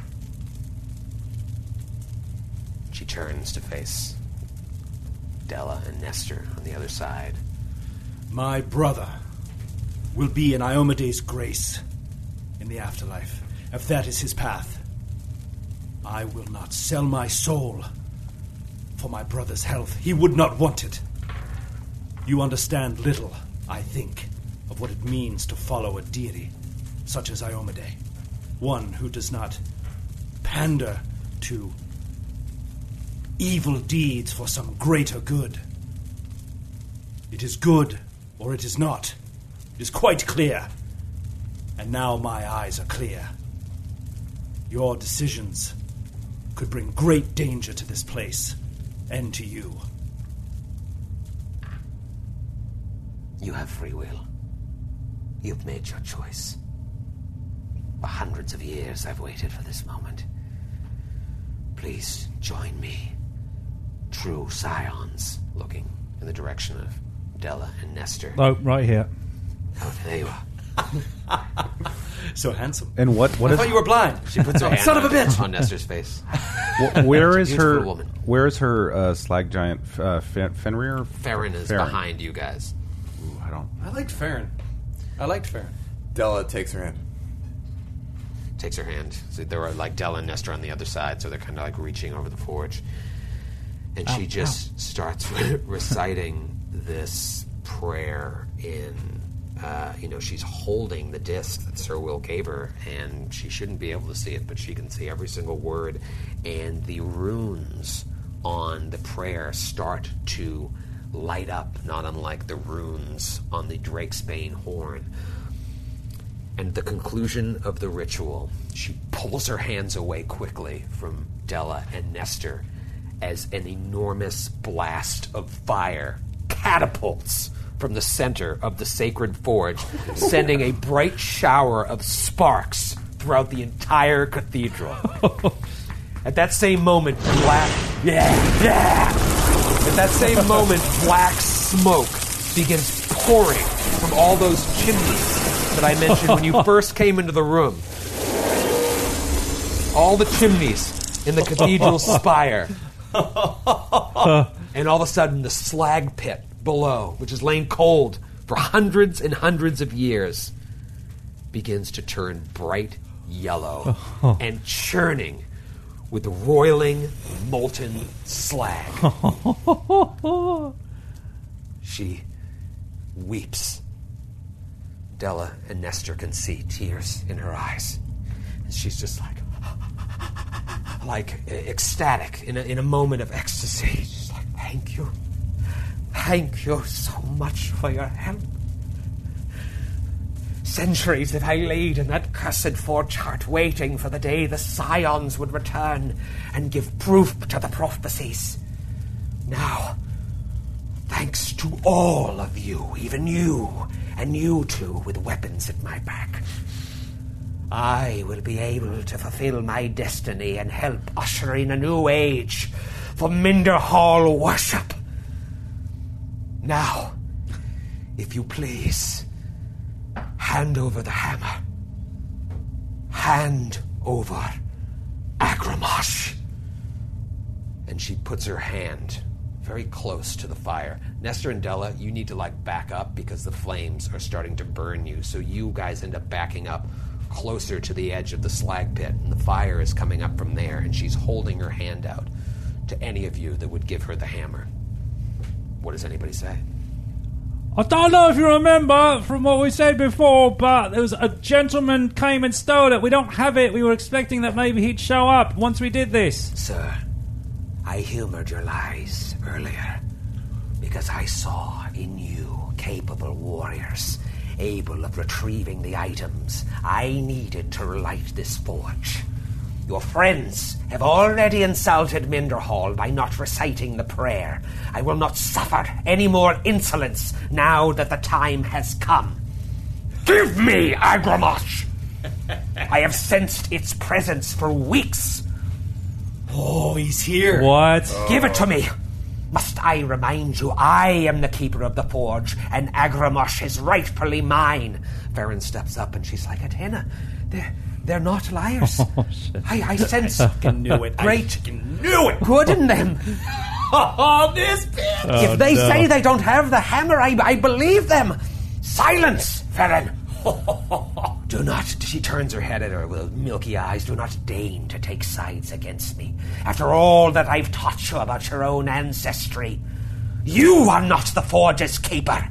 Speaker 3: She turns to face Della and Nestor on the other side.
Speaker 8: My brother will be in Iomade's grace in the afterlife, if that is his path. I will not sell my soul for my brother's health. He would not want it. You understand little, I think, of what it means to follow a deity such as Iomade, one who does not pander to evil deeds for some greater good. It is good or it is not. It is quite clear. And now my eyes are clear. Your decisions could bring great danger to this place and to you.
Speaker 3: You have free will. You've made your choice. For hundreds of years, I've waited for this moment. Please join me, true scions, looking in the direction of Della and Nestor.
Speaker 21: Oh, right here.
Speaker 3: Oh, there you are.
Speaker 8: so handsome.
Speaker 4: And what? What
Speaker 8: I
Speaker 4: is-
Speaker 8: thought you were blind.
Speaker 4: She puts her hand
Speaker 8: Son
Speaker 4: on-
Speaker 8: of a bitch.
Speaker 4: on Nestor's
Speaker 3: face.
Speaker 4: Wh- where is her?
Speaker 3: Beautiful woman.
Speaker 4: Where is her uh, slag giant uh, Fen- Fenrir?
Speaker 22: Farron is
Speaker 3: behind you guys.
Speaker 4: Ooh, I don't.
Speaker 5: I liked Farron. I liked Farron.
Speaker 23: Della takes her hand.
Speaker 3: Takes her hand. So there are like Della and Nestor on the other side, so they're kind of like reaching over the forge. And
Speaker 22: Ow,
Speaker 3: she just starts reciting this prayer in. Uh, you know, she's holding the disc that Sir Will gave her, and she shouldn't be able to see it, but she can see every single word. And the runes on the prayer start to light up, not unlike the runes on the Drakesbane horn and the conclusion of the ritual, she pulls her hands away quickly from Della and Nestor as an enormous blast of fire catapults from the center of the sacred forge, sending a bright shower of sparks throughout the entire cathedral. At that same moment, black. Yeah, yeah! At that same moment, black smoke begins pouring from all those chimneys that I mentioned when you first came into the room. All the chimneys in the cathedral spire. and all of a sudden, the slag pit below, which has lain cold for hundreds and hundreds of years, begins to turn bright yellow and churning with roiling molten slag. she weeps. Della and Nestor can see tears in her eyes. And she's just like, like e-, ecstatic in a, in a moment of ecstasy. She's like, thank you. Thank you so much for your help. Centuries have I laid in that cursed forge heart, waiting for the day the scions would return and give proof to the prophecies. Now, thanks to all of you, even you, and you two with weapons at my back, I will be able to fulfill my destiny and help usher in a new age for Minder Hall worship. Now, if you please, hand over the hammer. Hand over Agramash. And she puts her hand very close to the fire. Nestor and Della, you need to like back up because the flames are starting to burn you. So you guys end up backing up closer to the edge of the slag pit, and the fire is coming up from there. And she's holding her hand out to any of you that would give her the hammer. What does anybody say?
Speaker 2: I don't know if you remember from what we said before, but there was a gentleman came and stole it. We don't have it. We were expecting that maybe he'd show up once we did this.
Speaker 3: Sir, I humored your lies earlier because I saw in you capable warriors able of retrieving the items I needed to relight this forge. Your friends have already insulted Minderhall by not reciting the prayer. I will not suffer any more insolence now that the time has come. Give me Agramash! I have sensed its presence for weeks.
Speaker 8: Oh, he's here.
Speaker 2: What?
Speaker 3: Give it to me. Must I remind you, I am the keeper of the forge, and Agramosh is rightfully mine. Varen steps up and she's like, Atena, they're, they're not liars. I, I sense
Speaker 2: Oh, fucking knew it. I
Speaker 3: great
Speaker 2: knew it.
Speaker 3: good in them.
Speaker 2: Oh, this bitch! Oh,
Speaker 3: if they say they don't have the hammer, I, I believe them. Silence, Farron. do not, she turns her head at her with milky eyes, do not deign to take sides against me. After all that I've taught you about your own ancestry, you are not the Forge's keeper.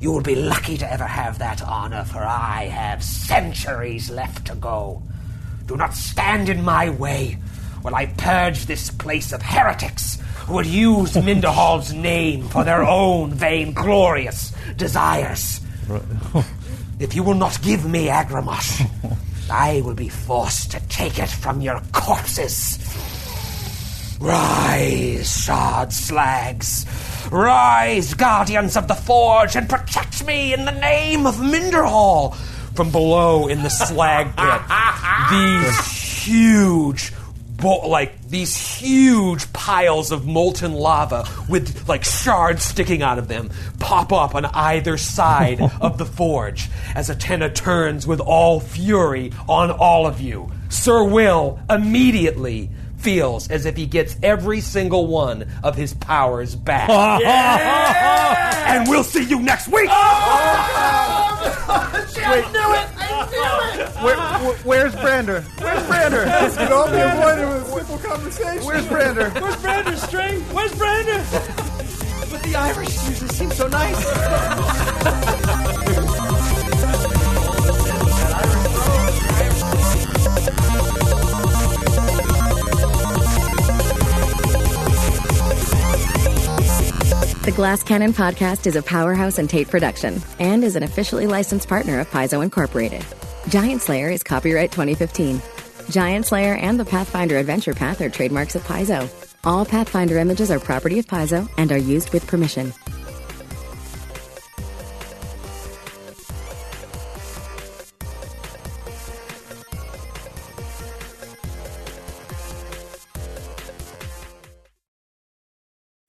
Speaker 3: You will be lucky to ever have that honor, for I have centuries left to go. Do not stand in my way while I purge this place of heretics who would use Minderhall's name for their own vainglorious desires. If you will not give me Agramosh, I will be forced to take it from your corpses. Rise, shard slags. Rise, guardians of the forge, and protect me in the name of Minderhall from below in the slag pit. These huge. Bo- like these huge piles of molten lava with like shards sticking out of them pop up on either side of the forge as Atena turns with all fury on all of you. Sir Will immediately feels as if he gets every single one of his powers back. And we'll see you next week.
Speaker 2: I knew it! I knew it!
Speaker 24: Where, wh- where's Brander? Where's Brander?
Speaker 2: This could all be avoided with a
Speaker 24: simple conversation. Where's Brander?
Speaker 2: Where's Brander, String? Where's Brander? but the Irish usually seem so nice.
Speaker 7: The Glass Cannon podcast is a powerhouse and Tate production and is an officially licensed partner of Paizo Incorporated. Giant Slayer is copyright 2015. Giant Slayer and the Pathfinder Adventure Path are trademarks of Paizo. All Pathfinder images are property of Paizo and are used with permission.